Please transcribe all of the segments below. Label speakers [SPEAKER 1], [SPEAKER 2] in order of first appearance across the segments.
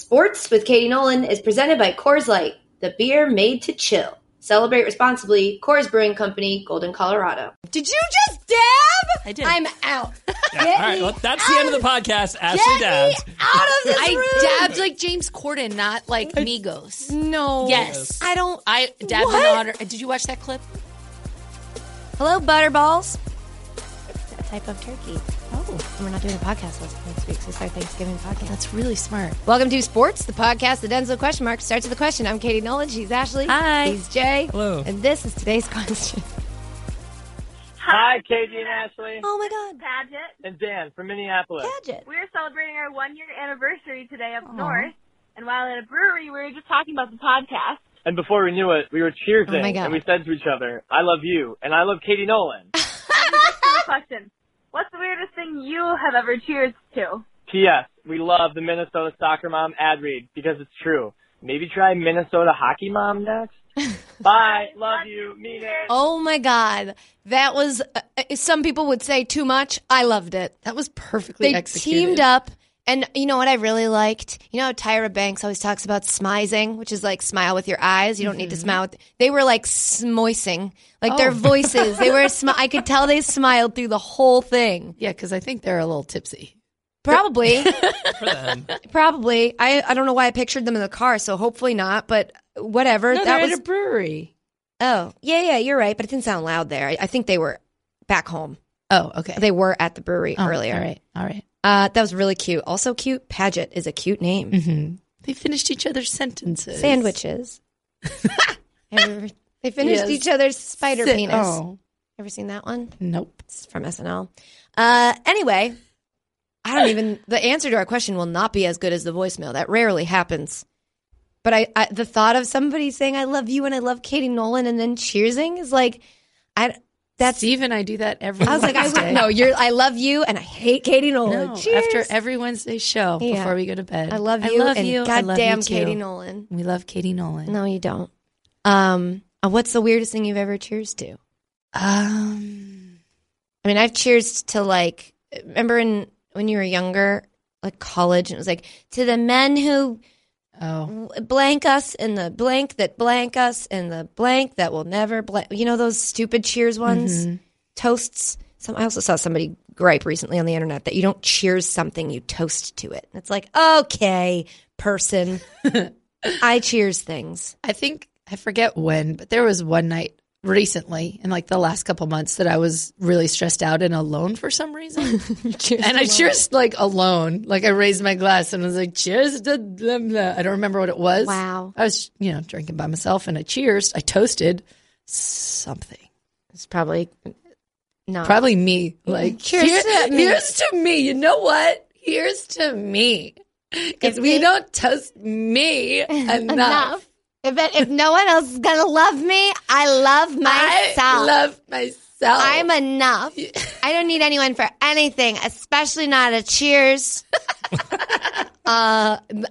[SPEAKER 1] Sports with Katie Nolan is presented by Coors Light, the beer made to chill. Celebrate responsibly. Coors Brewing Company, Golden, Colorado.
[SPEAKER 2] Did you just dab?
[SPEAKER 3] I did.
[SPEAKER 2] I'm out.
[SPEAKER 4] Yeah, all right, well, that's the end of the podcast. Ashley
[SPEAKER 2] Get me
[SPEAKER 4] Dabbs.
[SPEAKER 2] out of this room.
[SPEAKER 3] I dabbed like James Corden, not like Migos.
[SPEAKER 2] No.
[SPEAKER 3] Yes.
[SPEAKER 2] I don't.
[SPEAKER 3] I dabbed
[SPEAKER 2] What?
[SPEAKER 3] in honor. Did you watch that clip?
[SPEAKER 2] Hello, butterballs. That type of turkey. Oh. We're not doing a podcast list next week, so it's our Thanksgiving podcast.
[SPEAKER 3] That's really smart.
[SPEAKER 2] Welcome to Sports, the podcast that ends with a question mark. Starts with a question. I'm Katie Nolan. She's Ashley.
[SPEAKER 3] Hi.
[SPEAKER 2] He's Jay.
[SPEAKER 4] Hello.
[SPEAKER 2] And this is today's question.
[SPEAKER 5] Hi, Katie and Ashley
[SPEAKER 2] Oh my God.
[SPEAKER 6] Paget.
[SPEAKER 5] and Dan from Minneapolis.
[SPEAKER 2] Gadget.
[SPEAKER 6] We're celebrating our one year anniversary today up north. And while at a brewery, we were just talking about the podcast.
[SPEAKER 5] And before we knew it, we were cheersing
[SPEAKER 2] Oh my God.
[SPEAKER 5] and we said to each other, "I love you" and "I love Katie Nolan."
[SPEAKER 6] Here's a question. What's the weirdest thing you have ever cheered to?
[SPEAKER 5] P.S. We love the Minnesota Soccer Mom ad read because it's true. Maybe try Minnesota Hockey Mom next. Bye, love you, mean it.
[SPEAKER 2] Oh my God. That was, uh, uh, some people would say too much. I loved it.
[SPEAKER 3] That was perfectly
[SPEAKER 2] They
[SPEAKER 3] executed.
[SPEAKER 2] teamed up. And you know what I really liked? You know how Tyra Banks always talks about smizing, which is like smile with your eyes. You don't need to smile. With, they were like smoising, like their
[SPEAKER 3] Mm-hmm. Oh.
[SPEAKER 2] voices. They were. Smi- I could tell they smiled through the whole thing.
[SPEAKER 3] Yeah, because I think they're a little tipsy.
[SPEAKER 2] Probably,
[SPEAKER 4] For them.
[SPEAKER 2] probably. I I don't know why I pictured them in the car, so hopefully not. But whatever.
[SPEAKER 3] No,
[SPEAKER 2] that
[SPEAKER 3] they're
[SPEAKER 2] was.
[SPEAKER 3] at a brewery.
[SPEAKER 2] oh yeah, yeah. You're right, but it didn't sound loud there. I, I think they were back home.
[SPEAKER 3] Oh, okay.
[SPEAKER 2] They were at the brewery
[SPEAKER 3] Oh,
[SPEAKER 2] earlier.
[SPEAKER 3] All right. All right.
[SPEAKER 2] Uh, that was really cute. Also cute. Paget is a cute name.
[SPEAKER 3] Mm-hmm. They finished each other's sentences.
[SPEAKER 2] Sandwiches. Ever- they finished
[SPEAKER 3] Yes.
[SPEAKER 2] each other's spider
[SPEAKER 3] Sit-
[SPEAKER 2] penis.
[SPEAKER 3] Oh,
[SPEAKER 2] Ever seen that one?
[SPEAKER 3] nope.
[SPEAKER 2] It's from SNL. Uh, anyway, I don't even. The answer to our question will not be as good as the voicemail. That rarely happens. But I, I the thought of somebody saying "I love you" and "I love Katie Nolan" and then cheersing is like, I. That's.
[SPEAKER 3] Steve and I do that every.
[SPEAKER 2] I was like, I
[SPEAKER 3] Wednesday.
[SPEAKER 2] would no. You're. I love you, and I hate Katie Nolan.
[SPEAKER 3] No,
[SPEAKER 2] Cheers.
[SPEAKER 3] after every Wednesday show
[SPEAKER 2] Yeah.
[SPEAKER 3] before we go to bed.
[SPEAKER 2] I love you.
[SPEAKER 3] I love
[SPEAKER 2] and
[SPEAKER 3] you. I love you
[SPEAKER 2] Goddamn,
[SPEAKER 3] too.
[SPEAKER 2] Katie Nolan.
[SPEAKER 3] We love Katie Nolan.
[SPEAKER 2] No, you don't. Um, uh, what's the weirdest thing you've ever cheers to?
[SPEAKER 3] Um,
[SPEAKER 2] I mean, I've cheers to like remember in when you were younger, like college, and it was like to the men who
[SPEAKER 3] oh,
[SPEAKER 2] w- blank us and the blank that blank us and the blank that will never blank. You know those stupid cheers ones,
[SPEAKER 3] Mm-hmm.
[SPEAKER 2] toasts. Some I also saw somebody gripe recently on the internet that you don't cheers something, you toast to it. And it's like, okay, person, I cheers things.
[SPEAKER 3] I think I forget when, but there was one night recently in like the last couple months that I was really stressed out and alone for some reason. and I cheers like alone. Like I raised my glass and I was like, cheers. To blah, blah. I don't remember what it was.
[SPEAKER 2] Wow.
[SPEAKER 3] I was, you know, drinking by myself and I cheers. I toasted something.
[SPEAKER 2] It's probably not.
[SPEAKER 3] Probably me. Like,
[SPEAKER 2] Cheers to me.
[SPEAKER 3] Here's to me. You know what? Here's to me. Because
[SPEAKER 2] If
[SPEAKER 3] we
[SPEAKER 2] it-
[SPEAKER 3] don't toast me enough.
[SPEAKER 2] enough. If, if no one else is gonna love me, I love myself.
[SPEAKER 3] I love myself.
[SPEAKER 2] I'm enough. I don't need anyone for anything, especially not a Cheers. uh,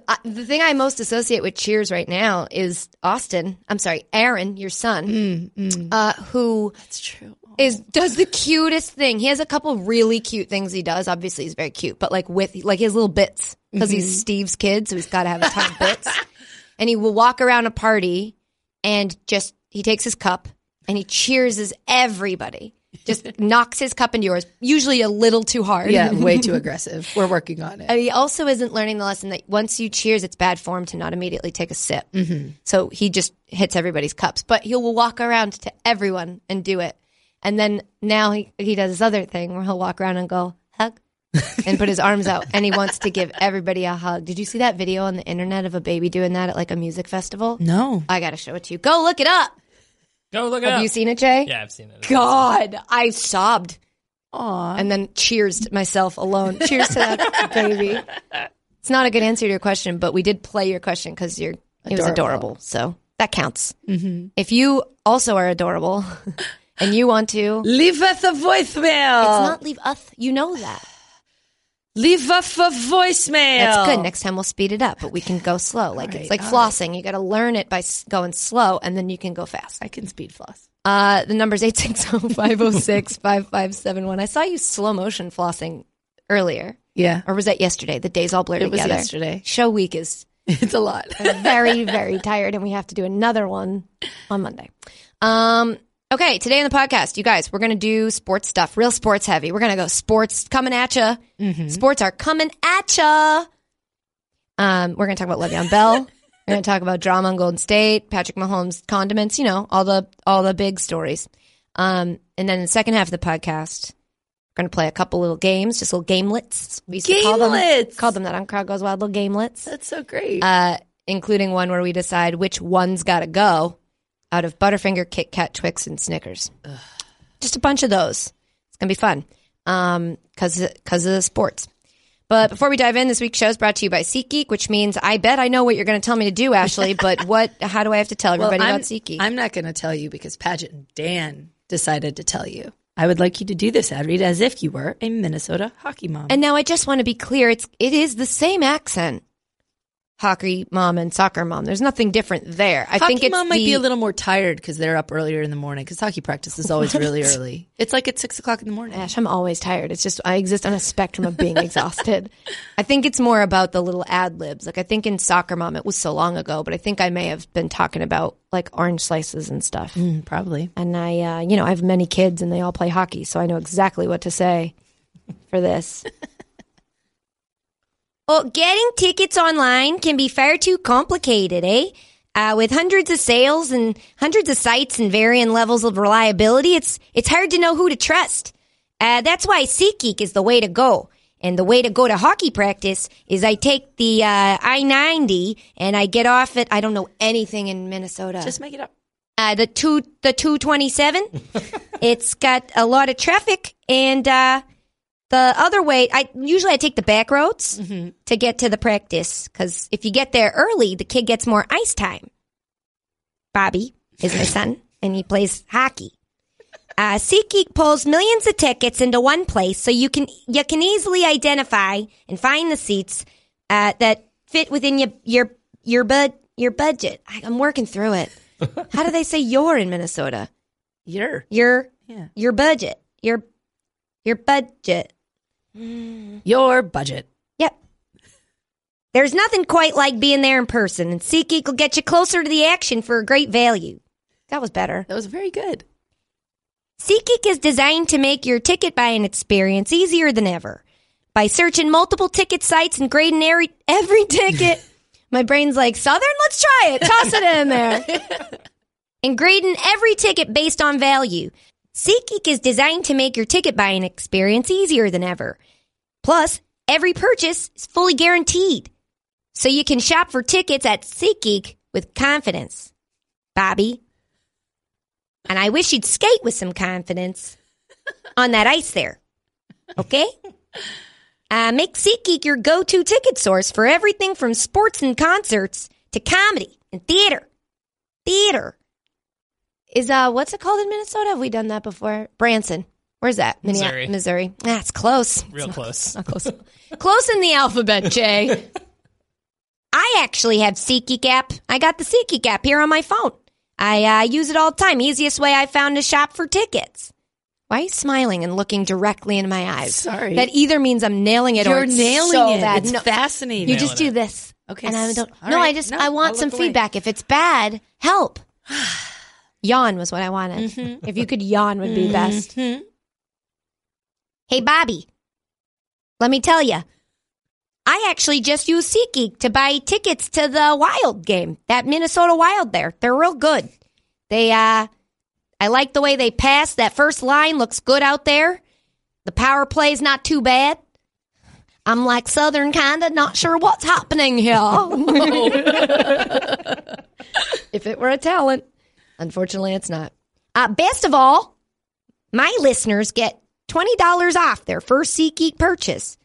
[SPEAKER 2] I- the thing I most associate with Cheers right now is Austin. I'm sorry, Aaron, your son,
[SPEAKER 3] Mm,
[SPEAKER 2] Uh, who
[SPEAKER 3] That's true.
[SPEAKER 2] is does the cutest thing. He has a couple really cute things he does. Obviously, he's very cute, but like with like his little bits because he's Steve's kid, so he's got to have a ton of bits. And he will walk around a party and just he takes his cup and he cheers as everybody. Just knocks his cup into yours, usually a little too hard.
[SPEAKER 3] Yeah, way too aggressive. We're working on it.
[SPEAKER 2] And he also isn't learning the lesson that once you cheers, it's bad form to not immediately take a sip. Mm-hmm. So he just hits everybody's cups, but he'll walk around to everyone and do it. And then now he, he does this other thing where he'll walk around and go, hug, and put his arms out. And he wants to give everybody a hug. Did you see that video on the internet of a baby doing that at like a music festival?
[SPEAKER 3] No.
[SPEAKER 2] I got to show it to you. Go look it up.
[SPEAKER 4] Go look it
[SPEAKER 2] Have
[SPEAKER 4] up.
[SPEAKER 2] you seen it, Jay?
[SPEAKER 4] yeah, I've seen it.
[SPEAKER 2] God, I sobbed
[SPEAKER 3] Aw.
[SPEAKER 2] and then cheers to myself alone. Cheers to that baby. It's not a good answer to your question, but we did play your question because you're it was
[SPEAKER 3] Adorable. Mm-hmm.
[SPEAKER 2] adorable, so that counts. If you also are adorable and you want to, it's
[SPEAKER 3] Leave us a voicemail.
[SPEAKER 2] not leave us. You know that.
[SPEAKER 3] Leave us a voicemail.
[SPEAKER 2] That's good. Next time we'll speed it up, but we can go slow. Like
[SPEAKER 3] right, Oh.
[SPEAKER 2] it's like flossing. You got to learn it by s- going slow, and then you can go fast.
[SPEAKER 3] I can speed floss.
[SPEAKER 2] Uh, the number's 860-506-5571. I saw you slow motion flossing earlier.
[SPEAKER 3] Yeah.
[SPEAKER 2] or was that yesterday? The days all blur
[SPEAKER 3] It was
[SPEAKER 2] together.
[SPEAKER 3] yesterday.
[SPEAKER 2] Show week is
[SPEAKER 3] It's a lot.
[SPEAKER 2] I'm very, very tired, and we have to do another one on Monday. Um, okay, today in the podcast, you guys, we're going to do sports stuff, real sports heavy. We're going to go sports coming at ya. Sports are coming at ya. Um, we're going to talk about Le'Veon Bell. we're going to talk about drama on Golden State, Patrick Mahomes condiments, you know, all the all the big stories. Um, and then in the second half of the podcast, we're going to play a couple little games, just little gamelets. We used to call them,
[SPEAKER 3] Gamelets.
[SPEAKER 2] call them that on Crowd Goes Wild, little gamelets
[SPEAKER 3] That's so great.
[SPEAKER 2] uh, including one where we decide which one's got to go out of Butterfinger, Kit Kat, Twix, and Snickers. Just a bunch of those. It's gonna be fun because because of the sports. But before we dive in, this week's show is brought to you by SeatGeek, which means I bet I know what you're going to tell me to do, Ashley. But what? How do I have to tell everybody
[SPEAKER 3] I'm,
[SPEAKER 2] about SeatGeek?
[SPEAKER 3] I'm not going to tell you because Paget and Dan decided to tell you. I would like you to do this ad read as if you were a Minnesota hockey mom.
[SPEAKER 2] and now I just want to be clear: it's it is the same accent, hockey mom and soccer mom. There's nothing different there. I
[SPEAKER 3] hockey
[SPEAKER 2] think it's
[SPEAKER 3] mom might be
[SPEAKER 2] the-
[SPEAKER 3] a little more tired because they're up earlier in the morning because hockey practice is always really early. It's like at six o'clock in the morning.
[SPEAKER 2] Ash, I'm always tired. It's just I exist on a spectrum of being exhausted. I think it's more about the little ad libs. Like I think in Soccer Mom, it was so long ago, but I think I may have been talking about like orange slices and stuff.
[SPEAKER 3] Mm, probably.
[SPEAKER 2] And I, uh, you know, I have many kids and they all play hockey, so I know exactly what to say for this. well, getting tickets online can be far too complicated, eh? Uh, with hundreds of sales and hundreds of sites and varying levels of reliability, it's it's hard to know who to trust. Uh, that's why SeatGeek is the way to go. And the way to go to hockey practice is I take the uh, I ninety and I get off at I don't know anything in Minnesota
[SPEAKER 3] Just make it up.
[SPEAKER 2] uh, the two the two twenty seven. it's got a lot of traffic, and uh, the other way. I usually I take the back roads to get to the practice because if you get there early, the kid gets more ice time. Bobby is my son, and he plays hockey. Uh, SeatGeek pulls millions of tickets into one place, so you can you can easily identify and find the seats uh, that fit within your your your bud your budget. I, I'm working through it. How do they say your in Minnesota?
[SPEAKER 3] You're.
[SPEAKER 2] Your
[SPEAKER 3] Yeah.
[SPEAKER 2] your budget. Your your budget.
[SPEAKER 3] Your budget.
[SPEAKER 2] Yep. There's nothing quite like being there in person, and SeatGeek will get you closer to the action for a great value. That was better.
[SPEAKER 3] That was very good.
[SPEAKER 2] SeatGeek is designed to make your ticket buying experience easier than ever. By searching multiple ticket sites and grading every, every ticket, my brain's like, Southern, let's try it. Toss it in there. and grading every ticket based on value. SeatGeek is designed to make your ticket buying experience easier than ever. Plus, every purchase is fully guaranteed. So you can shop for tickets at SeatGeek with confidence. Bobby, and I wish you'd skate with some confidence on that ice there. Okay? Uh, make SeatGeek your go to ticket source for everything from sports and concerts to comedy and theater. Theater. Is, uh, what's it called in Minnesota? Have we done that before? Branson. Where's that? Minnea-
[SPEAKER 4] Missouri.
[SPEAKER 2] Missouri. That's close.
[SPEAKER 4] Real close.
[SPEAKER 2] Not close. close in the alphabet, Jay. I actually have SeatGeek app. I got the SeatGeek app here on my phone. I uh, use it all the time. Easiest way I found to shop for tickets. Why are you smiling and looking directly into my eyes?
[SPEAKER 3] Sorry.
[SPEAKER 2] That either means I'm nailing it or
[SPEAKER 3] You're
[SPEAKER 2] it's
[SPEAKER 3] nailing
[SPEAKER 2] so
[SPEAKER 3] it.
[SPEAKER 2] bad.
[SPEAKER 3] It's
[SPEAKER 2] No,
[SPEAKER 3] fascinating.
[SPEAKER 2] you just
[SPEAKER 4] Nailing
[SPEAKER 2] do this.
[SPEAKER 3] Okay,
[SPEAKER 2] And I
[SPEAKER 3] s-
[SPEAKER 2] don't.
[SPEAKER 3] all
[SPEAKER 2] No, I
[SPEAKER 3] right.
[SPEAKER 2] just
[SPEAKER 3] No,
[SPEAKER 2] I want
[SPEAKER 3] I'll
[SPEAKER 2] some
[SPEAKER 3] look away.
[SPEAKER 2] feedback. If it's bad, help. yawn was what I wanted.
[SPEAKER 3] Mm-hmm.
[SPEAKER 2] If you could yawn, would be best. Hey, Bobby. Let me tell you, I actually just used SeatGeek to buy tickets to the Wild game, that Minnesota Wild there. They're real good. They, uh, I like the way they pass. That first line looks good out there. The power play's not too bad. I'm like Southern kinda, not sure what's happening here. Oh. if it were a talent. Unfortunately, it's not. Uh, best of all, my listeners get $20 off their first SeatGeek purchase.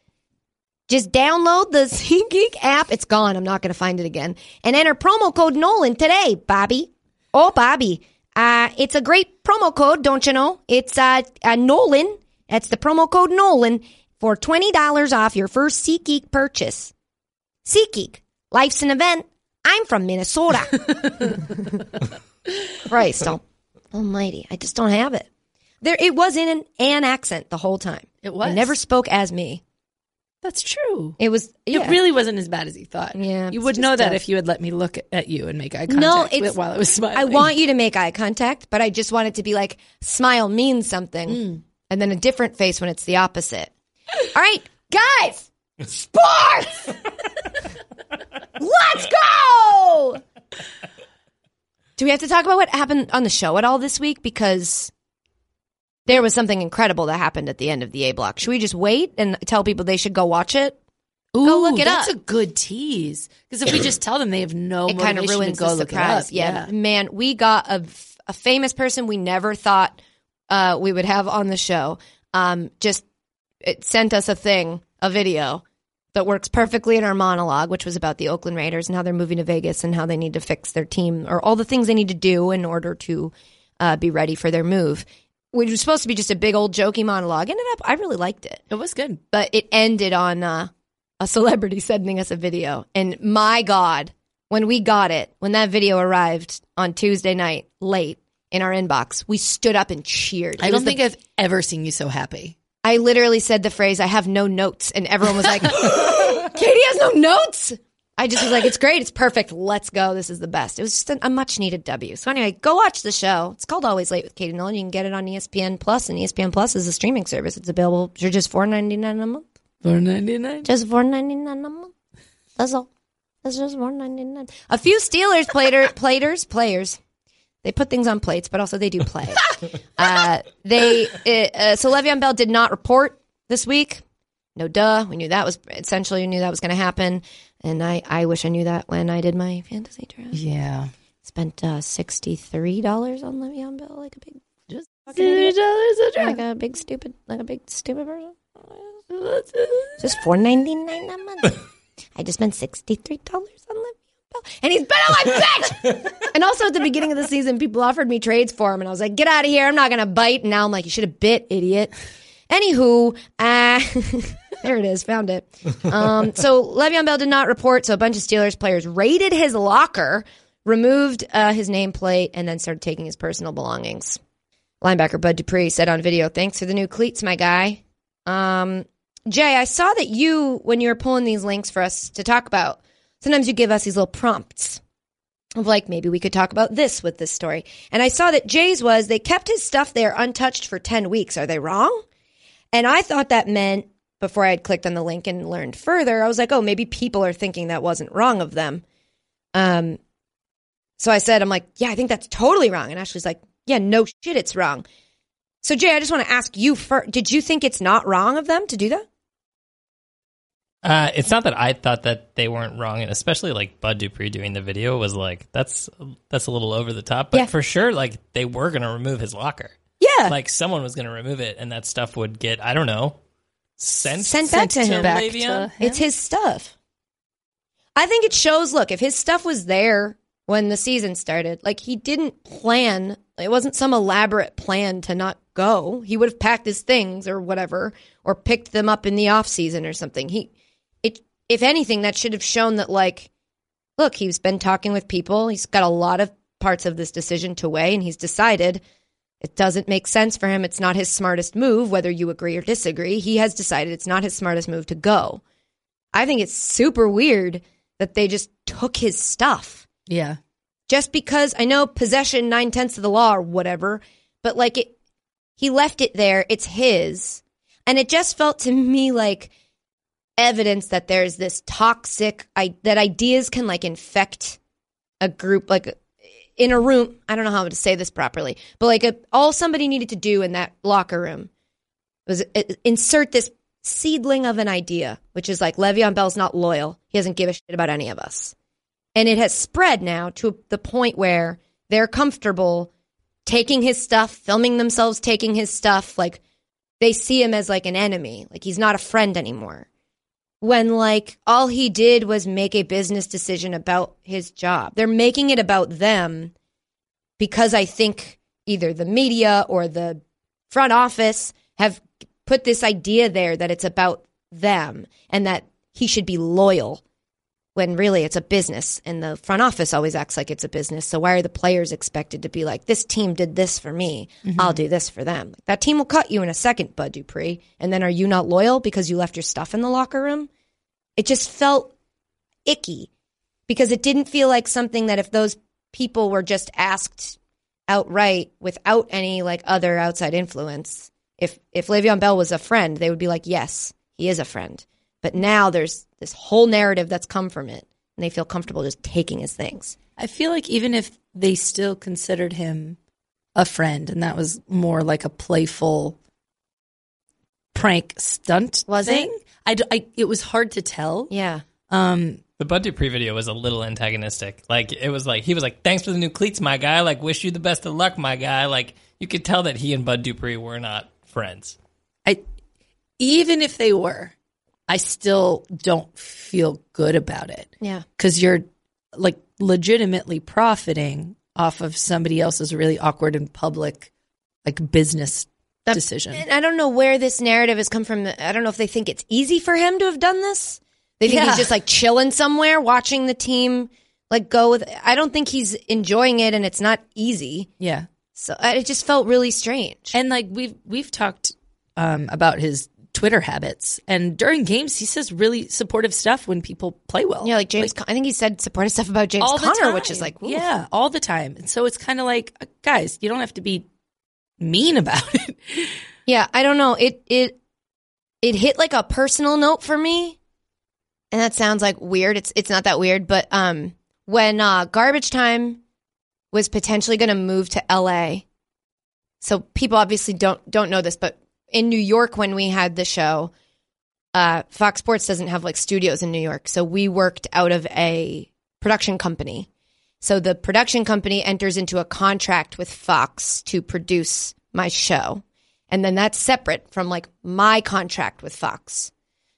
[SPEAKER 2] Just download the SeatGeek app. It's gone. I'm not going to find it again. And enter promo code Nolan today, Bobby. Oh, Bobby. Uh, it's a great promo code, don't you know? It's uh, uh, Nolan. That's the promo code Nolan for $20 off your first SeatGeek purchase. SeatGeek, life's an event. I'm from Minnesota. Christ al- almighty. I just don't have it. There, it was in an, an accent the whole time.
[SPEAKER 3] It was.
[SPEAKER 2] I never spoke as me.
[SPEAKER 3] That's true.
[SPEAKER 2] It was yeah.
[SPEAKER 3] It really wasn't as bad as he thought.
[SPEAKER 2] Yeah,
[SPEAKER 3] You
[SPEAKER 2] it's
[SPEAKER 3] would
[SPEAKER 2] just
[SPEAKER 3] know that
[SPEAKER 2] a-
[SPEAKER 3] if you had let me look at you and make eye contact
[SPEAKER 2] No,
[SPEAKER 3] with-
[SPEAKER 2] it's-
[SPEAKER 3] while I was smiling.
[SPEAKER 2] I want you to make eye contact, but I just want it to be like smile means something, and then a different face when it's the opposite. All right, guys, sports. Let's go. Do we have to talk about what happened on the show at all this week? Because there was something incredible that happened at the end of the A block. Should we just wait and tell people they should go watch it?
[SPEAKER 3] Ooh,
[SPEAKER 2] Go look it
[SPEAKER 3] that's
[SPEAKER 2] up.
[SPEAKER 3] a good tease. Because if we just tell them, they have no
[SPEAKER 2] it kind
[SPEAKER 3] motivation
[SPEAKER 2] of ruins
[SPEAKER 3] to go
[SPEAKER 2] the
[SPEAKER 3] look
[SPEAKER 2] surprise.
[SPEAKER 3] it up.
[SPEAKER 2] Yeah. man, we got a, f- a famous person we never thought uh, we would have on the show. Um, just it sent us a thing, a video that works perfectly in our monologue, which was about the Oakland Raiders and how they're moving to Vegas and how they need to fix their team or all the things they need to do in order to uh, be ready for their move. Which was supposed to be just a big old jokey monologue. Ended up, I really liked it
[SPEAKER 3] It was good.
[SPEAKER 2] but it ended on uh, a celebrity sending us a video. And my God, when we got it, when that video arrived on Tuesday night late in our inbox, we stood up and cheered.
[SPEAKER 3] I
[SPEAKER 2] It was
[SPEAKER 3] don't
[SPEAKER 2] the-
[SPEAKER 3] think I've ever seen you so happy.
[SPEAKER 2] I literally said the phrase, I have no notes. And everyone was like, Katie has no notes. I just was like, it's great. It's perfect. Let's go. This is the best. It was just a, a much needed W. So, anyway, go watch the show. It's called Always Late with Katie Nolan. You can get it on E ESPN Plus, and ESPN Plus is a streaming service. It's available for just four ninety nine a month.
[SPEAKER 3] Four ninety nine.
[SPEAKER 2] Just four ninety nine a month. That's all. That's just four ninety nine. A few Steelers plater, platers, players. They put things on plates, but also they do play. uh, they uh, uh, so Le'Veon Bell did not report this week. No duh. We knew that was essentially we knew that was going to happen, and I I wish I knew that when I did my fantasy draft.
[SPEAKER 3] Yeah.
[SPEAKER 2] Spent uh, sixty three dollars on Le'Veon Bell, like a big just like a big stupid like a big stupid person. Just four ninety nine a month. I just spent sixty three dollars on Le'Veon Bell, and he's been on my bitch. and also at the beginning of the season, people offered me trades for him, and I was like, "Get out of here! I'm not gonna bite." And now I'm like, "You should have bit, idiot." Anywho, uh, there it is, found it. Um, so Le'Veon Bell did not report, so a bunch of Steelers players raided his locker, removed uh, his nameplate, and then started taking his personal belongings. Linebacker Bud Dupree said on video, "Thanks for the new cleats, my guy." Um, Jay, I saw that you, when you were pulling these links for us to talk about, sometimes you give us these little prompts of like, maybe we could talk about this with this story. And I saw that Jay's was they kept his stuff there untouched for 10 weeks. Are they wrong? And I thought that meant, before I had clicked on the link and learned further, I was like, oh, maybe people are thinking that wasn't wrong of them. Um, so I said, I'm like, yeah, I think that's totally wrong. And Ashley's like, yeah, no shit, it's wrong. So Jay, I just want to ask you first: Did you think it's not wrong of them to do that?
[SPEAKER 4] Uh, it's not that I thought that they weren't wrong, and especially like Bud Dupree doing the video was like that's that's a little over the top, but
[SPEAKER 2] Yeah. Uh.
[SPEAKER 4] for sure, like they were gonna remove his locker,
[SPEAKER 2] Yeah,
[SPEAKER 4] like someone was gonna remove it, and that stuff would get I don't know sent
[SPEAKER 2] Sent back to him.
[SPEAKER 3] Back
[SPEAKER 4] Le'Veon?
[SPEAKER 3] to-
[SPEAKER 2] it's his stuff. I think it shows. Look, if his stuff was there when the season started, like he didn't plan. It wasn't some elaborate plan to not go. He would have packed his things or whatever, or picked them up in the off season or something. He, it, if anything, that should have shown that like look, he's been talking with people. He's got a lot of parts of this decision to weigh, and he's decided it doesn't make sense for him. It's not his smartest move, whether you agree or disagree. He has decided it's not his smartest move to go. I think it's super weird that they just took his stuff
[SPEAKER 3] Yeah.
[SPEAKER 2] just because I know possession nine tenths of the law or whatever, but like it, he left it there. It's his, and it just felt to me like evidence that there's this toxic I, that ideas can like infect a group, like in a room. I don't know how to say this properly, but like a, all somebody needed to do in that locker room was uh, insert this seedling of an idea, which is like Le'Veon Bell's not loyal. He doesn't give a shit about any of us and it has spread now to the point where they're comfortable taking his stuff, filming themselves taking his stuff. Like they see him as like an enemy, like he's not a friend anymore. When like all he did was make a business decision about his job. They're making it about them because I think either the media or the front office have put this idea there that it's about them and that he should be loyal when really it's a business and the front office always acts like it's a business. So why are the players expected to be like, this team did this for me. I'll do this for them. that team will cut you in a second, Bud Dupree. And then are you not loyal because you left your stuff in the locker room? It just felt icky because it didn't feel like something that if those people were just asked outright without any like other outside influence, if if Le'Veon Bell was a friend, they would be like, yes, he is a friend. But now there's this whole narrative that's come from it, and they feel comfortable just taking his things.
[SPEAKER 3] I feel like even if they still considered him a friend, and that was more like a playful prank stunt,
[SPEAKER 2] Was it?
[SPEAKER 3] thing, I, d- I- it was hard to tell.
[SPEAKER 2] Yeah,
[SPEAKER 3] Um,
[SPEAKER 4] The Bud Dupree video was a little antagonistic. Like it was like he was like, "Thanks for the new cleats, my guy. Like, wish you the best of luck, my guy." Like you could tell that he and Bud Dupree were not friends.
[SPEAKER 3] I even if they were, I still don't feel good about it
[SPEAKER 2] yeah,
[SPEAKER 3] because you're like legitimately profiting off of somebody else's really awkward and public like business decision.
[SPEAKER 2] And I don't know where this narrative has come from. I don't know if they think it's easy for him to have done this. They think
[SPEAKER 3] Yeah.
[SPEAKER 2] he's just like chilling somewhere, watching the team like go with. I don't think he's enjoying it, and it's not easy.
[SPEAKER 3] yeah.
[SPEAKER 2] So I, it just felt really strange.
[SPEAKER 3] And like we've we've talked um, about his Twitter habits, and during games he says really supportive stuff when people play well.
[SPEAKER 2] yeah, like James, Con- I think he said supportive stuff about James
[SPEAKER 3] all the
[SPEAKER 2] Conner,
[SPEAKER 3] time.
[SPEAKER 2] which is like, oof.
[SPEAKER 3] yeah, all the time. And so it's kind of like, uh, guys, you don't have to be mean about it.
[SPEAKER 2] Yeah, I don't know. It it it hit like a personal note for me. And that sounds like weird. It's it's not that weird, but um when uh garbage time was potentially going to move to LA. So people obviously don't don't know this, but in New York when we had the show, uh Fox Sports doesn't have like studios in New York. So we worked out of a production company. So the production company enters into a contract with Fox to produce my show. And then that's separate from like my contract with Fox.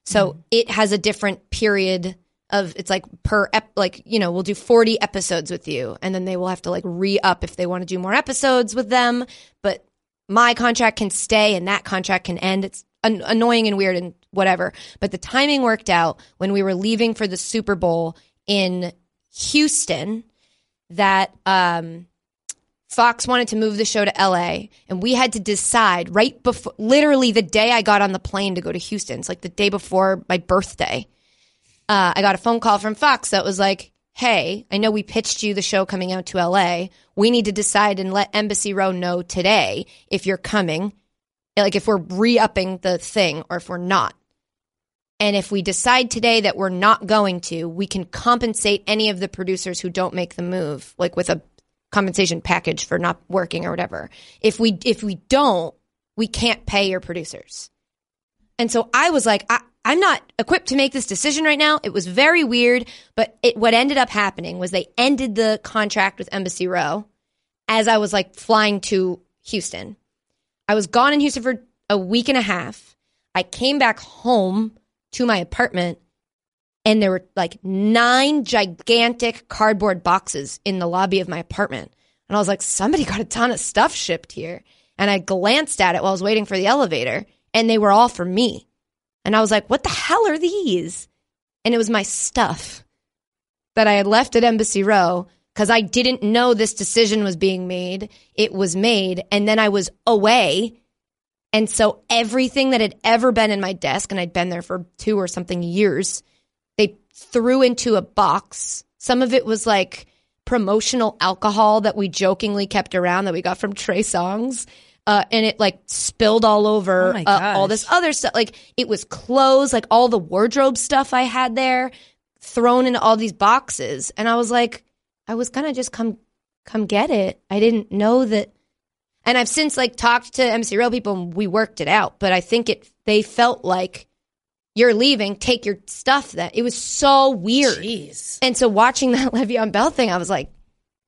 [SPEAKER 2] So it has a different period of it's like per ep, like you know we'll do 40 episodes with you and then they will have to like re up if they want to do more episodes with them but my contract can stay and that contract can end it's an- annoying and weird and whatever but the timing worked out when we were leaving for the Super Bowl in Houston that um Fox wanted to move the show to LA, and we had to decide right before, literally the day I got on the plane to go to Houston. It's like the day before my birthday. Uh, I got a phone call from Fox that was like, Hey, I know we pitched you the show coming out to LA. We need to decide and let Embassy Row know today if you're coming, like if we're re upping the thing or if we're not. And if we decide today that we're not going to, we can compensate any of the producers who don't make the move, like with a compensation package for not working or whatever. If we if we don't, we can't pay your producers. And so I was like, I, I'm not equipped to make this decision right now. It was very weird, but it what ended up happening was they ended the contract with Embassy Row as I was like flying to Houston. I was gone in Houston for a week and a half. I came back home to my apartment and there were like nine gigantic cardboard boxes in the lobby of my apartment. And I was like, somebody got a ton of stuff shipped here. And I glanced at it while I was waiting for the elevator and they were all for me. And I was like, what the hell are these? And it was my stuff that I had left at Embassy Row because I didn't know this decision was being made. It was made. And then I was away. And so everything that had ever been in my desk, and I'd been there for two or something years, they threw into a box. Some of it was like promotional alcohol that we jokingly kept around that we got from Trey Songs. Uh, and it like spilled all over
[SPEAKER 3] Oh my
[SPEAKER 2] uh, all this
[SPEAKER 3] gosh.
[SPEAKER 2] other stuff. Like it was clothes, like all the wardrobe stuff I had there thrown into all these boxes. And I was like, I was gonna just come come get it. I didn't know that and I've since like talked to MC Real people and we worked it out. But I think it they felt like you're leaving, take your stuff that it was so weird.
[SPEAKER 3] Jeez.
[SPEAKER 2] And so watching that Le'Veon Bell thing, I was like,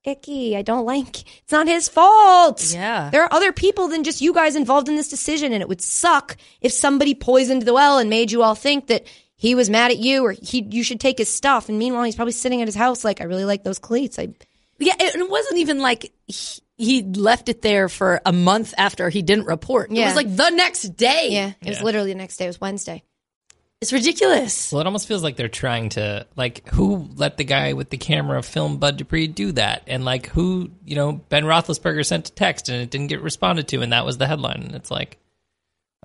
[SPEAKER 2] Icky, I don't like it's not his fault.
[SPEAKER 3] Yeah.
[SPEAKER 2] There are other people than just you guys involved in this decision, and it would suck if somebody poisoned the well and made you all think that he was mad at you or he you should take his stuff. And meanwhile, he's probably sitting at his house like, I really like those cleats. I
[SPEAKER 3] Yeah, it, it wasn't even like he, he left it there for a month after he didn't report. It
[SPEAKER 2] Yeah.
[SPEAKER 3] was like the next day.
[SPEAKER 2] yeah, it was
[SPEAKER 4] Yeah.
[SPEAKER 2] literally the next day. It was Wednesday.
[SPEAKER 3] It's ridiculous.
[SPEAKER 4] Well, it almost feels like they're trying to like who let the guy with the camera film Bud Dupree do that, and like who you know Ben Roethlisberger sent a text and it didn't get responded to, and that was the headline, and it's like,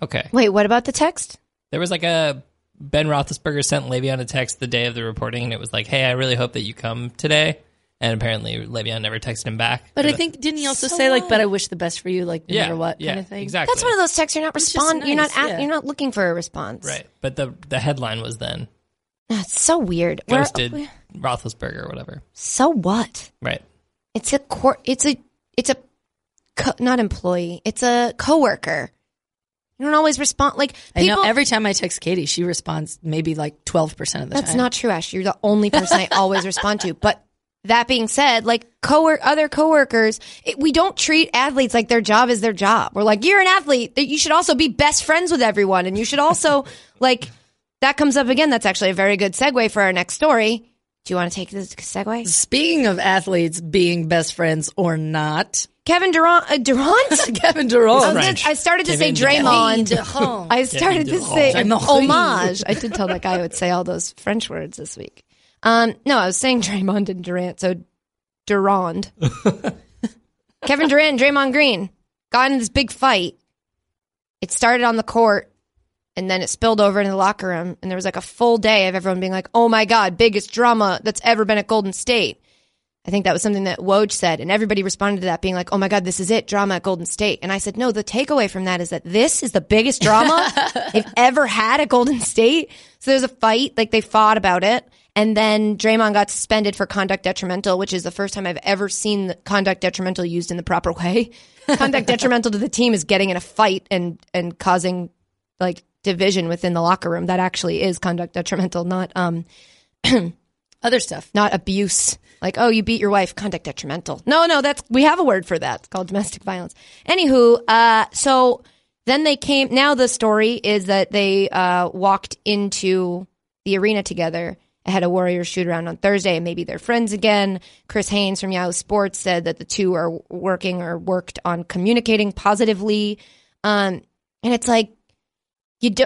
[SPEAKER 4] okay,
[SPEAKER 2] Wait, what about the text?
[SPEAKER 4] there was like a Ben Roethlisberger sent Le'Veon a text the day of the reporting, and it was like, hey, I really hope that you come today, and apparently Le'Veon never texted him back.
[SPEAKER 3] But I think didn't he also
[SPEAKER 2] So
[SPEAKER 3] say like,
[SPEAKER 2] what?
[SPEAKER 3] "But I wish the best for you," like no
[SPEAKER 4] yeah,
[SPEAKER 3] matter what
[SPEAKER 4] yeah,
[SPEAKER 3] kind of thing.
[SPEAKER 4] exactly.
[SPEAKER 2] That's one of those texts you're not
[SPEAKER 3] It's just
[SPEAKER 2] respond. You're not.
[SPEAKER 3] nice,
[SPEAKER 2] At,
[SPEAKER 3] yeah.
[SPEAKER 2] You're not looking for a response.
[SPEAKER 4] right. But the the headline was then
[SPEAKER 2] That's so weird. We're-
[SPEAKER 4] ghosted Roethlisberger or whatever.
[SPEAKER 2] So what?
[SPEAKER 4] Right.
[SPEAKER 2] It's a cor- It's a. It's a. Co- not employee. It's a coworker. You don't always respond. Like
[SPEAKER 3] I
[SPEAKER 2] people.
[SPEAKER 3] know every time I text Katie, she responds maybe like twelve percent of the
[SPEAKER 2] That's
[SPEAKER 3] time.
[SPEAKER 2] not true, Ash. You're the only person I always respond to. But that being said, like co other coworkers, it, we don't treat athletes like their job is their job. We're like, you're an athlete. that You should also be best friends with everyone, and you should also like. That comes up again. That's actually a very good segue for our next story. Do you want to take this segue?
[SPEAKER 3] Speaking of athletes being best friends or not,
[SPEAKER 2] Kevin Durant. Uh, Durant?
[SPEAKER 3] Kevin
[SPEAKER 2] I, was
[SPEAKER 3] Durant.
[SPEAKER 2] gonna-
[SPEAKER 4] French.
[SPEAKER 2] I started to
[SPEAKER 4] Kevin
[SPEAKER 2] say Draymond.
[SPEAKER 3] Durant.
[SPEAKER 2] I started to
[SPEAKER 4] Kevin
[SPEAKER 2] say
[SPEAKER 3] Durant.
[SPEAKER 2] homage. I did tell that guy I would say all those French words this week. Um, no, I was saying Draymond and Durant. So Durand. Kevin Durant and Draymond Green got in this big fight. It started on the court and then it spilled over into the locker room. And there was like a full day of everyone being like, oh my God, biggest drama that's ever been at Golden State. I think that was something that Woj said, and everybody responded to that being like, oh my God, this is it, drama at Golden State. And I said, no, the takeaway from that is that this is the biggest drama they've ever had at Golden State. So there's a fight, like they fought about it. And then Draymond got suspended for conduct detrimental, which is the first time I've ever seen the conduct detrimental used in the proper way. Conduct detrimental to the team is getting in a fight and, and causing like division within the locker room. That actually is conduct detrimental, not, um,
[SPEAKER 3] Other stuff.
[SPEAKER 2] not abuse. Like, oh, you beat your wife, conduct detrimental. No, no, that's we have a word for that. It's called domestic violence. Anywho, uh, so then they came. Now the story is that they uh, walked into the arena together. ahead of Warriors shoot around on Thursday, and maybe they're friends again. Chris Haynes from Yahoo Sports said that the two are working or worked on communicating positively. Um, and it's like you do.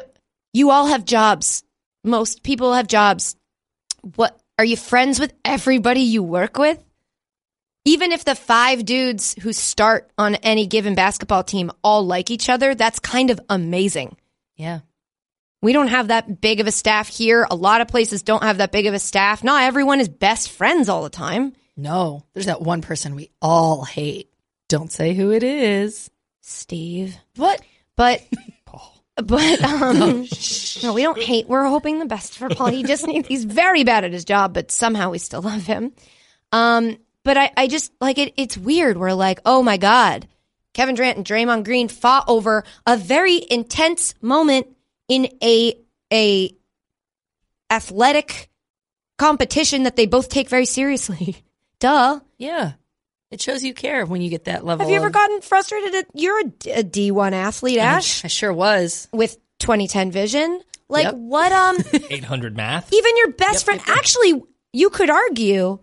[SPEAKER 2] You all have jobs. Most people have jobs what are you friends with everybody you work with? Even if the five dudes who start on any given basketball team all like each other, that's kind of amazing.
[SPEAKER 3] Yeah.
[SPEAKER 2] We don't have that big of a staff here. A lot of places don't have that big of a staff. Not everyone is best friends all the time.
[SPEAKER 3] No, there's that one person we all hate. Don't say who it is.
[SPEAKER 2] Steve.
[SPEAKER 3] What?
[SPEAKER 2] But but um no, we don't hate. We're hoping the best for Paul. He just needs he's very bad at his job, but somehow we still love him. Um but I, I just like it it's weird. We're like, oh my God. Kevin Durant and Draymond Green fought over a very intense moment in a a athletic competition that they both take very seriously. Duh.
[SPEAKER 3] Yeah. It shows you care when you get that level.
[SPEAKER 2] Have you ever
[SPEAKER 3] of-
[SPEAKER 2] gotten frustrated at you're a D- a D1 athlete, Ash?
[SPEAKER 3] I sure was.
[SPEAKER 2] with 2010 vision. Like
[SPEAKER 3] Yep.
[SPEAKER 2] what um
[SPEAKER 4] Eight hundred math.
[SPEAKER 2] even your best friend actually you could argue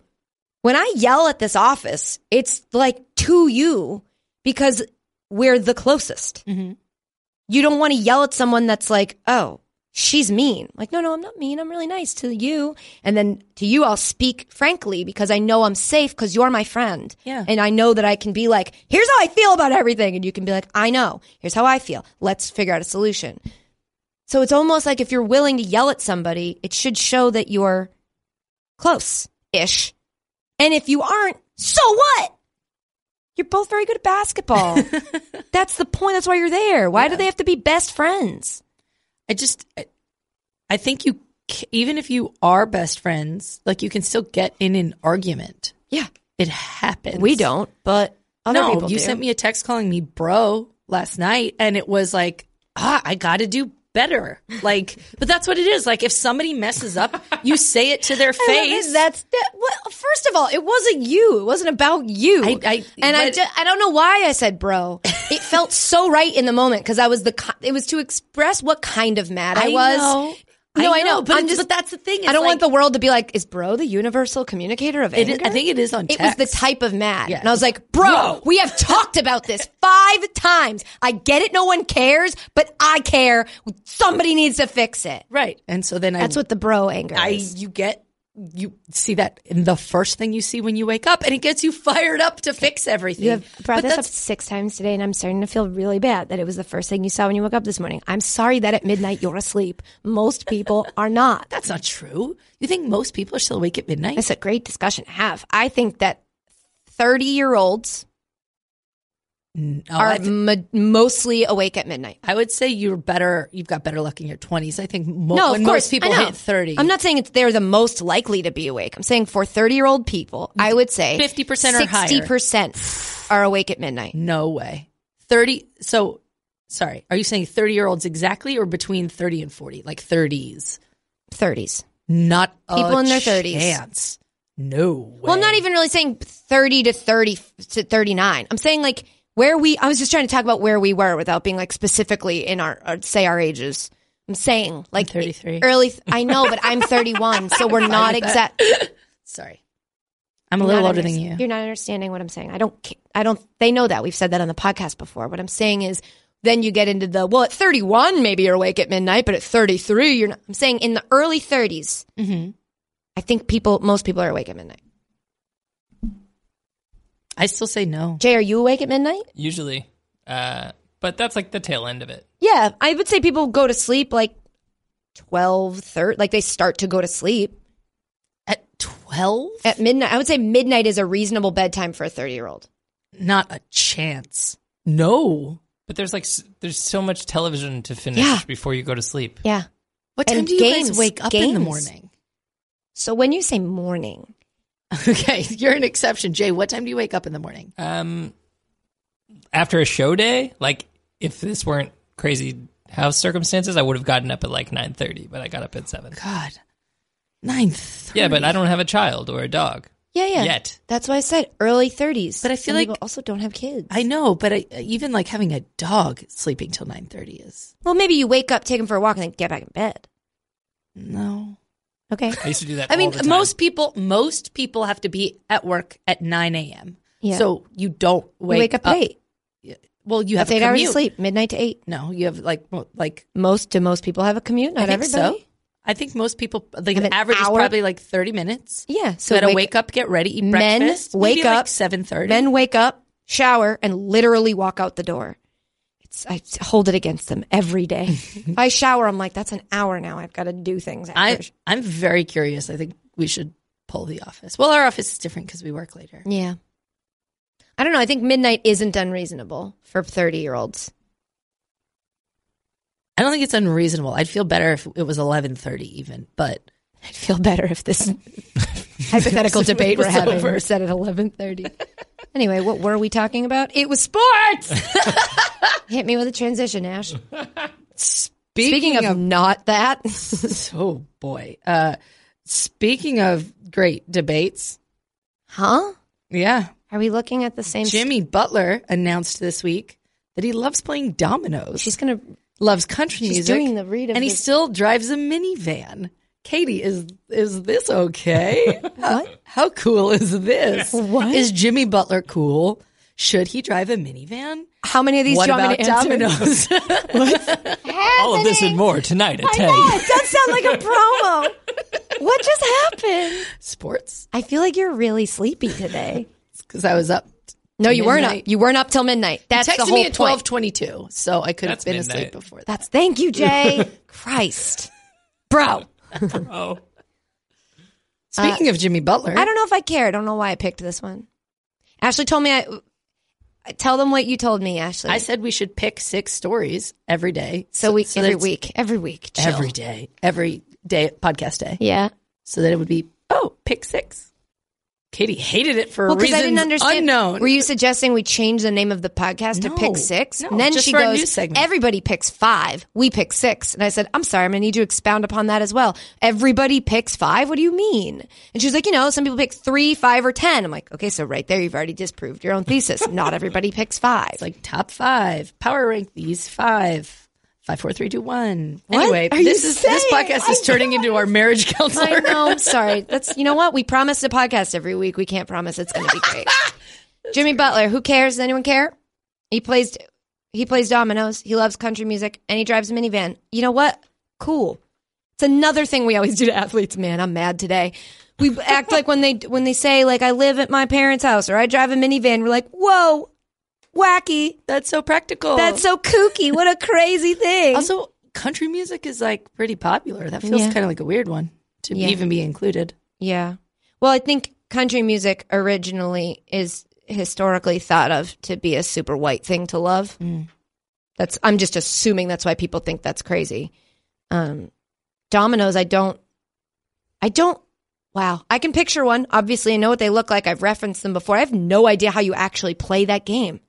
[SPEAKER 2] when I yell at this office, it's like to you because we're the closest. You don't want to yell at someone that's like, "Oh, she's mean." Like, "No, no, I'm not mean. I'm really nice to you." And then to you I'll speak frankly because I know I'm safe cuz you're my friend.
[SPEAKER 3] Yeah.
[SPEAKER 2] And I know that I can be like, "Here's how I feel about everything." And you can be like, "I know. Here's how I feel. Let's figure out a solution." So it's almost like if you're willing to yell at somebody, it should show that you're close ish. And if you aren't, so what? You're both very good at basketball. That's the point. That's why you're there. Why do they have to be best friends?
[SPEAKER 3] I just, I, I think you, c- even if you are best friends, like you can still get in an argument.
[SPEAKER 2] Yeah.
[SPEAKER 3] It happens.
[SPEAKER 2] We don't, but other
[SPEAKER 3] no,
[SPEAKER 2] people
[SPEAKER 3] you
[SPEAKER 2] do.
[SPEAKER 3] sent me a text calling me bro last night, and it was like, ah, I got to do better. Like, but that's what it is. Like, if somebody messes up, you say it to their face.
[SPEAKER 2] That's that, well, first of all, it wasn't you. It wasn't about you.
[SPEAKER 3] I- I-
[SPEAKER 2] and I,
[SPEAKER 3] but-
[SPEAKER 2] ju- I don't know why I said bro. It felt so right in the moment because I was the ki- it was to express what kind of mad I, was.
[SPEAKER 3] know.
[SPEAKER 2] No, I know,
[SPEAKER 3] but,
[SPEAKER 2] I'm
[SPEAKER 3] it's-
[SPEAKER 2] just-
[SPEAKER 3] but that's the thing.
[SPEAKER 2] I
[SPEAKER 3] it's
[SPEAKER 2] don't want the
[SPEAKER 3] like-
[SPEAKER 2] world to be like, is bro the universal communicator of
[SPEAKER 3] It
[SPEAKER 2] anger?
[SPEAKER 3] is, I think it is on.
[SPEAKER 2] It
[SPEAKER 3] text.
[SPEAKER 2] was the type of mad.
[SPEAKER 3] Yeah.
[SPEAKER 2] And I was like, bro,
[SPEAKER 3] Bro.
[SPEAKER 2] we have talked about this five times. I get it. No one cares, but I care. Somebody needs to fix it.
[SPEAKER 3] right, and so then
[SPEAKER 2] That's
[SPEAKER 3] I,
[SPEAKER 2] what the bro anger
[SPEAKER 3] I
[SPEAKER 2] is.
[SPEAKER 3] you get you see that in the first thing you see when you wake up, and it gets you fired up to fix everything.
[SPEAKER 2] You have brought
[SPEAKER 3] But
[SPEAKER 2] this up
[SPEAKER 3] that's-
[SPEAKER 2] six times today, and I'm starting to feel really bad that it was the first thing you saw when you woke up this morning. I'm sorry that at midnight you're asleep. Most people are not.
[SPEAKER 3] That's not true. You think most people are still awake at midnight?
[SPEAKER 2] That's a great discussion to have. I think that 30 year olds
[SPEAKER 3] No,
[SPEAKER 2] are
[SPEAKER 3] Oh, I, th-
[SPEAKER 2] mo- mostly awake at midnight.
[SPEAKER 3] I would say you're better. You've got better luck in your twenties. I think mo-
[SPEAKER 2] no,
[SPEAKER 3] when
[SPEAKER 2] of course
[SPEAKER 3] most people
[SPEAKER 2] I know.
[SPEAKER 3] hit thirty,
[SPEAKER 2] I'm not saying it's they're the most likely to be awake. I'm saying for 30 year old people, I would say
[SPEAKER 3] 50% Mm-hmm. or higher.
[SPEAKER 2] 60% are awake at midnight.
[SPEAKER 3] No way. 30. So, sorry. Are you saying 30 year olds exactly or between 30 and 40? Like 30s?
[SPEAKER 2] 30s.
[SPEAKER 3] Not
[SPEAKER 2] People
[SPEAKER 3] a
[SPEAKER 2] in their 30s.
[SPEAKER 3] Chance. No way.
[SPEAKER 2] Well, I'm not even really saying 30 to 30 f- to 39. I'm saying like where we, I was just trying to talk about where we were without being like specifically in our, uh, say our ages. I'm saying like
[SPEAKER 3] 33.
[SPEAKER 2] early, th- I know, but I'm 31, so we're not exact.
[SPEAKER 3] Sorry. I'm a little
[SPEAKER 2] e-, not
[SPEAKER 3] older than
[SPEAKER 2] underst-
[SPEAKER 3] you.
[SPEAKER 2] You're not understanding what I'm saying. I don't. ca- I don't. They know that. We've said that on the podcast before. What I'm saying is, then you get into the well. At 31, maybe you're awake at midnight, but at 33, you're not. I'm saying in the early 30s,
[SPEAKER 3] Mhm.
[SPEAKER 2] I think people, most people are awake at midnight.
[SPEAKER 3] I still say no.
[SPEAKER 2] Jay, are you awake at midnight?
[SPEAKER 4] usually. Uh, but that's like the tail end of it.
[SPEAKER 2] Yeah, I would say people go to sleep like 12, 30, like they start to go to sleep
[SPEAKER 3] At 12?
[SPEAKER 2] at midnight. I would say midnight is a reasonable bedtime for a 30 year old.
[SPEAKER 3] Not a chance. No.
[SPEAKER 4] But there's like s- there's so much television to finish
[SPEAKER 2] Yeah.
[SPEAKER 4] before you go to sleep.
[SPEAKER 2] Yeah.
[SPEAKER 3] What
[SPEAKER 2] And
[SPEAKER 3] time do you
[SPEAKER 2] games,
[SPEAKER 3] guys wake up in
[SPEAKER 2] games.
[SPEAKER 3] the morning?
[SPEAKER 2] So when you say morning,
[SPEAKER 3] Okay. You're an exception. Jay, what time do you wake up in the morning?
[SPEAKER 4] Um, after a show day, like if this weren't crazy house circumstances, I would have gotten up at like nine thirty, but I got up at seven.
[SPEAKER 3] God. 9.30.
[SPEAKER 4] Yeah, but I don't have a child or a dog.
[SPEAKER 2] Yeah, yeah.
[SPEAKER 4] Yet.
[SPEAKER 2] That's why I said early 30s.
[SPEAKER 3] But I feel
[SPEAKER 2] And
[SPEAKER 3] like-
[SPEAKER 2] people also don't have kids.
[SPEAKER 3] I know, but I, even like having a dog sleeping till 9.30 is...
[SPEAKER 2] well, maybe you wake up, take them for a walk, and then get back in bed.
[SPEAKER 3] No.
[SPEAKER 2] Okay.
[SPEAKER 4] I used to do that.
[SPEAKER 3] I mean,
[SPEAKER 4] all the time.
[SPEAKER 3] most people, most people have to be at work at 9 a.m.
[SPEAKER 2] Yeah.
[SPEAKER 3] So you don't
[SPEAKER 2] You
[SPEAKER 3] wake,
[SPEAKER 2] wake up, late.
[SPEAKER 3] Well, you have
[SPEAKER 2] That's eight
[SPEAKER 3] a
[SPEAKER 2] hours
[SPEAKER 3] commute.
[SPEAKER 2] of sleep, midnight to eight.
[SPEAKER 3] No, you have like, well, like,
[SPEAKER 2] Most to most people have a commute. Not
[SPEAKER 3] I think
[SPEAKER 2] everybody.
[SPEAKER 3] so. I think most people, like,
[SPEAKER 2] Have an
[SPEAKER 3] the average is
[SPEAKER 2] hour?
[SPEAKER 3] probably like 30 minutes.
[SPEAKER 2] Yeah.
[SPEAKER 3] So
[SPEAKER 2] So
[SPEAKER 3] you gotta
[SPEAKER 2] wake,
[SPEAKER 3] wake, up, get ready, eat
[SPEAKER 2] Men
[SPEAKER 3] breakfast. maybe
[SPEAKER 2] wake
[SPEAKER 3] like
[SPEAKER 2] up.
[SPEAKER 3] 7.30.
[SPEAKER 2] men wake up, shower, and literally walk out the door. It's I hold it against them every day. if I shower, I'm like, that's an hour now. I've got to do things. After.
[SPEAKER 3] I, I'm very curious. I think we should pull the office. Well, our office is different because we work later.
[SPEAKER 2] yeah. I don't know. I think midnight isn't unreasonable for 30 year olds.
[SPEAKER 3] I don't think it's unreasonable. I'd feel better if it was 11.30 even, but...
[SPEAKER 2] I'd feel better if this hypothetical debate we're
[SPEAKER 3] was
[SPEAKER 2] having
[SPEAKER 3] over.
[SPEAKER 2] were set at eleven thirty. anyway, what were we talking about? It was sports. Hit me with a transition, Ash. Speaking, of, not that,
[SPEAKER 3] Oh boy. Uh speaking of great debates,
[SPEAKER 2] huh?
[SPEAKER 3] yeah.
[SPEAKER 2] Are we looking at the same?
[SPEAKER 3] Jimmy Butler announced this week that he loves playing dominoes.
[SPEAKER 2] she's gonna.
[SPEAKER 3] loves country
[SPEAKER 2] she's
[SPEAKER 3] music.
[SPEAKER 2] doing the read of
[SPEAKER 3] and he
[SPEAKER 2] this.
[SPEAKER 3] still drives a minivan. Katie, is is this okay?
[SPEAKER 2] What?
[SPEAKER 3] How cool is this?
[SPEAKER 2] What?
[SPEAKER 3] Is Jimmy Butler cool? Should he drive a minivan?
[SPEAKER 2] How many of these
[SPEAKER 3] what
[SPEAKER 2] do you
[SPEAKER 3] about
[SPEAKER 2] want me to answer?
[SPEAKER 3] dominoes?
[SPEAKER 4] all of this and more tonight
[SPEAKER 3] Oh,
[SPEAKER 4] at
[SPEAKER 2] I
[SPEAKER 4] ten.
[SPEAKER 2] know it does sound like a promo. what just happened?
[SPEAKER 3] Sports?
[SPEAKER 2] I feel like you're really sleepy today.
[SPEAKER 3] Because I was up.
[SPEAKER 2] No, you weren't up.
[SPEAKER 3] Midnight.
[SPEAKER 2] You weren't up till midnight. That's
[SPEAKER 3] Texted
[SPEAKER 2] the whole
[SPEAKER 3] me at
[SPEAKER 2] point.
[SPEAKER 3] twelve twenty two, so I could
[SPEAKER 4] That's
[SPEAKER 3] have been asleep
[SPEAKER 4] midnight.
[SPEAKER 3] before that.
[SPEAKER 2] That's thank you, Jay. Christ. Bro.
[SPEAKER 4] Oh,
[SPEAKER 3] Speaking of Jimmy Butler,
[SPEAKER 2] I don't know if I care. I don't know why I picked this one. Ashley told me I tell them what you told me, Ashley.
[SPEAKER 3] I said we should pick six stories every day.
[SPEAKER 2] so we every
[SPEAKER 3] that's
[SPEAKER 2] week. Every week. Chill.
[SPEAKER 3] every day, every day, podcast day.
[SPEAKER 2] Yeah.
[SPEAKER 3] So that it would be oh, pick six. Katie hated it for
[SPEAKER 2] Well, because
[SPEAKER 3] reasons
[SPEAKER 2] I didn't understand.
[SPEAKER 3] unknown.
[SPEAKER 2] Were you suggesting we change the name of the podcast to
[SPEAKER 3] No.
[SPEAKER 2] Pick Six?
[SPEAKER 3] No,
[SPEAKER 2] and then
[SPEAKER 3] just
[SPEAKER 2] she
[SPEAKER 3] for our
[SPEAKER 2] goes,
[SPEAKER 3] news segment.
[SPEAKER 2] Everybody picks five. We pick six. And I said, I'm sorry, I'm going to need you to expound upon that as well. Everybody picks five? What do you mean? And she was like, You know, some people pick three, five, or 10. I'm like, Okay, so right there, you've already disproved your own thesis. Not everybody picks five.
[SPEAKER 3] It's like top five, power rank these five, Five, four, three, two, one.
[SPEAKER 2] What
[SPEAKER 3] Anyway,
[SPEAKER 2] are you
[SPEAKER 3] this is this
[SPEAKER 2] saying?
[SPEAKER 3] podcast is turning into our marriage counselor.
[SPEAKER 2] I know. I'm sorry. That's you know what we promised a podcast every week. We can't promise it's going to be great. Jimmy Butler. Who cares? Does anyone care? He plays. He plays dominoes. He loves country music, and he drives a minivan. You know what? Cool. It's another thing we always do to athletes. Man, I'm mad today. We act like when they when they say like I live at my parents' house or I drive a minivan. We're like, whoa, wacky.
[SPEAKER 3] That's so practical.
[SPEAKER 2] That's so kooky. What a crazy thing.
[SPEAKER 3] also country music is like pretty popular. That feels
[SPEAKER 2] Yeah.
[SPEAKER 3] kind of like a weird one to
[SPEAKER 2] Yeah.
[SPEAKER 3] even be included.
[SPEAKER 2] Yeah. Well, I think country music originally is historically thought of to be a super white thing to love.
[SPEAKER 3] Mm.
[SPEAKER 2] That's I'm just assuming that's why people think that's crazy. Um dominoes I don't I don't wow. I can picture one. Obviously, I know what they look like. I've referenced them before. I have no idea how you actually play that game.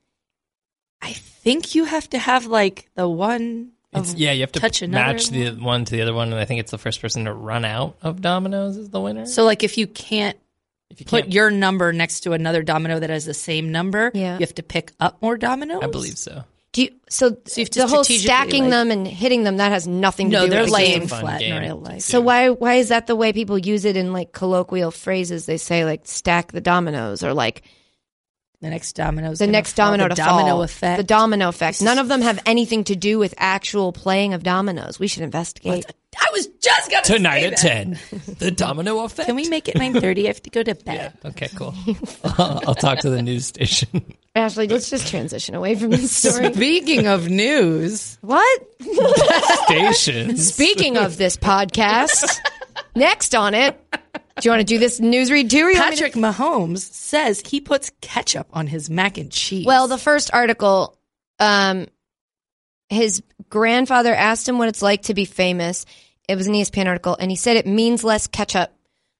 [SPEAKER 3] I think you have to have like the one.
[SPEAKER 4] It's,
[SPEAKER 3] of-
[SPEAKER 4] yeah, you have to
[SPEAKER 3] touch another
[SPEAKER 4] match the one to the other one, and I think it's the first person to run out of dominoes is the winner.
[SPEAKER 3] So like if you can't
[SPEAKER 4] if you
[SPEAKER 3] put
[SPEAKER 4] can't-
[SPEAKER 3] your number next to another domino that has the same number,
[SPEAKER 2] Yeah.
[SPEAKER 3] you have to pick up more dominoes.
[SPEAKER 4] I believe so.
[SPEAKER 2] Do you, so,
[SPEAKER 3] So you have to
[SPEAKER 2] the whole
[SPEAKER 3] strategically,
[SPEAKER 2] stacking
[SPEAKER 3] like-
[SPEAKER 2] them and hitting them that has nothing to
[SPEAKER 3] No,
[SPEAKER 2] do
[SPEAKER 3] they're
[SPEAKER 2] with the
[SPEAKER 4] like-
[SPEAKER 3] laying
[SPEAKER 2] game.
[SPEAKER 4] It's a fun
[SPEAKER 3] flat in
[SPEAKER 4] game.
[SPEAKER 3] real life.
[SPEAKER 2] So why why is that the way people use it in like colloquial phrases? They say like stack the dominoes or like
[SPEAKER 3] the next domino,
[SPEAKER 2] the next domino
[SPEAKER 3] the
[SPEAKER 2] to
[SPEAKER 3] domino
[SPEAKER 2] fall.
[SPEAKER 3] effect.
[SPEAKER 2] The domino effect.
[SPEAKER 3] This is-
[SPEAKER 2] None of them have anything to do with actual playing of dominoes. We should investigate.
[SPEAKER 3] I was just gonna
[SPEAKER 4] Tonight
[SPEAKER 3] say
[SPEAKER 4] at
[SPEAKER 3] that.
[SPEAKER 4] ten, the domino effect.
[SPEAKER 3] Can we make it nine thirty? I have to go to bed.
[SPEAKER 4] Yeah. Okay. Cool. I'll talk to the news station.
[SPEAKER 2] Ashley, let's just transition away from this story.
[SPEAKER 3] Speaking of news,
[SPEAKER 2] what?
[SPEAKER 4] Stations.
[SPEAKER 2] Speaking of this podcast, next on it, do you want to do this news read too? Or you want me to-
[SPEAKER 3] Patrick Mahomes says he puts ketchup on his mac and cheese.
[SPEAKER 2] Well, the first article, um, his grandfather asked him what it's like to be famous. It was an E ESPN article, and he said it means less ketchup,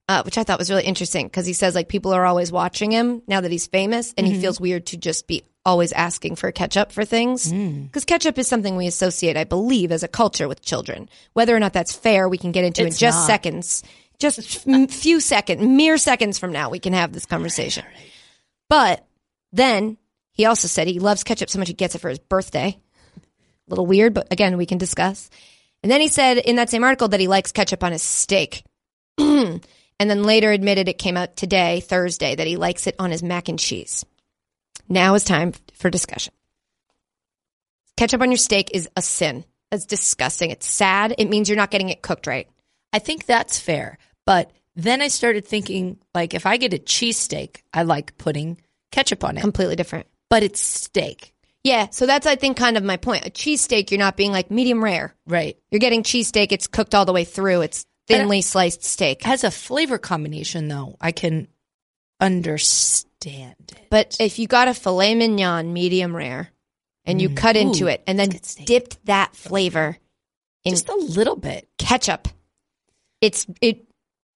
[SPEAKER 2] uh, which I thought was really interesting because he says like people are always watching him now that he's famous, and
[SPEAKER 3] Mm-hmm.
[SPEAKER 2] he feels weird to just be always asking for ketchup for things
[SPEAKER 3] Mm.
[SPEAKER 2] because ketchup is something we associate, I believe, as a culture with children. Whether or not that's fair, we can get into in
[SPEAKER 3] It's
[SPEAKER 2] just
[SPEAKER 3] not.
[SPEAKER 2] seconds. Just a few seconds, mere seconds from now, we can have this conversation. But then he also said he loves ketchup so much he gets it for his birthday. A little weird, but again, we can discuss. And then he said in that same article that he likes ketchup on his steak. and then later admitted it came out today, Thursday, that he likes it on his mac and cheese. Now is time for discussion. Ketchup on your steak is a sin. That's disgusting. It's sad. It means you're not getting it cooked right.
[SPEAKER 3] I think that's fair. But then I started thinking, like, if I get a cheesesteak, I like putting ketchup on it,
[SPEAKER 2] Completely different.
[SPEAKER 3] but it's steak,
[SPEAKER 2] Yeah, so that's I think kind of my point. A cheesesteak, you're not being like medium rare.
[SPEAKER 3] right?
[SPEAKER 2] You're getting cheesesteak. It's cooked all the way through. It's thinly sliced steak.
[SPEAKER 3] As a flavor combination, though, I can understand it.
[SPEAKER 2] But if you got a filet mignon medium rare and you cut into
[SPEAKER 3] Ooh,
[SPEAKER 2] it and then
[SPEAKER 3] good steak.
[SPEAKER 2] dipped that flavor in
[SPEAKER 3] just a little bit.
[SPEAKER 2] ketchup, it's it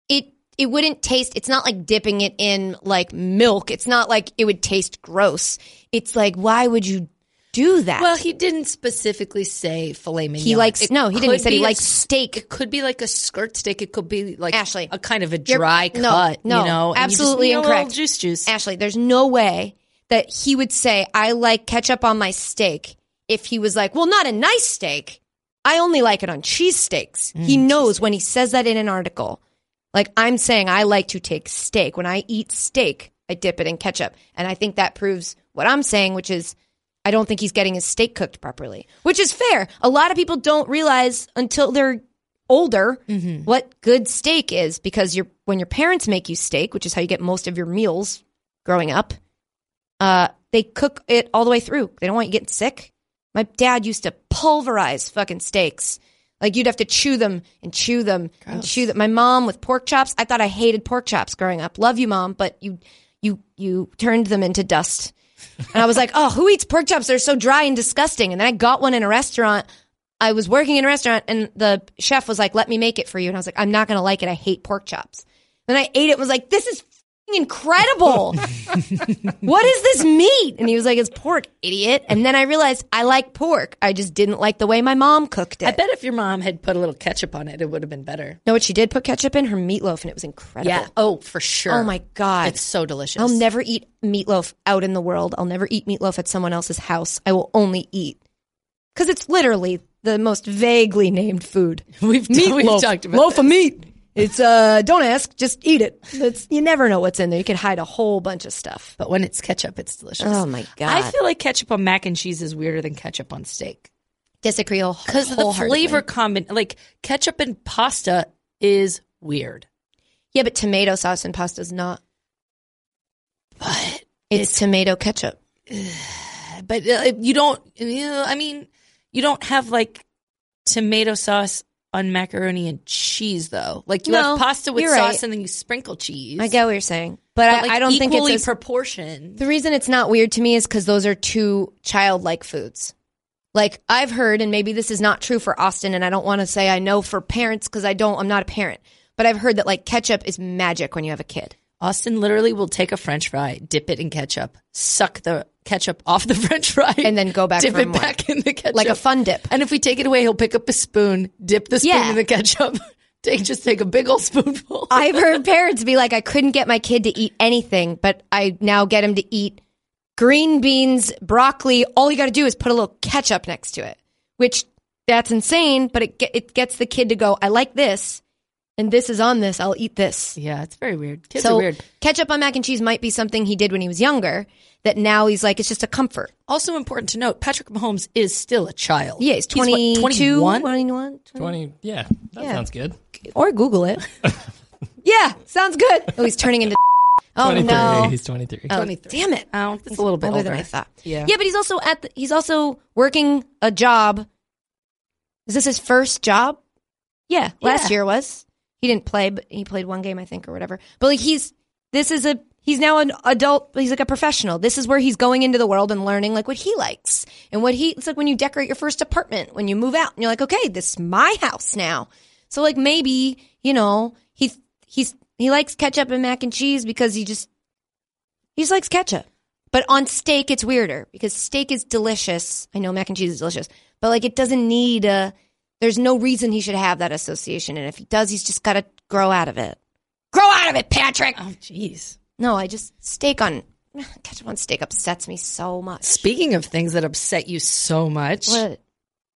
[SPEAKER 2] it it wouldn't taste it's not like dipping it in like milk. It's not like it would taste gross. It's like why would you do that?
[SPEAKER 3] Well, he didn't specifically say filet mignon.
[SPEAKER 2] he likes
[SPEAKER 3] It
[SPEAKER 2] no, he didn't. He
[SPEAKER 3] could
[SPEAKER 2] said he
[SPEAKER 3] be a
[SPEAKER 2] likes
[SPEAKER 3] s-
[SPEAKER 2] steak.
[SPEAKER 3] It could be like a skirt steak. It could be like
[SPEAKER 2] Ashley,
[SPEAKER 3] a kind of a
[SPEAKER 2] You're-
[SPEAKER 3] dry
[SPEAKER 2] no,
[SPEAKER 3] cut.
[SPEAKER 2] No,
[SPEAKER 3] you know, and you just
[SPEAKER 2] absolutely
[SPEAKER 3] need a little
[SPEAKER 2] incorrect.
[SPEAKER 3] Juice, juice.
[SPEAKER 2] Ashley, there's no way that he would say I like ketchup on my steak if he was like, well, not a nice steak. I only like it on cheesesteaks. he knows when he says that in an article. Like I'm saying, I like to take steak. When I eat steak, I dip it in ketchup, and I think that proves what I'm saying, which is. I don't think he's getting his steak cooked properly, which is fair. A lot of people don't realize until they're older what good steak is because you're, when your parents make you steak, which is how you get most of your meals growing up, uh, they cook it all the way through. They don't want you getting sick. My dad used to pulverize fucking steaks. Like you'd have to chew them and chew them and chew them. My mom with pork chops. I thought I hated pork chops growing up. Love you, mom, but you you you turned them into dust. And I was like, oh, who eats pork chops? They're so dry and disgusting. And then I got one in a restaurant. I was working in a restaurant and the chef was like, let me make it for you. And I was like, I'm not going to like it. I hate pork chops. Then I ate it and was like, this is f***ing incredible. what is this meat? And he was like, it's pork, idiot. And then I realized I like pork. I just didn't like the way my mom cooked it.
[SPEAKER 3] I bet if your mom had put a little ketchup on it, it would have been better.
[SPEAKER 2] know what she did? Put ketchup in her meatloaf and it was incredible.
[SPEAKER 3] Oh, for sure.
[SPEAKER 2] Oh my God.
[SPEAKER 3] It's so delicious.
[SPEAKER 2] I'll never eat meatloaf out in the world. I'll never eat meatloaf at someone else's house. I will only eat because it's literally the most vaguely named food.
[SPEAKER 3] We've-
[SPEAKER 2] meat
[SPEAKER 3] we've
[SPEAKER 2] loaf,
[SPEAKER 3] talked about
[SPEAKER 2] loaf of meat. It's uh, don't ask, just eat it. It's, you never know what's in there. You could hide a whole bunch of stuff.
[SPEAKER 3] But when it's ketchup, it's delicious.
[SPEAKER 2] Oh my god,
[SPEAKER 3] I feel like ketchup on mac and cheese is weirder than ketchup on steak
[SPEAKER 2] disagree
[SPEAKER 3] because of the flavor combin. Like ketchup and pasta is weird,
[SPEAKER 2] Yeah, but tomato sauce and pasta's not.
[SPEAKER 3] but
[SPEAKER 2] It's, tomato ketchup.
[SPEAKER 3] but uh, you don't. You know, I mean, you don't have like tomato sauce on macaroni and cheese though. Like you
[SPEAKER 2] No,
[SPEAKER 3] have pasta with
[SPEAKER 2] you're
[SPEAKER 3] sauce
[SPEAKER 2] right.
[SPEAKER 3] and then you sprinkle cheese.
[SPEAKER 2] I get what you're saying, but, I,
[SPEAKER 3] like,
[SPEAKER 2] I don't think it's
[SPEAKER 3] equally
[SPEAKER 2] as-
[SPEAKER 3] proportioned.
[SPEAKER 2] The reason it's not weird to me is because those are two childlike foods. Like I've heard, and maybe this is not true for Austin, and I don't want to say I know for parents because I don't, I'm not a parent, but I've heard that like ketchup is magic when you have a kid.
[SPEAKER 3] Austin literally will take a French fry, dip it in ketchup, suck the ketchup off the French fry,
[SPEAKER 2] And then go back
[SPEAKER 3] dip
[SPEAKER 2] for
[SPEAKER 3] it
[SPEAKER 2] more.
[SPEAKER 3] back in the ketchup,
[SPEAKER 2] Like a fun dip.
[SPEAKER 3] And if we take it away, he'll pick up a spoon, dip the spoon
[SPEAKER 2] Yeah.
[SPEAKER 3] in the ketchup, take just take a big old spoonful.
[SPEAKER 2] I've heard parents be like, I couldn't get my kid to eat anything, but I now get him to eat green beans, broccoli. All you got to do is put a little ketchup next to it, which that's insane, but it, ge- it gets the kid to go, I like this, and this is on this. I'll eat this.
[SPEAKER 3] yeah, it's very weird. Kids
[SPEAKER 2] so
[SPEAKER 3] are weird.
[SPEAKER 2] ketchup on mac and cheese might be something he did when he was younger that now he's like, it's just a comfort.
[SPEAKER 3] Also important to note, Patrick Mahomes is still a child.
[SPEAKER 2] Yeah, he's
[SPEAKER 3] He's what,
[SPEAKER 2] 22,
[SPEAKER 3] 21?
[SPEAKER 2] 21, 20
[SPEAKER 4] Twenty. Yeah, that
[SPEAKER 2] Yeah.
[SPEAKER 4] sounds good.
[SPEAKER 2] or Google it. yeah, sounds good. Oh, he's turning into. Oh,
[SPEAKER 4] Twenty-three.
[SPEAKER 2] no.
[SPEAKER 4] He's twenty-three.
[SPEAKER 2] Oh,
[SPEAKER 3] 23.
[SPEAKER 2] Damn it.
[SPEAKER 3] Oh, it's a little bit
[SPEAKER 2] older
[SPEAKER 3] older.
[SPEAKER 2] than I thought.
[SPEAKER 3] Yeah.
[SPEAKER 2] yeah, but he's also at the, he's also working a job. Is this his first job? Yeah, last
[SPEAKER 3] Yeah.
[SPEAKER 2] year was. He didn't play, but he played one game, I think, or whatever. But like he's this is a he's now an adult. He's like a professional. This is where he's going into the world and learning like what he likes and what he. It's like when you decorate your first apartment when you move out and you're like, okay, this is my house now. So like maybe you know he he's he likes ketchup and mac and cheese because he just he just likes ketchup. But on steak, it's weirder because steak is delicious. I know mac and cheese is delicious, but like it doesn't need a. There's no reason he should have that association, and if he does, he's just got to grow out of it. Grow out of it, Patrick.
[SPEAKER 3] Oh, jeez.
[SPEAKER 2] No, I just steak on ketchup on steak upsets me so much.
[SPEAKER 3] Speaking of things that upset you so much,
[SPEAKER 2] What?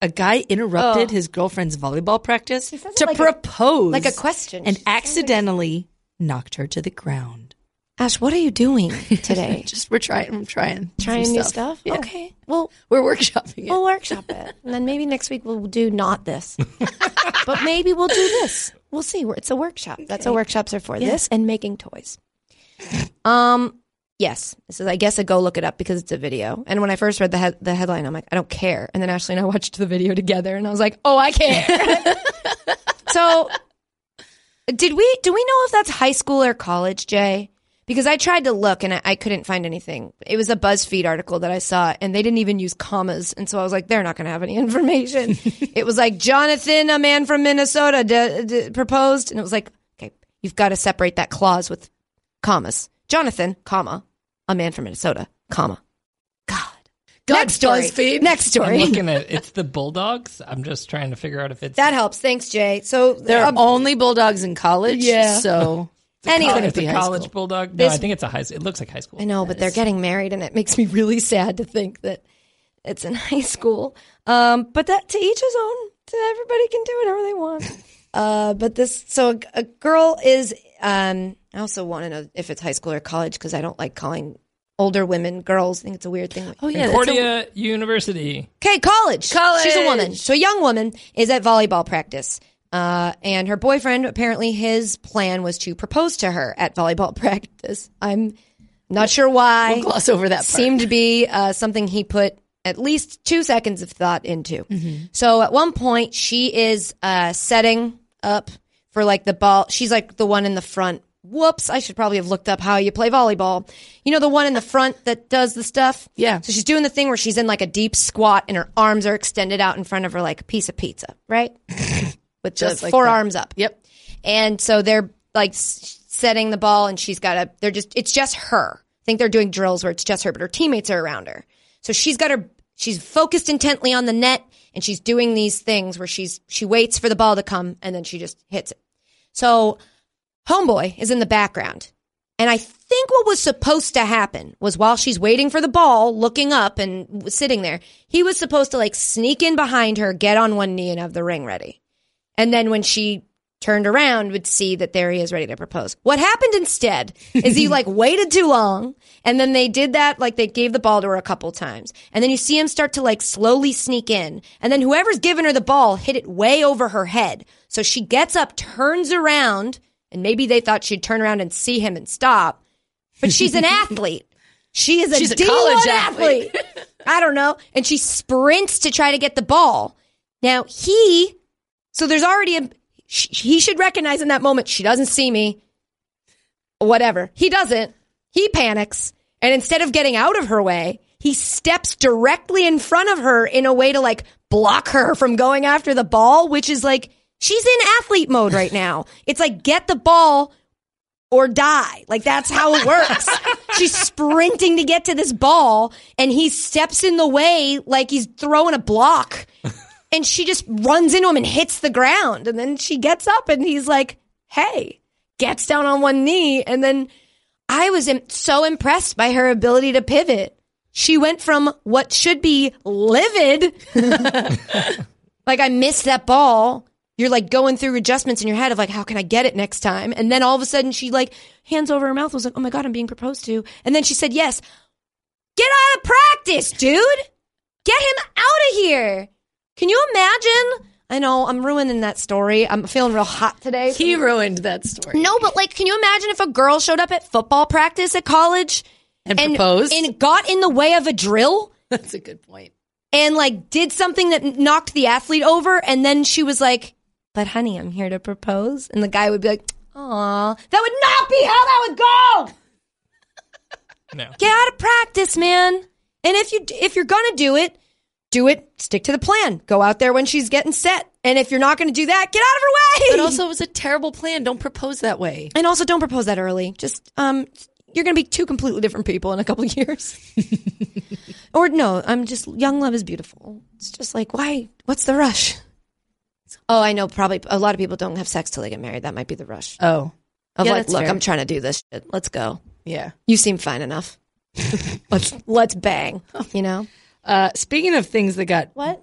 [SPEAKER 3] a guy interrupted
[SPEAKER 2] Oh.
[SPEAKER 3] his girlfriend's volleyball practice
[SPEAKER 2] She says it
[SPEAKER 3] to
[SPEAKER 2] like a-
[SPEAKER 3] propose
[SPEAKER 2] like a question.
[SPEAKER 3] and
[SPEAKER 2] She sounds like-
[SPEAKER 3] accidentally knocked her to the ground.
[SPEAKER 2] Ash, what are you doing today?
[SPEAKER 3] Just we're trying, I'm trying,
[SPEAKER 2] Trying
[SPEAKER 3] some
[SPEAKER 2] new stuff.
[SPEAKER 3] Yeah.
[SPEAKER 2] Okay. Oh. Well,
[SPEAKER 3] we're workshopping it.
[SPEAKER 2] we'll workshop it, and then maybe next week we'll do not this, but maybe we'll do this. We'll see. It's a workshop. That's what workshops are for. This and making toys. Um. Yes, this is. I guess a go look it up because it's a video. And when I first read the head the headline, I'm like, I don't care. And then Ashley and I watched the video together, and I was like, Oh, I care. so, did we? Do we know if that's high school or college, Jay? Because I tried to look and I, I couldn't find anything. It was a BuzzFeed article that I saw, and they didn't even use commas. And so I was like, they're not going to have any information. it was like Jonathan, a man from Minnesota, d- d- proposed, and it was like, okay, you've got to separate that clause with commas. Jonathan, comma, a man from Minnesota, comma. God.
[SPEAKER 3] God,
[SPEAKER 2] Next story.
[SPEAKER 3] BuzzFeed.
[SPEAKER 2] Next
[SPEAKER 4] I'm
[SPEAKER 2] story.
[SPEAKER 4] looking at it's the Bulldogs. I'm just trying to figure out if it's
[SPEAKER 2] That helps. Thanks, Jay. So
[SPEAKER 3] There are
[SPEAKER 2] um,
[SPEAKER 3] only bulldogs in college.
[SPEAKER 2] Yeah.
[SPEAKER 3] So
[SPEAKER 2] anyway,
[SPEAKER 4] it's
[SPEAKER 3] be
[SPEAKER 4] a
[SPEAKER 3] high
[SPEAKER 4] college
[SPEAKER 3] school.
[SPEAKER 4] bulldog. No,
[SPEAKER 2] This-
[SPEAKER 4] I think it's a high. It looks like high school.
[SPEAKER 2] I know, but they're getting married, and it makes me really sad to think that it's in high school. Um, but that to each his own. To everybody can do whatever they want. Uh, but this, so a, a girl is. Um, I also want to know if it's high school or college because I don't like calling older women girls. I think it's a weird thing.
[SPEAKER 3] oh yeah, that's a-
[SPEAKER 4] Concordia University.
[SPEAKER 2] Okay, college.
[SPEAKER 3] College.
[SPEAKER 2] She's a woman. So a young woman is at volleyball practice. Uh, and her boyfriend, apparently his plan was to propose to her at volleyball practice. I'm not sure why.
[SPEAKER 3] we'll gloss over that part.
[SPEAKER 2] Seemed to be uh, something he put at least two seconds of thought into.
[SPEAKER 3] Mm-hmm.
[SPEAKER 2] So at one point, she is uh, setting up for like the ball. She's like the one in the front. Whoops, I should probably have looked up how you play volleyball. You know, the one in the front that does the stuff?
[SPEAKER 3] Yeah.
[SPEAKER 2] So she's doing the thing where she's in like a deep squat and her arms are extended out in front of her like a piece of pizza, right? With
[SPEAKER 3] Just
[SPEAKER 2] just
[SPEAKER 3] like
[SPEAKER 2] four
[SPEAKER 3] that.
[SPEAKER 2] arms up.
[SPEAKER 3] Yep.
[SPEAKER 2] And so they're like s- setting the ball, and she's got a. They're just. It's just her. I think they're doing drills where it's just her, but her teammates are around her. So she's got her. She's focused intently on the net, and she's doing these things where she's she waits for the ball to come, and then she just hits it. So homeboy is in the background, and I think think what was supposed to happen was while she's waiting for the ball, looking up and w- sitting there, he was supposed to like sneak in behind her, get on one knee and have the ring ready. And then when she turned around, would see that there he is ready to propose. What happened instead is he like waited too long and then they did that, like they gave the ball to her a couple times. And then you see him start to like slowly sneak in. And then whoever's giving her the ball hit it way over her head. So she gets up, turns around, and maybe they thought she'd turn around and see him and stop. But she's an athlete. She is a
[SPEAKER 3] She's a
[SPEAKER 2] D1
[SPEAKER 3] college
[SPEAKER 2] athlete. I don't know. And she sprints to try to get the ball. Now he, so there's already a, sh- he should recognize in that moment, she doesn't see me, whatever. He doesn't. He panics. And instead of getting out of her way, he steps directly in front of her in a way to like block her from going after the ball, which is like, she's in athlete mode right now. It's like, get the ball or die. Like that's how it works. She's sprinting to get to this ball and he steps in the way like he's throwing a block. And she just runs into him and hits the ground. And then she gets up and he's like, hey, gets down on one knee. And then I was im- so impressed by her ability to pivot. She went from what should be livid like I missed that ball. You're like going through adjustments in your head of like, how can I get it next time? And then all of a sudden she like hands over her mouth was like, oh my God, I'm being proposed to. And then she said, yes, get out of practice, dude. Get him out of here. Can you imagine? I know I'm ruining that story. I'm feeling real hot today.
[SPEAKER 3] He ruined that story.
[SPEAKER 2] no, but like, can you imagine if a girl showed up at football practice at college
[SPEAKER 3] and, proposed.
[SPEAKER 2] and got in the way of a drill?
[SPEAKER 3] That's a good point.
[SPEAKER 2] and like did something that knocked the athlete over and then she was like but honey i'm here to propose and the guy would be like aw that would not be how that would go
[SPEAKER 4] No.
[SPEAKER 2] get out of practice man and if you if you're gonna do it do it stick to the plan go out there when she's getting set and if you're not gonna do that get out of her way
[SPEAKER 3] But also, it was a terrible plan. Don't propose that way.
[SPEAKER 2] and also don't propose that early just um you're gonna be two completely different people in a couple years or no i'm just young love is beautiful it's just like why what's the rush oh i know probably a lot of people don't have sex till they get married that might be the rush
[SPEAKER 3] Oh,
[SPEAKER 2] of
[SPEAKER 3] Yeah,
[SPEAKER 2] like
[SPEAKER 3] that's
[SPEAKER 2] look
[SPEAKER 3] fair.
[SPEAKER 2] i'm trying to do this shit let's go
[SPEAKER 3] yeah.
[SPEAKER 2] you seem fine enough let's let's bang you know
[SPEAKER 3] Uh, speaking of things that got
[SPEAKER 2] What?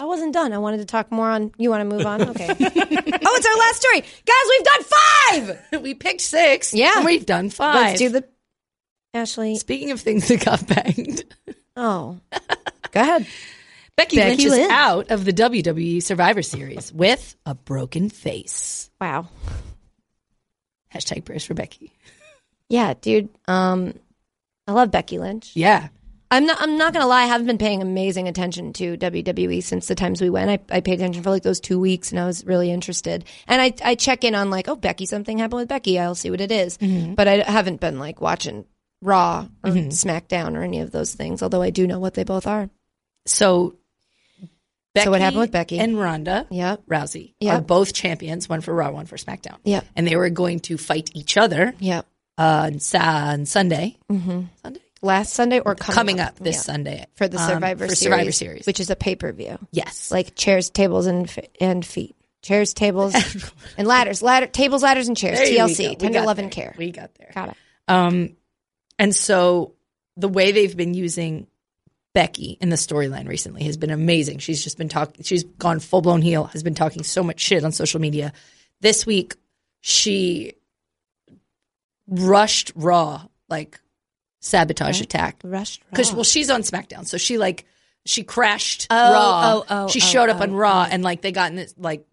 [SPEAKER 2] i wasn't done i wanted to talk more on you want to move on okay oh it's our last story guys we've done five
[SPEAKER 3] we picked six.
[SPEAKER 2] Yeah.
[SPEAKER 3] and we've done 5
[SPEAKER 2] let's do the ashley
[SPEAKER 3] Speaking of things that got banged,
[SPEAKER 2] oh go ahead
[SPEAKER 3] Becky,
[SPEAKER 2] Becky
[SPEAKER 3] Lynch, is
[SPEAKER 2] Lynch.
[SPEAKER 3] out of the WWE Survivor Series with a broken face.
[SPEAKER 2] Wow.
[SPEAKER 3] Hashtag prayers for Becky.
[SPEAKER 2] Yeah, dude. Um, I love Becky Lynch.
[SPEAKER 3] Yeah,
[SPEAKER 2] I'm not. I'm not gonna lie. I haven't been paying amazing attention to WWE since the times we went. I, I paid attention for like those two weeks, and I was really interested. And I I check in on like, oh, Becky, something happened with Becky. I'll see what it is.
[SPEAKER 3] Mm-hmm.
[SPEAKER 2] But I haven't been like watching Raw or SmackDown or any of those things. Although I do know what they both are.
[SPEAKER 3] So, Becky
[SPEAKER 2] So what happened with Becky?
[SPEAKER 3] and Ronda?
[SPEAKER 2] Yep.
[SPEAKER 3] Rousey
[SPEAKER 2] Yep.
[SPEAKER 3] are both champions, one for Raw, one for SmackDown.
[SPEAKER 2] Yep.
[SPEAKER 3] and they were going to fight each other uh,
[SPEAKER 2] Yeah.
[SPEAKER 3] on, Sa- on Sunday, Sunday
[SPEAKER 2] Last Sunday or coming,
[SPEAKER 3] coming up this
[SPEAKER 2] Yeah.
[SPEAKER 3] Sunday
[SPEAKER 2] for the
[SPEAKER 3] um,
[SPEAKER 2] Survivor
[SPEAKER 3] for
[SPEAKER 2] Series,
[SPEAKER 3] Survivor Series.
[SPEAKER 2] which is a pay per view.
[SPEAKER 3] yes,
[SPEAKER 2] like chairs, tables, and f- and feet. Chairs, tables, and ladders. Ladder, tables, ladders, and chairs.
[SPEAKER 3] There we go. We
[SPEAKER 2] TLC, tender
[SPEAKER 3] got
[SPEAKER 2] love
[SPEAKER 3] there.
[SPEAKER 2] and care.
[SPEAKER 3] We got there.
[SPEAKER 2] Got it.
[SPEAKER 3] Um, and so the way they've been using Becky in the storyline recently has been amazing. She's just been talking. She's gone full blown heel. Has been talking so much shit on social media. This week, she rushed Raw like sabotage attack
[SPEAKER 2] Rushed.
[SPEAKER 3] because well she's on SmackDown, so she like she crashed
[SPEAKER 2] Oh,
[SPEAKER 3] Raw.
[SPEAKER 2] oh, oh,
[SPEAKER 3] she
[SPEAKER 2] oh,
[SPEAKER 3] showed up
[SPEAKER 2] oh,
[SPEAKER 3] on Raw and like they got in this like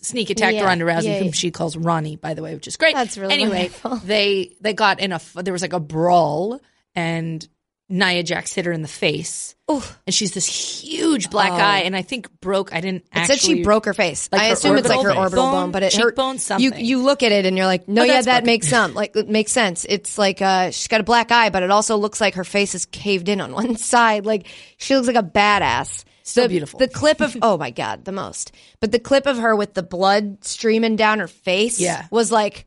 [SPEAKER 3] sneak attacked
[SPEAKER 2] Yeah,
[SPEAKER 3] Ronda Rousey,
[SPEAKER 2] yeah,
[SPEAKER 3] whom
[SPEAKER 2] yeah.
[SPEAKER 3] she calls Ronnie, by the way, which is great.
[SPEAKER 2] That's really
[SPEAKER 3] anyway.
[SPEAKER 2] wonderful.
[SPEAKER 3] They they got in a f- there was like a brawl and Nia Jax hit her in the face, and she's this huge black eye, and I think broke. I didn't.
[SPEAKER 2] Oh. It
[SPEAKER 3] actually,
[SPEAKER 2] said she broke her face.
[SPEAKER 3] Like
[SPEAKER 2] I
[SPEAKER 3] her
[SPEAKER 2] assume it's like her
[SPEAKER 3] orbital
[SPEAKER 2] orbital
[SPEAKER 3] bone,
[SPEAKER 2] bone, but it hurt-
[SPEAKER 3] cheekbone,
[SPEAKER 2] You
[SPEAKER 3] something.
[SPEAKER 2] you look at it and you're like, no,
[SPEAKER 3] But
[SPEAKER 2] yeah,
[SPEAKER 3] that's
[SPEAKER 2] that
[SPEAKER 3] broken.
[SPEAKER 2] makes some like it makes sense. It's like uh, she's got a black eye, but it also looks like her face is caved in on one side. Like she looks like a badass.
[SPEAKER 3] So
[SPEAKER 2] the,
[SPEAKER 3] beautiful.
[SPEAKER 2] The clip of oh my god, the most. But the clip of her with the blood streaming down her face,
[SPEAKER 3] Yeah.
[SPEAKER 2] was like,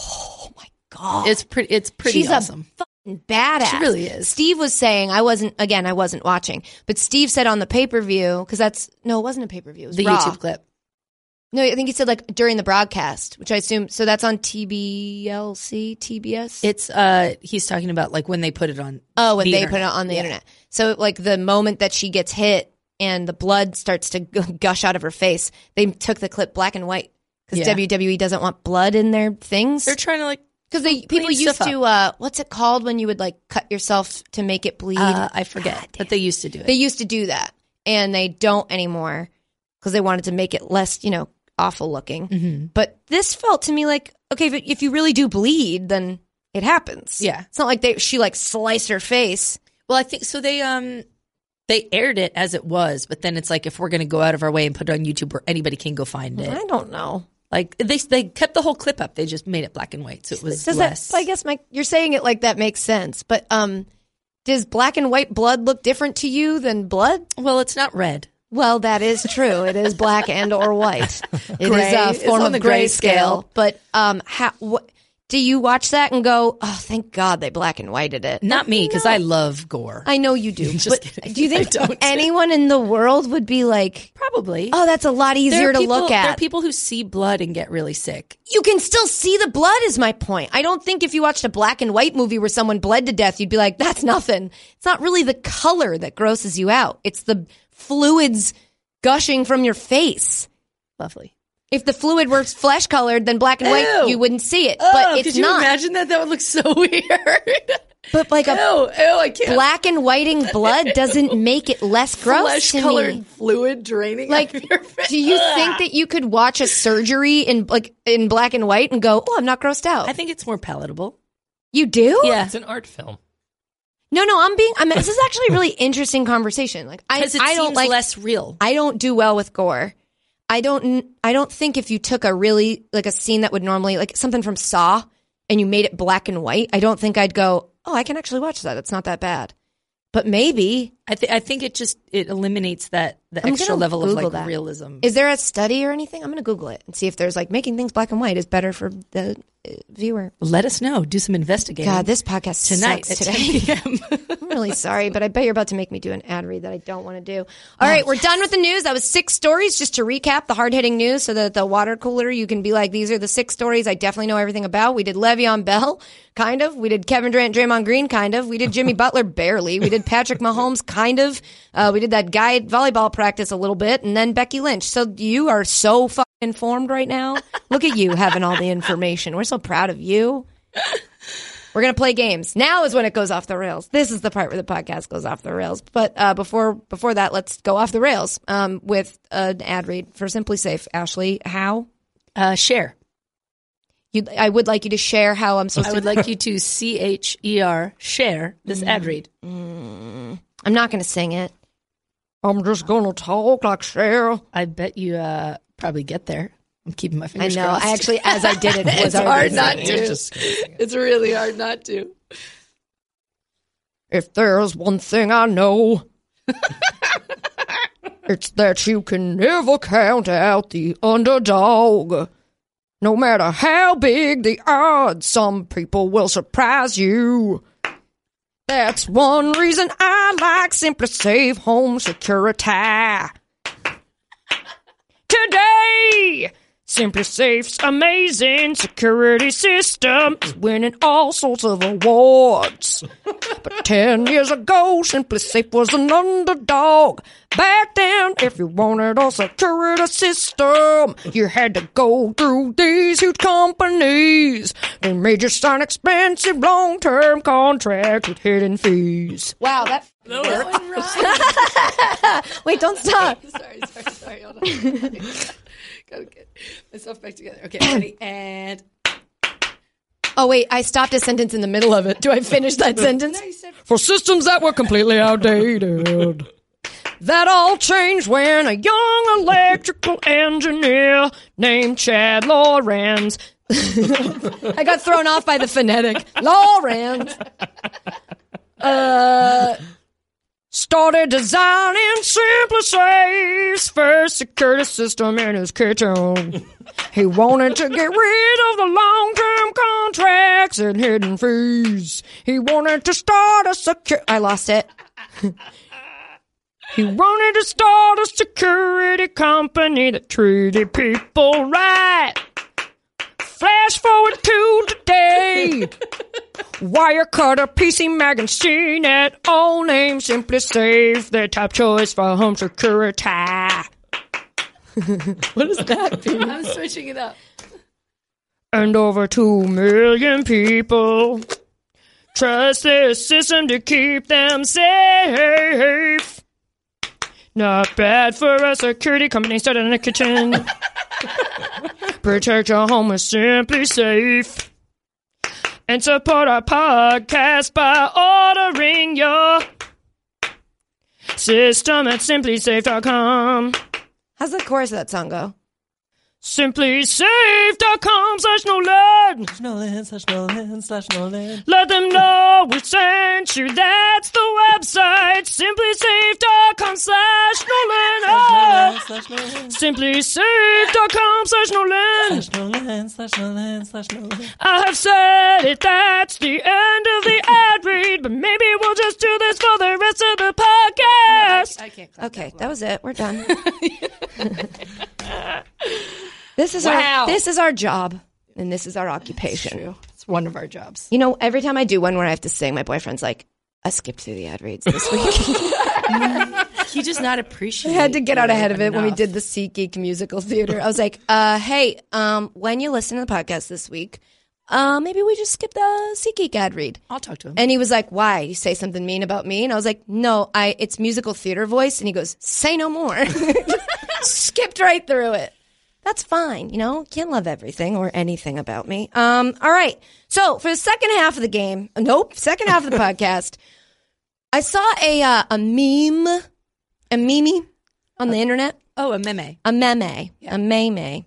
[SPEAKER 2] oh my god,
[SPEAKER 3] It's pretty. It's pretty
[SPEAKER 2] She's a
[SPEAKER 3] awesome.
[SPEAKER 2] fucking badass.
[SPEAKER 3] She really is.
[SPEAKER 2] Steve was saying I wasn't again. I wasn't watching, but Steve said on the pay per view because that's no, it wasn't a pay per view.
[SPEAKER 3] the YouTube clip.
[SPEAKER 2] No, I think he said like during the broadcast, which I assume. So that's on TBLC, TBS.
[SPEAKER 3] It's uh he's talking about like when they put it on.
[SPEAKER 2] oh, when
[SPEAKER 3] the
[SPEAKER 2] they put it
[SPEAKER 3] internet.
[SPEAKER 2] on the
[SPEAKER 3] Yeah.
[SPEAKER 2] internet. So like the moment that she gets hit and the blood starts to g- gush out of her face, they took the clip black and white because
[SPEAKER 3] Yeah.
[SPEAKER 2] WWE E doesn't want blood in their things.
[SPEAKER 3] They're trying to like
[SPEAKER 2] Because they people
[SPEAKER 3] stuff
[SPEAKER 2] used to uh, what's it called when you would like cut yourself to make it bleed?
[SPEAKER 3] uh, I forget, but they used to do it.
[SPEAKER 2] They used to do that, and they don't anymore because they wanted to make it less, you know, awful looking.
[SPEAKER 3] Mm-hmm.
[SPEAKER 2] But this felt to me like okay, but if you really do bleed, then it happens.
[SPEAKER 3] Yeah.
[SPEAKER 2] it's not like they she like sliced her face.
[SPEAKER 3] well, I think so they um they aired it as it was, but then it's like if we're going to go out of our way and put it on YouTube where anybody can go find it.
[SPEAKER 2] I don't know.
[SPEAKER 3] Like they they kept the whole clip up. They just made it black and white, so it was
[SPEAKER 2] Does
[SPEAKER 3] less.
[SPEAKER 2] that? I guess my you're saying it like that makes sense, but um, does black and white blood look different to you than blood?
[SPEAKER 3] well, it's not red.
[SPEAKER 2] Well, that is true. It is black and or white. It is
[SPEAKER 3] Gray.
[SPEAKER 2] a
[SPEAKER 3] It's
[SPEAKER 2] form
[SPEAKER 3] on
[SPEAKER 2] of
[SPEAKER 3] the
[SPEAKER 2] gray
[SPEAKER 3] gray
[SPEAKER 2] scale.
[SPEAKER 3] scale.
[SPEAKER 2] But um, how wh- do you watch that and go, "Oh, thank God they black and whited it."
[SPEAKER 3] Not me because I love gore.
[SPEAKER 2] I know you do.
[SPEAKER 3] Just
[SPEAKER 2] but
[SPEAKER 3] kidding.
[SPEAKER 2] do you
[SPEAKER 3] I
[SPEAKER 2] think
[SPEAKER 3] don't.
[SPEAKER 2] anyone in the world would be like,
[SPEAKER 3] probably.
[SPEAKER 2] "Oh, that's a lot
[SPEAKER 3] There
[SPEAKER 2] easier
[SPEAKER 3] are
[SPEAKER 2] to
[SPEAKER 3] people-
[SPEAKER 2] look
[SPEAKER 3] There are
[SPEAKER 2] at."
[SPEAKER 3] people who see blood and get really sick.
[SPEAKER 2] you can still see the blood. Is my point. I don't think if you watched a black and white movie where someone bled to death, you'd be like, "That's nothing." It's not really the color that grosses you out. It's the fluids gushing from your face.
[SPEAKER 3] Lovely.
[SPEAKER 2] If the fluid were flesh colored, then black and white,
[SPEAKER 3] Ew.
[SPEAKER 2] you wouldn't see it.
[SPEAKER 3] oh,
[SPEAKER 2] but it's
[SPEAKER 3] could you
[SPEAKER 2] not.
[SPEAKER 3] imagine that? That would look so weird.
[SPEAKER 2] But like
[SPEAKER 3] ew,
[SPEAKER 2] a
[SPEAKER 3] ew, I can't.
[SPEAKER 2] black and whiting blood doesn't make it less gross
[SPEAKER 3] flesh
[SPEAKER 2] to
[SPEAKER 3] colored
[SPEAKER 2] me.
[SPEAKER 3] fluid draining
[SPEAKER 2] Like,
[SPEAKER 3] like
[SPEAKER 2] do
[SPEAKER 3] out of your face.
[SPEAKER 2] you think that you could watch a surgery in like in black and white and go, "Oh, I'm not grossed out"?
[SPEAKER 3] I think it's more palatable.
[SPEAKER 2] you do.
[SPEAKER 3] Yeah.
[SPEAKER 4] It's an art film.
[SPEAKER 2] No, no. I'm being. I'm. This is actually a really interesting conversation. Like, I,
[SPEAKER 3] Because it
[SPEAKER 2] I don't
[SPEAKER 3] seems
[SPEAKER 2] like.
[SPEAKER 3] less real.
[SPEAKER 2] I don't do well with gore. I don't. I don't think if you took a really like a scene that would normally like something from Saw and you made it black and white, I don't think I'd go. Oh, I can actually watch that. It's not that bad. But maybe
[SPEAKER 3] I, th- I think it just it eliminates that the
[SPEAKER 2] I'm
[SPEAKER 3] extra
[SPEAKER 2] gonna
[SPEAKER 3] level of
[SPEAKER 2] Google
[SPEAKER 3] like
[SPEAKER 2] that.
[SPEAKER 3] realism.
[SPEAKER 2] is there a study or anything? I'm going to Google it and see if there's like making things black and white is better for the uh, viewer.
[SPEAKER 3] Let us know. Do some investigating.
[SPEAKER 2] God, this podcast
[SPEAKER 3] tonight
[SPEAKER 2] sucks
[SPEAKER 3] at
[SPEAKER 2] today.
[SPEAKER 3] 10 p.m.
[SPEAKER 2] I'm really sorry, but I bet you're about to make me do an ad read that I don't want to do. All right, we're done with the news. That was six stories. Just to recap the hard hitting news so that at the water cooler, you can be like, these are the six stories I definitely know everything about. We did Le'Veon Bell, kind of. We did Kevin Durant, Draymond Green, kind of. We did Jimmy Butler, barely. We did Patrick Mahomes, kind of. Uh, we did that guy at volleyball practice a little bit, and then Becky Lynch. So you are so fucking informed right now. Look at you having all the information. We're so proud of you. We're gonna play games. Now is when it goes off the rails. This is the part where the podcast goes off the rails. But uh, before before that, let's go off the rails um, with an ad read for Simply Safe. Ashley, how
[SPEAKER 3] uh, share.
[SPEAKER 2] you? I would like you to share how I'm supposed
[SPEAKER 3] I
[SPEAKER 2] to.
[SPEAKER 3] would like you to C H E R share this
[SPEAKER 2] Mm-hmm.
[SPEAKER 3] ad read.
[SPEAKER 2] I'm not gonna sing it. I'm just gonna talk like Cheryl.
[SPEAKER 3] I bet you uh, probably get there. I'm keeping my
[SPEAKER 2] I
[SPEAKER 3] fingers.
[SPEAKER 2] know.
[SPEAKER 3] crossed.
[SPEAKER 2] I actually, as I did it, was
[SPEAKER 3] It's
[SPEAKER 2] already
[SPEAKER 3] hard not
[SPEAKER 2] singing.
[SPEAKER 3] to.
[SPEAKER 4] It's just
[SPEAKER 3] It's really hard not to.
[SPEAKER 2] If there's one thing I know, it's that you can never count out the underdog. No matter how big the odds, some people will surprise you. That's one reason I like Simply Safe Home Security. Today, Simply Safe's amazing security system is winning all sorts of awards. But 10 years ago, Simply Safe was an underdog. Back then, if you wanted a security system, you had to go through these huge companies. They made you sign expensive long term contracts with hidden fees. Wow, that. Wait, don't stop.
[SPEAKER 3] sorry, sorry, sorry. Hold on. Gotta get myself back together. Okay, ready and
[SPEAKER 2] Oh, wait, I stopped a sentence in the middle of it. Do I finish that sentence? For systems that were completely outdated. That all changed when a young electrical engineer named Chad Lawrence. I got thrown off by the phonetic. Lawrence. Uh, started designing Simply Safe's first security system in his kitchen. He wanted to get rid of the long term contracts and hidden fees. He wanted to start a secure. I lost it.
[SPEAKER 7] He wanted to start a security company that treated people right. Flash forward to today. Wire cutter, PC magazine at all names simply save their top choice for home security.
[SPEAKER 3] I'm switching it up.
[SPEAKER 7] And over two million people trust this system to keep them safe. Not bad for a security company started in a kitchen. Protect your home with Simply Safe. And support our podcast by ordering your system at simplysafe.com.
[SPEAKER 2] How's the chorus of that song go?
[SPEAKER 7] SimplySafe.com slash Nolan.
[SPEAKER 4] Nolan slash Nolan slash Nolan.
[SPEAKER 7] Let them know we sent you. That's the website. SimplySafe.com slash Nolan. Oh,
[SPEAKER 4] slash Nolan.
[SPEAKER 7] SimplySafe.com slash Nolan.
[SPEAKER 4] Nolan slash Nolan slash Nolan.
[SPEAKER 7] I have said it. That's the end of the ad read. But maybe we'll just do this for the rest of the podcast.
[SPEAKER 3] I can't.
[SPEAKER 2] Okay, that was it. We're done. this is our this is our job and this is our occupation.
[SPEAKER 3] It's one of our jobs.
[SPEAKER 2] You know, every time I do one where I have to sing, my boyfriend's like, I skipped through the ad reads this week.
[SPEAKER 3] He does not appreciate.
[SPEAKER 2] I had to get out ahead of it when we did the Sea Geek musical theater. I was like, uh, hey, um, when you listen to the podcast this week, uh, maybe we just skip the Sea Geek ad read.
[SPEAKER 3] I'll talk to him.
[SPEAKER 2] And he was like, "Why? You say something mean about me?" And I was like, "No, I it's musical theater voice." And he goes, "Say no more." Skipped right through it. That's fine, you know. Can't love everything or anything about me. Um, all right. So for the second half of the game, nope, second half of the podcast, I saw a uh, a meme, a meme on the internet,
[SPEAKER 3] oh, a meme.
[SPEAKER 2] a meme, a meme.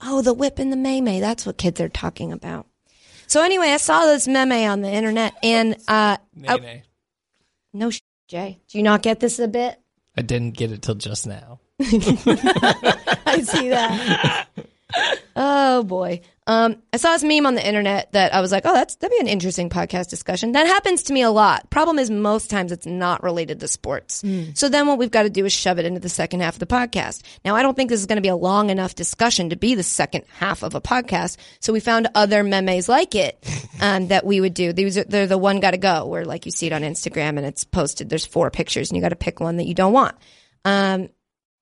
[SPEAKER 2] Oh, the whip and the meme. That's what kids are talking about. So anyway, I saw this meme on the internet, and uh,
[SPEAKER 4] Nay, nay.
[SPEAKER 2] no, sh- Jay. Do you not get this a bit?
[SPEAKER 4] I didn't get it till just now.
[SPEAKER 2] I see that. oh boy. Um, I saw this meme on the internet that I was like, oh, that's that'd be an interesting podcast discussion. That happens to me a lot. Problem is, most times it's not related to sports. So then what we've got to do is shove it into the second half of the podcast. Now, I don't think this is going to be a long enough discussion to be the second half of a podcast. So we found other memes like it um, that we would do. These are, they're the one got to go where like you see it on Instagram and it's posted. There's four pictures and you got to pick one that you don't want. Um,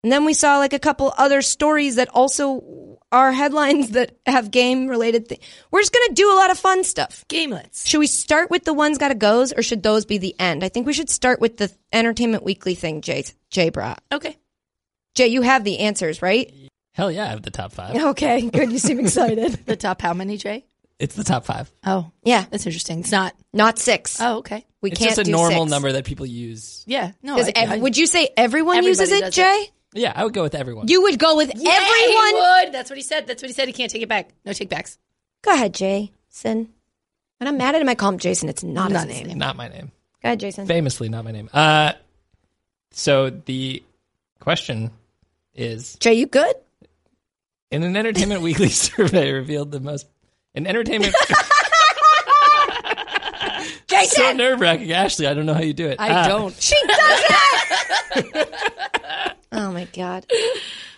[SPEAKER 2] and then we saw like a couple other stories that also are headlines that have game related things. We're just going to do a lot of fun stuff.
[SPEAKER 3] Gamelets.
[SPEAKER 2] Should we start with the ones gotta goes or should those be the end? I think we should start with the Entertainment Weekly thing Jay, Jay brought.
[SPEAKER 3] Okay.
[SPEAKER 2] Jay, you have the answers, right?
[SPEAKER 4] Hell yeah, I have the top five.
[SPEAKER 2] Okay, good. You seem excited.
[SPEAKER 3] The top how many, Jay?
[SPEAKER 4] It's the top five.
[SPEAKER 3] Oh,
[SPEAKER 2] yeah,
[SPEAKER 3] that's interesting. It's not.
[SPEAKER 2] not six.
[SPEAKER 3] Oh, okay.
[SPEAKER 2] we
[SPEAKER 4] It's
[SPEAKER 2] can't
[SPEAKER 4] just a
[SPEAKER 2] do
[SPEAKER 4] normal
[SPEAKER 2] six.
[SPEAKER 4] number that people use.
[SPEAKER 3] Yeah. No.
[SPEAKER 2] Does
[SPEAKER 3] I-
[SPEAKER 2] ev-
[SPEAKER 3] I-
[SPEAKER 2] would you say everyone
[SPEAKER 3] Everybody
[SPEAKER 2] uses it,
[SPEAKER 3] does it.
[SPEAKER 2] Jay?
[SPEAKER 4] Yeah, I would go with everyone.
[SPEAKER 2] You would go with
[SPEAKER 3] Yeah, he
[SPEAKER 2] everyone.
[SPEAKER 3] would. That's what he said. That's what he said. He can't take it back. No take backs.
[SPEAKER 2] Go ahead, Jason. And I'm mad at him. I call him Jason. It's not,
[SPEAKER 3] Not
[SPEAKER 2] his
[SPEAKER 3] his
[SPEAKER 2] name.
[SPEAKER 4] not my name.
[SPEAKER 2] Go ahead, Jason.
[SPEAKER 4] Famously not my name. Uh so the question is
[SPEAKER 2] Jay, you good?
[SPEAKER 4] in an entertainment weekly survey revealed the most an entertainment so
[SPEAKER 2] Jason,
[SPEAKER 4] nerve wracking. Ashley, I don't know how you do it.
[SPEAKER 2] Ah.
[SPEAKER 4] Uh,
[SPEAKER 3] don't.
[SPEAKER 2] she does it. oh my god.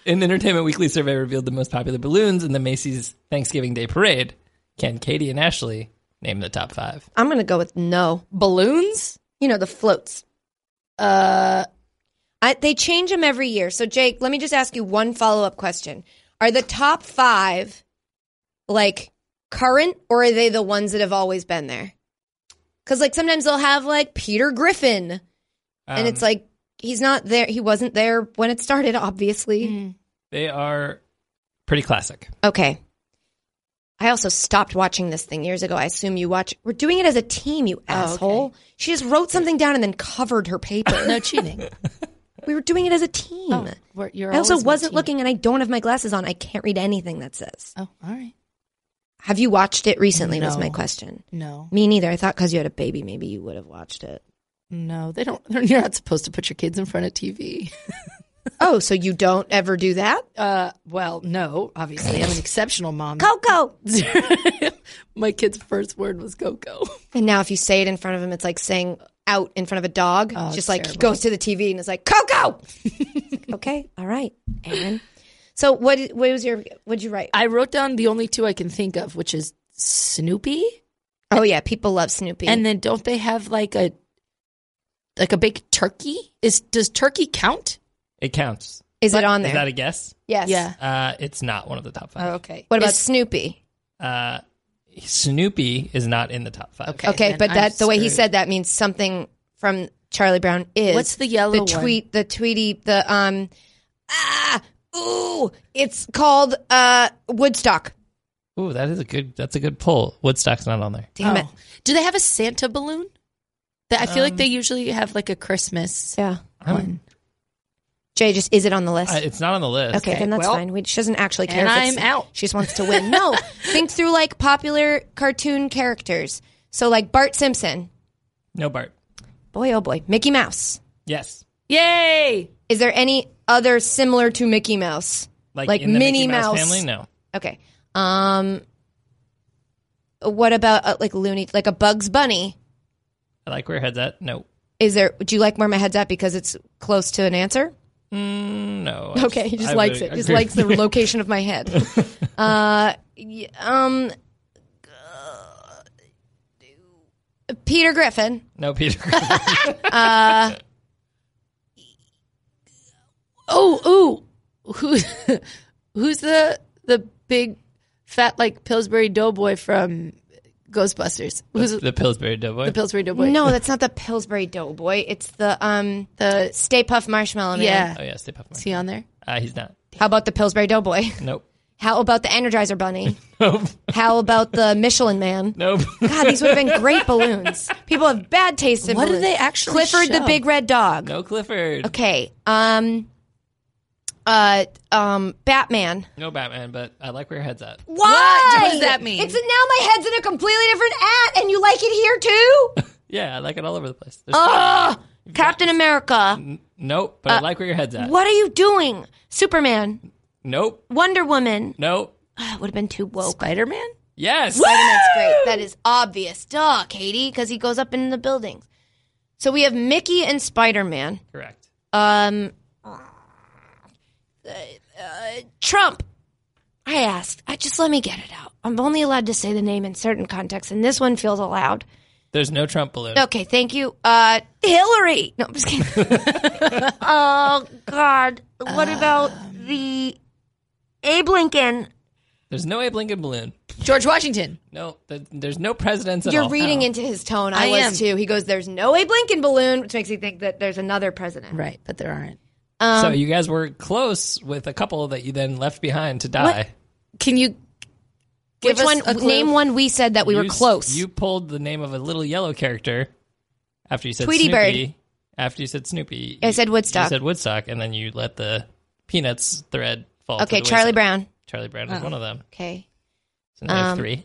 [SPEAKER 4] An Entertainment Weekly survey revealed the most popular balloons in the Macy's Thanksgiving Day Parade. Can Katie and Ashley name the top five?
[SPEAKER 2] I'm gonna go with no.
[SPEAKER 3] Balloons.
[SPEAKER 2] You know the floats.
[SPEAKER 3] Uh,
[SPEAKER 2] I, they change them every year. So, Jake, let me just ask you one follow up question. Are the top five like current or are they the ones that have always been there? Because, like, sometimes they'll have like Peter Griffin
[SPEAKER 4] Um.
[SPEAKER 2] and it's like he's not there. He wasn't there when it started, obviously.
[SPEAKER 4] they are pretty classic.
[SPEAKER 2] Okay. I also stopped watching this thing years ago. I assume you watch. We're doing it as a team,
[SPEAKER 3] Oh,
[SPEAKER 2] you asshole. She just wrote something down and then covered her paper.
[SPEAKER 3] no cheating.
[SPEAKER 2] we were doing it as a team.
[SPEAKER 3] Oh, We're- you're
[SPEAKER 2] I also
[SPEAKER 3] always my
[SPEAKER 2] wasn't
[SPEAKER 3] team.
[SPEAKER 2] looking and I don't have my glasses on. I can't read anything that says.
[SPEAKER 3] Oh, all right.
[SPEAKER 2] Have you watched it recently? Was
[SPEAKER 3] No.
[SPEAKER 2] my question.
[SPEAKER 3] No,
[SPEAKER 2] Me neither. I thought because you had a baby, maybe you would have watched it.
[SPEAKER 3] no, they don't. They're, you're not supposed to put your kids in front of TV.
[SPEAKER 2] Oh, so you don't ever do that?
[SPEAKER 3] Uh, well, no, obviously, I'm an exceptional mom.
[SPEAKER 2] Coco.
[SPEAKER 3] My kid's first word was Coco.
[SPEAKER 2] And now if you say it in front of him, it's like saying out in front of a dog.
[SPEAKER 3] Oh,
[SPEAKER 2] just
[SPEAKER 3] it's
[SPEAKER 2] like he
[SPEAKER 3] terrible.
[SPEAKER 2] goes to the TV and is like, Coco. okay, all right, Aaron. So what? What was your? What'd you write?
[SPEAKER 3] I wrote down the only two I can think of, which is Snoopy,
[SPEAKER 2] oh yeah, people love Snoopy.
[SPEAKER 3] and then don't they have like a like a big turkey? Is does turkey count?
[SPEAKER 4] It counts.
[SPEAKER 2] is it on there?
[SPEAKER 4] Is that a guess?
[SPEAKER 2] yes.
[SPEAKER 3] Yeah.
[SPEAKER 4] Uh, it's not one of the top five.
[SPEAKER 3] Oh, okay.
[SPEAKER 2] What about
[SPEAKER 3] Is-
[SPEAKER 2] Snoopy?
[SPEAKER 4] Uh,
[SPEAKER 2] Oh.
[SPEAKER 4] Snoopy is not in the top five.
[SPEAKER 3] Okay.
[SPEAKER 2] Okay,
[SPEAKER 3] then
[SPEAKER 2] but
[SPEAKER 3] I'm
[SPEAKER 2] that the way he
[SPEAKER 3] screwed.
[SPEAKER 2] said that means something from Charlie Brown is
[SPEAKER 3] What's the yellow
[SPEAKER 2] the
[SPEAKER 3] one?
[SPEAKER 2] tweet the Tweety the um ah ooh it's called uh Woodstock.
[SPEAKER 4] Ooh, that is a good. That's a good pull. Woodstock's not on there.
[SPEAKER 2] Damn it.
[SPEAKER 3] Oh. Do they have a Santa balloon? That I feel
[SPEAKER 2] Um,
[SPEAKER 3] like they usually have like a Christmas
[SPEAKER 2] Yeah.
[SPEAKER 3] one.
[SPEAKER 2] Jay just is it on the list?
[SPEAKER 4] I, it's not on the list.
[SPEAKER 2] okay, then that's
[SPEAKER 3] well-
[SPEAKER 2] fine. We, she doesn't actually care.
[SPEAKER 3] And
[SPEAKER 2] if it's-
[SPEAKER 3] I'm out.
[SPEAKER 2] She just wants to win. No, think through like popular cartoon characters. So like Bart Simpson.
[SPEAKER 4] No Bart.
[SPEAKER 2] Boy, oh boy, Mickey Mouse.
[SPEAKER 4] Yes.
[SPEAKER 3] Yay!
[SPEAKER 2] Is there any other similar to Mickey Mouse?
[SPEAKER 4] Like,
[SPEAKER 2] Like
[SPEAKER 4] in the
[SPEAKER 2] Minnie
[SPEAKER 4] Mickey Mouse,
[SPEAKER 2] Mouse.
[SPEAKER 4] family. No.
[SPEAKER 2] Okay. Um, what about uh, like Looney, like a Bugs Bunny?
[SPEAKER 4] I like where your head's at. No.
[SPEAKER 2] Is there? Do you like where my head's at because it's close to an answer?
[SPEAKER 4] Mm, no. I
[SPEAKER 2] Okay, he just
[SPEAKER 4] I
[SPEAKER 2] likes
[SPEAKER 4] would
[SPEAKER 2] it. Just
[SPEAKER 4] agree.
[SPEAKER 2] likes the location of my head. uh, y- um, uh, Peter Griffin.
[SPEAKER 4] No Peter.
[SPEAKER 3] Oh, ooh, who's who's the the big fat like Pillsbury Doughboy from Ghostbusters? Who's the,
[SPEAKER 4] the Pillsbury Doughboy.
[SPEAKER 3] Pillsbury Doughboy?
[SPEAKER 2] No, that's not the Pillsbury Doughboy. It's the um
[SPEAKER 3] the
[SPEAKER 2] Stay Puff Marshmallow Man.
[SPEAKER 3] yeah.
[SPEAKER 4] oh yeah, Stay Puft
[SPEAKER 3] Is he
[SPEAKER 4] Marshmallow.
[SPEAKER 3] on there?
[SPEAKER 4] Uh, he's not.
[SPEAKER 2] How about the Pillsbury Doughboy?
[SPEAKER 4] Nope.
[SPEAKER 2] How about the Energizer Bunny?
[SPEAKER 4] Nope.
[SPEAKER 2] How about the Michelin Man?
[SPEAKER 4] Nope.
[SPEAKER 2] God, these would have been great balloons. People have bad taste in
[SPEAKER 3] What do
[SPEAKER 2] balloons.
[SPEAKER 3] they actually
[SPEAKER 2] Clifford the
[SPEAKER 3] show?
[SPEAKER 2] Big Red Dog.
[SPEAKER 4] no Clifford.
[SPEAKER 2] Okay. Um. Uh. Um. Batman.
[SPEAKER 4] No Batman. But I like where your head's at.
[SPEAKER 2] Why?
[SPEAKER 3] What does that mean?
[SPEAKER 2] It's now my head's in a completely different at, and you like it here too.
[SPEAKER 4] Yeah, I like it all over the place. There's-
[SPEAKER 2] Oh. Ugh. Captain America.
[SPEAKER 4] nope. But I like where your head's at.
[SPEAKER 2] Uh, What are you doing? Superman.
[SPEAKER 4] Nope.
[SPEAKER 2] Wonder Woman.
[SPEAKER 4] Nope.
[SPEAKER 2] Would have been too woke.
[SPEAKER 3] Spider Man.
[SPEAKER 4] Yes.
[SPEAKER 2] Spider-Man's great. That is obvious. Duh, Katie, because he goes up into the buildings. So we have Mickey and Spider-Man.
[SPEAKER 4] Correct.
[SPEAKER 2] Um, uh, Trump. I asked. I just let me get it out. I'm only allowed to say the name in certain contexts, and this one feels allowed.
[SPEAKER 4] There's no Trump balloon.
[SPEAKER 2] Okay, thank you. Uh, Hillary. No, I'm just kidding. oh God, what about the Abe Lincoln?
[SPEAKER 4] There's no Abe Lincoln balloon.
[SPEAKER 3] George Washington.
[SPEAKER 4] No, th- there's no presidents at
[SPEAKER 2] You're
[SPEAKER 4] all.
[SPEAKER 2] reading into his tone. I,
[SPEAKER 3] I
[SPEAKER 2] was
[SPEAKER 3] am.
[SPEAKER 2] too. He goes, "There's no Abe Lincoln balloon," which makes me think that there's another president.
[SPEAKER 3] Right, but there aren't.
[SPEAKER 2] Um,
[SPEAKER 4] so you guys were close with a couple that you then left behind to die.
[SPEAKER 3] Can you give
[SPEAKER 2] Which
[SPEAKER 3] us
[SPEAKER 2] one?
[SPEAKER 3] a clue?
[SPEAKER 2] Name one we said that we
[SPEAKER 4] You
[SPEAKER 2] were
[SPEAKER 4] s-
[SPEAKER 2] close.
[SPEAKER 4] You pulled the name of a little yellow character after you said
[SPEAKER 2] Tweety Bird.
[SPEAKER 4] Snoopy. After you said Snoopy,
[SPEAKER 2] I
[SPEAKER 4] you-
[SPEAKER 2] said Woodstock.
[SPEAKER 4] You said Woodstock, and then you let the peanuts thread fall. to
[SPEAKER 2] okay,
[SPEAKER 4] the
[SPEAKER 2] Charlie
[SPEAKER 4] wayside.
[SPEAKER 2] Brown.
[SPEAKER 4] Charlie Brown is one of them.
[SPEAKER 2] Okay.
[SPEAKER 4] So now you have
[SPEAKER 2] Um,
[SPEAKER 4] three.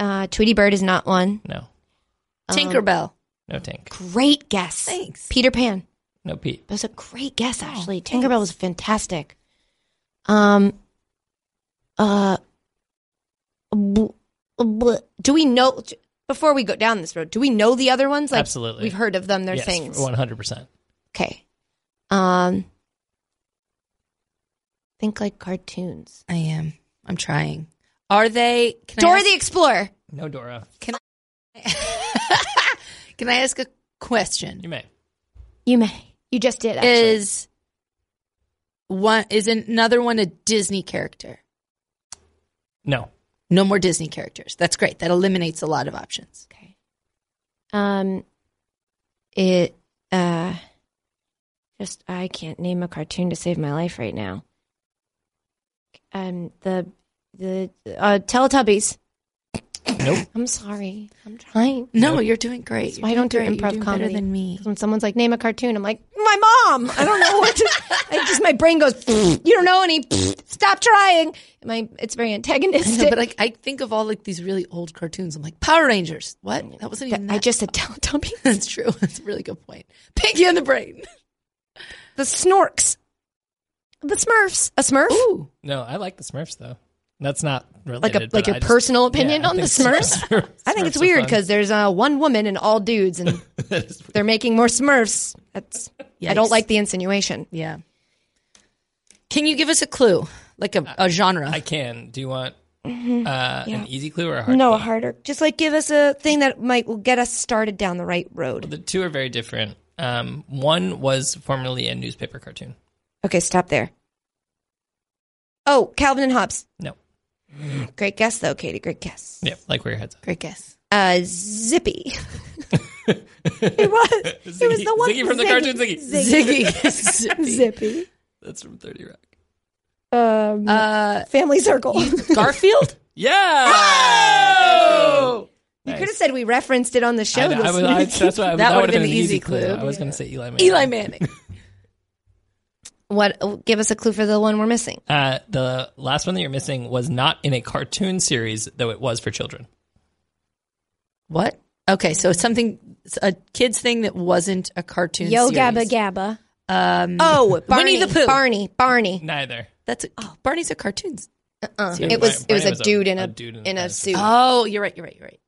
[SPEAKER 2] Uh, Tweety Bird is not one.
[SPEAKER 4] No,
[SPEAKER 2] Um,
[SPEAKER 3] Tinkerbell.
[SPEAKER 4] no Tank,
[SPEAKER 2] Great guess.
[SPEAKER 3] Thanks.
[SPEAKER 2] Peter Pan.
[SPEAKER 4] no Pete.
[SPEAKER 2] That was a great guess, actually. Tinkerbell was fantastic. Um, uh, bl- bl- do we know, before we go down this road, do we know the other ones? Like,
[SPEAKER 4] Absolutely.
[SPEAKER 2] We've heard of them. They're things.
[SPEAKER 4] one hundred percent.
[SPEAKER 2] Okay. Um, think like cartoons.
[SPEAKER 3] I am. I'm trying. Are they? Can I
[SPEAKER 2] Dora
[SPEAKER 3] ask-
[SPEAKER 2] the Explorer.
[SPEAKER 4] No Dora.
[SPEAKER 3] Can I ask a question?
[SPEAKER 4] You may.
[SPEAKER 2] You may. You just did, actually.
[SPEAKER 3] Is one is another one a Disney character?
[SPEAKER 4] No.
[SPEAKER 3] No more Disney characters. That's great. That eliminates a lot of options.
[SPEAKER 2] Okay. Um, it, uh, just, I can't name a cartoon to save my life right now. Um, the, the, uh, Teletubbies.
[SPEAKER 4] Nope.
[SPEAKER 2] I'm sorry. I'm trying.
[SPEAKER 3] No, you're doing great.
[SPEAKER 2] That's why I don't do
[SPEAKER 3] You're
[SPEAKER 2] improv
[SPEAKER 3] doing
[SPEAKER 2] comedy.
[SPEAKER 3] Better than me.
[SPEAKER 2] 'Cause When someone's like, name a cartoon, I'm like, my mom. I don't know what to, I just, my brain goes, you don't know any, stop trying. My, it's very
[SPEAKER 3] I
[SPEAKER 2] antagonistic.
[SPEAKER 3] know, but like I think of all like these really old cartoons. I'm like Power Rangers. What? That wasn't even. That.
[SPEAKER 2] I just said Teletubbies.
[SPEAKER 3] That's true. That's a really good point. Pinky on the Brain.
[SPEAKER 2] The Snorks. The Smurfs. A Smurf?
[SPEAKER 3] Ooh,
[SPEAKER 4] No, I like the Smurfs though. That's not related.
[SPEAKER 2] Like a
[SPEAKER 4] but
[SPEAKER 2] like
[SPEAKER 4] I
[SPEAKER 2] your
[SPEAKER 4] just-
[SPEAKER 2] personal
[SPEAKER 4] yeah,
[SPEAKER 2] opinion
[SPEAKER 4] I
[SPEAKER 2] on the
[SPEAKER 4] think
[SPEAKER 2] Smurfs? I think it's
[SPEAKER 4] Smurfs are
[SPEAKER 2] weird
[SPEAKER 4] fun.
[SPEAKER 2] because there's uh, one woman and all dudes, and
[SPEAKER 4] That is weird.
[SPEAKER 2] they're making more Smurfs. That's I
[SPEAKER 3] Yikes.
[SPEAKER 2] don't like the insinuation.
[SPEAKER 3] Yeah. Can you give us a clue, like a, a genre?
[SPEAKER 4] I can. Do you want uh, an easy clue or a hard?
[SPEAKER 2] No
[SPEAKER 4] clue?
[SPEAKER 2] harder. Just like give us a thing that might will get us started down the right road.
[SPEAKER 4] The two are very different. Um, one was formerly a newspaper cartoon.
[SPEAKER 2] Okay, stop there. Oh, Calvin and Hobbes.
[SPEAKER 4] No.
[SPEAKER 2] Great guess though, Katie. Great guess.
[SPEAKER 4] Yeah, like where your head's at.
[SPEAKER 3] Great guess.
[SPEAKER 2] Uh, Zippy. it was. it was the
[SPEAKER 4] Ziggy-
[SPEAKER 2] one.
[SPEAKER 4] Ziggy from the cartoon Ziggy.
[SPEAKER 3] Ziggy.
[SPEAKER 2] Zippy.
[SPEAKER 4] That's from Thirty Rock.
[SPEAKER 2] Um,
[SPEAKER 3] Uh, E-
[SPEAKER 2] family Circle.
[SPEAKER 3] Garfield?
[SPEAKER 4] Yeah.
[SPEAKER 2] You could have said we referenced it on the show.
[SPEAKER 4] I, I
[SPEAKER 2] this
[SPEAKER 4] was, I,
[SPEAKER 2] week.
[SPEAKER 4] that's what, I-
[SPEAKER 3] That
[SPEAKER 4] that
[SPEAKER 3] would've
[SPEAKER 4] would
[SPEAKER 3] been
[SPEAKER 4] have been, an
[SPEAKER 3] the
[SPEAKER 4] easy
[SPEAKER 3] easy
[SPEAKER 4] clue.
[SPEAKER 3] clue.
[SPEAKER 4] I was going to say Eli Manning.
[SPEAKER 3] Eli Manning.
[SPEAKER 2] what? Give us a clue for the one we're missing.
[SPEAKER 4] Uh, the last one that you're missing was not in a cartoon series, though it was for children.
[SPEAKER 3] What? Okay, so it's something, it's a kids thing that wasn't a cartoon.
[SPEAKER 2] Yo
[SPEAKER 3] series.
[SPEAKER 2] Gabba Gabba.
[SPEAKER 3] Um,
[SPEAKER 2] Oh, Barney
[SPEAKER 3] Winnie the Pooh.
[SPEAKER 2] Barney. Barney.
[SPEAKER 4] Neither.
[SPEAKER 3] that's a,
[SPEAKER 2] Oh.
[SPEAKER 3] Barney's a cartoon.
[SPEAKER 2] Uh,
[SPEAKER 3] Seriously.
[SPEAKER 2] it was. It
[SPEAKER 4] Barney
[SPEAKER 2] was a
[SPEAKER 4] was a-
[SPEAKER 2] dude in
[SPEAKER 4] a
[SPEAKER 2] a,
[SPEAKER 4] dude in a
[SPEAKER 2] in a
[SPEAKER 4] dinosaur.
[SPEAKER 2] suit.
[SPEAKER 3] Oh, you're right. You're right. You're right.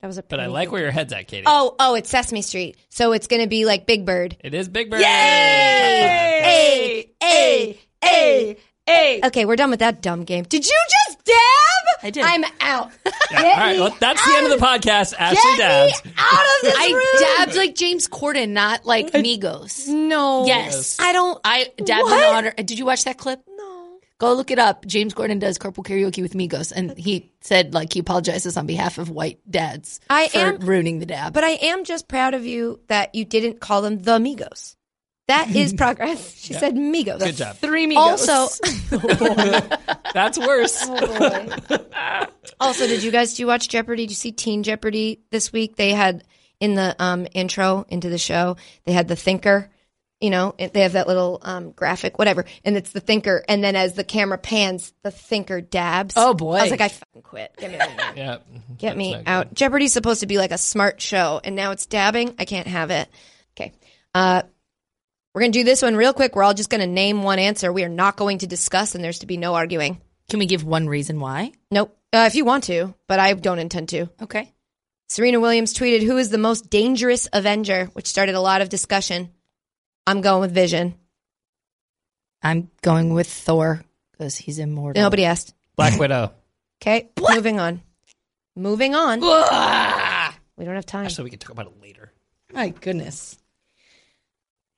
[SPEAKER 2] that was a.
[SPEAKER 4] But I
[SPEAKER 2] pretty
[SPEAKER 4] like
[SPEAKER 2] good-
[SPEAKER 4] where your head's at, Katie.
[SPEAKER 2] Oh, oh, it's Sesame Street. So it's gonna be like Big Bird.
[SPEAKER 4] It is Big Bird.
[SPEAKER 2] Hey, hey, hey, hey. Okay, we're done with that dumb game. Did you just dab?
[SPEAKER 3] I did.
[SPEAKER 2] I'm out.
[SPEAKER 4] Yeah, All right, well, that's the end of the podcast. Ashley Dabs.
[SPEAKER 2] Out of this room.
[SPEAKER 3] I dabbed like James Corden, not like Migos.
[SPEAKER 2] No.
[SPEAKER 3] Yes.
[SPEAKER 2] I don't.
[SPEAKER 3] I dabbed
[SPEAKER 2] What?
[SPEAKER 3] in honor. Did you watch that clip?
[SPEAKER 2] No.
[SPEAKER 3] Go look it up. James Corden does carpool karaoke with Migos, and he said like he apologizes on behalf of white dads
[SPEAKER 2] I
[SPEAKER 3] for
[SPEAKER 2] am-
[SPEAKER 3] ruining the dab.
[SPEAKER 2] But I am just proud of you that you didn't call them the Migos. That is progress. She said Migos.
[SPEAKER 4] Good job.
[SPEAKER 3] three Migos.
[SPEAKER 2] Also,
[SPEAKER 4] That's worse.
[SPEAKER 2] also, did you guys? Did you watch Jeopardy? Did you see Teen Jeopardy this week? They had in the um, intro into the show. They had the thinker. You know, it- they have that little um, graphic, whatever, and it's the thinker. And then as the camera pans, the thinker dabs.
[SPEAKER 3] Oh, boy.
[SPEAKER 2] I was like, I fucking quit. Get me, out of here.
[SPEAKER 4] yeah.
[SPEAKER 2] Get me out. Jeopardy's supposed to be like a smart show, and now it's dabbing. I can't have it. Okay. Uh, we're going to do this one real quick. We're all just going to name one answer. We are not going to discuss, and there's to be no arguing.
[SPEAKER 3] can we give one reason why?
[SPEAKER 2] Nope. Uh, if you want to, but I don't intend to.
[SPEAKER 3] Okay.
[SPEAKER 2] Serena Williams tweeted, Who is the most dangerous Avenger? which started a lot of discussion. I'm going with Vision.
[SPEAKER 3] I'm going with Thor because he's immortal.
[SPEAKER 2] Nobody asked.
[SPEAKER 4] Black Widow.
[SPEAKER 2] Okay. Moving on. Moving on.
[SPEAKER 3] Blah!
[SPEAKER 2] We don't have time.
[SPEAKER 4] So we can talk about it later.
[SPEAKER 3] My goodness.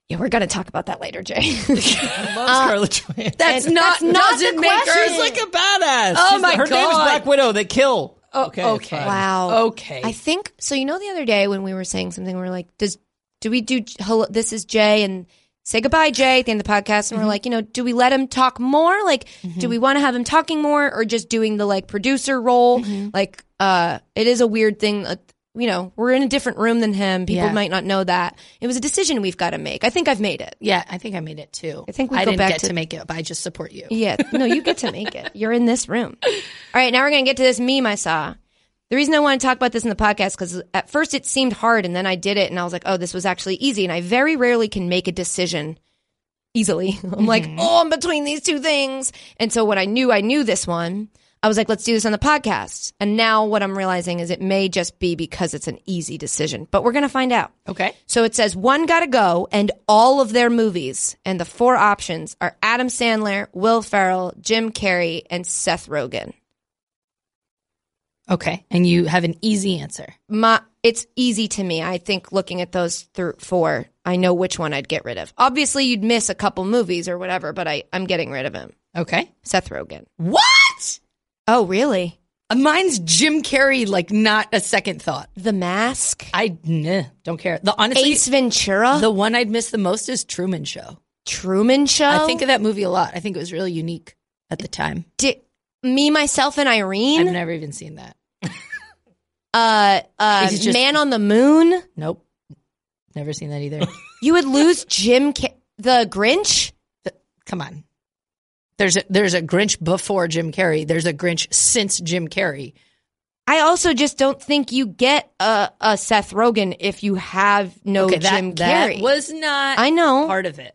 [SPEAKER 2] Yeah, we're going to talk about that later, Jay.
[SPEAKER 4] I love
[SPEAKER 3] Uh,
[SPEAKER 4] Scarlett Johansson.
[SPEAKER 3] That's
[SPEAKER 2] And
[SPEAKER 3] not
[SPEAKER 2] that's not the
[SPEAKER 3] doesn't make her
[SPEAKER 2] question.
[SPEAKER 4] She's like a badass.
[SPEAKER 3] Oh
[SPEAKER 4] She's
[SPEAKER 3] my
[SPEAKER 4] her name is
[SPEAKER 3] God. Oh,
[SPEAKER 4] Black Widow. They kill. okay. it's
[SPEAKER 3] okay.
[SPEAKER 4] fine.
[SPEAKER 2] Wow.
[SPEAKER 3] Okay.
[SPEAKER 2] I think so. You know, the other day when we were saying something, we are like, "Does do we do hello? This is Jay and." Say goodbye, Jay, at the end of the podcast.
[SPEAKER 3] Mm-hmm.
[SPEAKER 2] And we're like, you know, do we let him talk more? Like, do we want to have him talking more or just doing the like producer role?
[SPEAKER 3] Mm-hmm.
[SPEAKER 2] Like, uh, it is a weird thing. Uh, you know, we're in a different room than him. People
[SPEAKER 3] Yeah.
[SPEAKER 2] might not know that. It was a decision we've got to make. I think I've made it.
[SPEAKER 3] Yeah, I think I made it too.
[SPEAKER 2] I think we
[SPEAKER 3] I
[SPEAKER 2] go
[SPEAKER 3] didn't
[SPEAKER 2] back
[SPEAKER 3] get
[SPEAKER 2] to-
[SPEAKER 3] to, make it, but I just support you.
[SPEAKER 2] Yeah. No, you get to make it. You're in this room. All right. Now we're going to get to this meme I saw. The reason I want to talk about this in the podcast, because at first it seemed hard and then I did it and I was like, oh, this was actually easy. And I very rarely can make a decision easily. I'm like, oh, I'm between these two things. And so when I knew I knew this one, I was like, let's do this on the podcast. And now what I'm realizing is it may just be because it's an easy decision, but we're going to find out.
[SPEAKER 3] Okay.
[SPEAKER 2] So it says one gotta go and all of their movies. And the four options are Adam Sandler, Will Ferrell, Jim Carrey, and Seth Rogen.
[SPEAKER 3] Okay. And you have an easy answer.
[SPEAKER 2] My, it's easy to me. I think looking at those th- four, I know which one I'd get rid of. Obviously, you'd miss a couple movies or whatever, but I, I'm getting rid of him.
[SPEAKER 3] Okay.
[SPEAKER 2] Seth Rogen.
[SPEAKER 3] What?
[SPEAKER 2] Oh, really?
[SPEAKER 3] Uh, Mine's Jim Carrey, like not a second thought.
[SPEAKER 2] The Mask?
[SPEAKER 3] I nah, don't care. The honestly,
[SPEAKER 2] Ace Ventura?
[SPEAKER 3] the one I'd miss the most is Truman Show.
[SPEAKER 2] Truman Show?
[SPEAKER 3] I think of that movie a lot. I think it was really unique at the time.
[SPEAKER 2] Di- Me, Myself, and
[SPEAKER 3] I've
[SPEAKER 2] Irene?
[SPEAKER 3] never even seen that.
[SPEAKER 2] Uh, uh,
[SPEAKER 3] It's just-
[SPEAKER 2] Man on the Moon?
[SPEAKER 3] Nope. Never seen that either.
[SPEAKER 2] You would lose Jim Ca- the Grinch.
[SPEAKER 3] Come on. There's a there's a Grinch before Jim Carrey. There's a Grinch since Jim Carrey.
[SPEAKER 2] I also just don't think you get a, a Seth Rogen if you have no
[SPEAKER 3] Okay, that,
[SPEAKER 2] Oh, Jim Carrey.
[SPEAKER 3] that was not
[SPEAKER 2] I know.
[SPEAKER 3] part of it.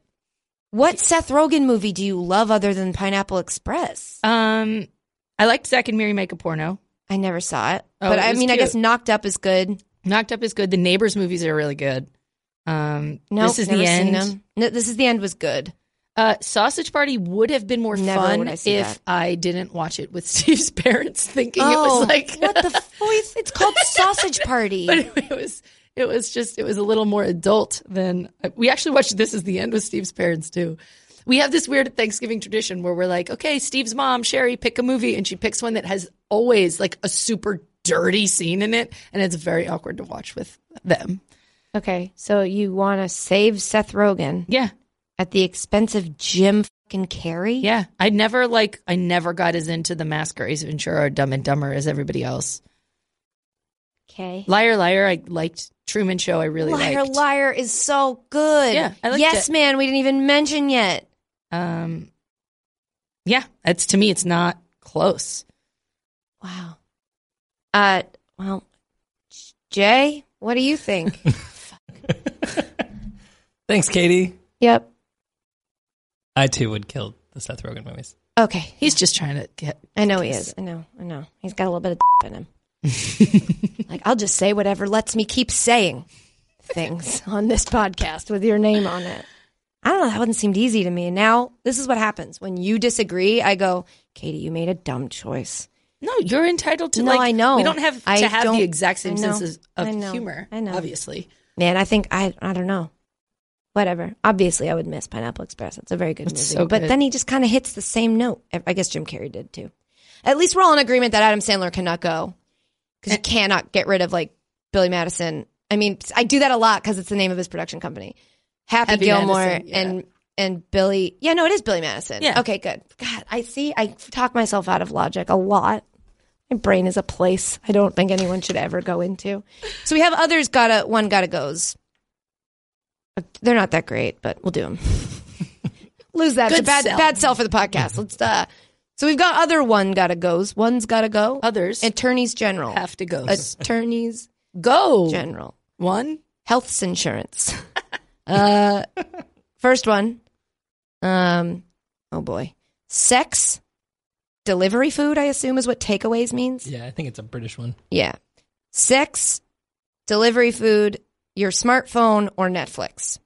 [SPEAKER 2] What Seth Rogen movie do you love other than Pineapple Express?
[SPEAKER 3] Um, I liked Zach and Mary make a porno.
[SPEAKER 2] I never saw it,
[SPEAKER 3] Oh,
[SPEAKER 2] but
[SPEAKER 3] it
[SPEAKER 2] I
[SPEAKER 3] was
[SPEAKER 2] mean, I
[SPEAKER 3] cute.
[SPEAKER 2] guess Knocked Up is good.
[SPEAKER 3] Knocked Up is good. The Neighbors movies are really good. Um,
[SPEAKER 2] No,
[SPEAKER 3] this is
[SPEAKER 2] never
[SPEAKER 3] the
[SPEAKER 2] seen
[SPEAKER 3] end.
[SPEAKER 2] them. No, this is the end was good.
[SPEAKER 3] Uh, Sausage Party would have been more
[SPEAKER 2] Never
[SPEAKER 3] fun
[SPEAKER 2] would I
[SPEAKER 3] if
[SPEAKER 2] see that.
[SPEAKER 3] I didn't watch it with Steve's parents, thinking it
[SPEAKER 2] Oh,
[SPEAKER 3] was like
[SPEAKER 2] what the? F- it's called Sausage Party.
[SPEAKER 3] but it was it was just it was a little more adult than uh, we actually watched this is the end with steve's parents too we have this weird thanksgiving tradition where we're like okay steve's mom sherry pick a movie and she picks one that has always like a super dirty scene in it and it's very awkward to watch with them
[SPEAKER 2] Okay, so you want to save Seth Rogen
[SPEAKER 3] yeah
[SPEAKER 2] at the expense of Jim fucking Carrey?
[SPEAKER 3] yeah i never like i never got as into the mask or ace ventura or dumb and dumber as everybody else
[SPEAKER 2] Okay.
[SPEAKER 3] liar liar i liked truman show i really
[SPEAKER 2] liar,
[SPEAKER 3] liked
[SPEAKER 2] liar is so good.
[SPEAKER 3] Yeah, I liked
[SPEAKER 2] yes,
[SPEAKER 3] it.
[SPEAKER 2] man. We didn't even mention yet.
[SPEAKER 3] um yeah that's to me it's not close
[SPEAKER 2] Wow. Uh, well, Jay, what do you think?
[SPEAKER 4] Thanks, Katie.
[SPEAKER 2] yep.
[SPEAKER 4] I too would kill the Seth Rogen movies.
[SPEAKER 2] Okay.
[SPEAKER 3] He's just trying to get.
[SPEAKER 2] I know he is. I know. I know. He's got a little bit of in him. like I'll just say whatever lets me keep saying things on this podcast with your name on it. I don't know. That wouldn't seem easy to me. And now this is what happens when you disagree. I go, Katie, you made a dumb choice.
[SPEAKER 3] No, you're entitled to.
[SPEAKER 2] No,
[SPEAKER 3] like,
[SPEAKER 2] I know.
[SPEAKER 3] We don't have to
[SPEAKER 2] I
[SPEAKER 3] have
[SPEAKER 2] don't-
[SPEAKER 3] the exact same
[SPEAKER 2] I know.
[SPEAKER 3] senses
[SPEAKER 2] I
[SPEAKER 3] of
[SPEAKER 2] know.
[SPEAKER 3] humor.
[SPEAKER 2] I know.
[SPEAKER 3] Obviously,
[SPEAKER 2] Man, I think I. I don't know. Whatever. Obviously, I would miss Pineapple Express. It's a very good
[SPEAKER 3] It's
[SPEAKER 2] movie.
[SPEAKER 3] so
[SPEAKER 2] But
[SPEAKER 3] good.
[SPEAKER 2] then he just kind of hits the same note. I guess Jim Carrey did too. At least we're all in agreement that Adam Sandler cannot go because
[SPEAKER 3] Eh.
[SPEAKER 2] you cannot get rid of like Billy Madison. I mean, I do that a lot because it's the name of his production company, Happy,
[SPEAKER 3] Happy
[SPEAKER 2] Gilmore
[SPEAKER 3] Madison, yeah.
[SPEAKER 2] and and Billy. Yeah, no, it is Billy Madison.
[SPEAKER 3] Yeah.
[SPEAKER 2] Okay, good. God, I see. I talk myself out of logic a lot. My brain is a place I don't think anyone should ever go into. So we have others. Gotta one. Gotta goes. Uh, They're not that great, but we'll do them. Lose that. it's a
[SPEAKER 3] Good
[SPEAKER 2] bad
[SPEAKER 3] sell.
[SPEAKER 2] bad sell for the podcast. Let's uh. So we've got other one gotta goes. One's gotta go.
[SPEAKER 3] others
[SPEAKER 2] Attorneys general.
[SPEAKER 3] have to go.
[SPEAKER 2] Attorneys
[SPEAKER 3] go
[SPEAKER 2] general.
[SPEAKER 3] one.
[SPEAKER 2] Health insurance. uh, first one. Um, oh boy, sex, delivery food. I assume is what takeaways means.
[SPEAKER 4] Yeah, I think it's a British one.
[SPEAKER 2] Yeah. Sex, delivery food, your smartphone, or Netflix.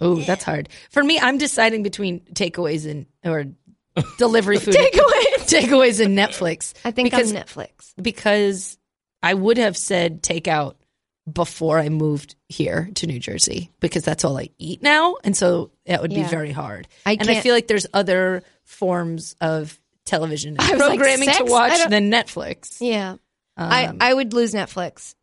[SPEAKER 3] Oh, that's hard for me. I'm deciding between takeaways and or delivery food.
[SPEAKER 2] Takeaways.
[SPEAKER 3] takeaways and Netflix.
[SPEAKER 2] I think
[SPEAKER 3] because
[SPEAKER 2] on Netflix.
[SPEAKER 3] because I would have said takeout before I moved here to New Jersey because that's all I eat now, and so that would
[SPEAKER 2] Yeah.
[SPEAKER 3] be very hard.
[SPEAKER 2] I
[SPEAKER 3] and I
[SPEAKER 2] can't-
[SPEAKER 3] feel like there's other forms of television and
[SPEAKER 2] I was like,
[SPEAKER 3] programming to
[SPEAKER 2] sex? I
[SPEAKER 3] watch
[SPEAKER 2] don't-
[SPEAKER 3] than Netflix.
[SPEAKER 2] Yeah.
[SPEAKER 3] Um,
[SPEAKER 2] I, I would lose Netflix.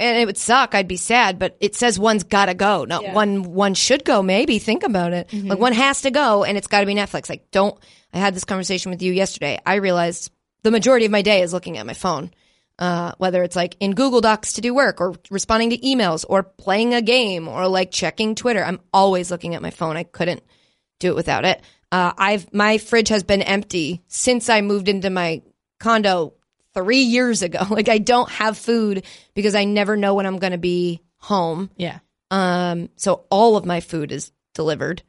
[SPEAKER 2] And it would suck. I'd be sad, but it says one's gotta go. Not one one should go, maybe. Think about it. Like one has to go and it's gotta be Netflix. Like don't I had this conversation with you yesterday. I realized the majority of my day is looking at my phone. Uh, whether it's like in Google Docs to do work or responding to emails or playing a game or like checking Twitter. I'm always looking at my phone. I couldn't do it without it. Uh, I've my fridge has been empty since I moved into my condo three years ago. Like I don't have food because I never know when I'm going to be home.
[SPEAKER 3] yeah.
[SPEAKER 2] Um, so all of my food is delivered,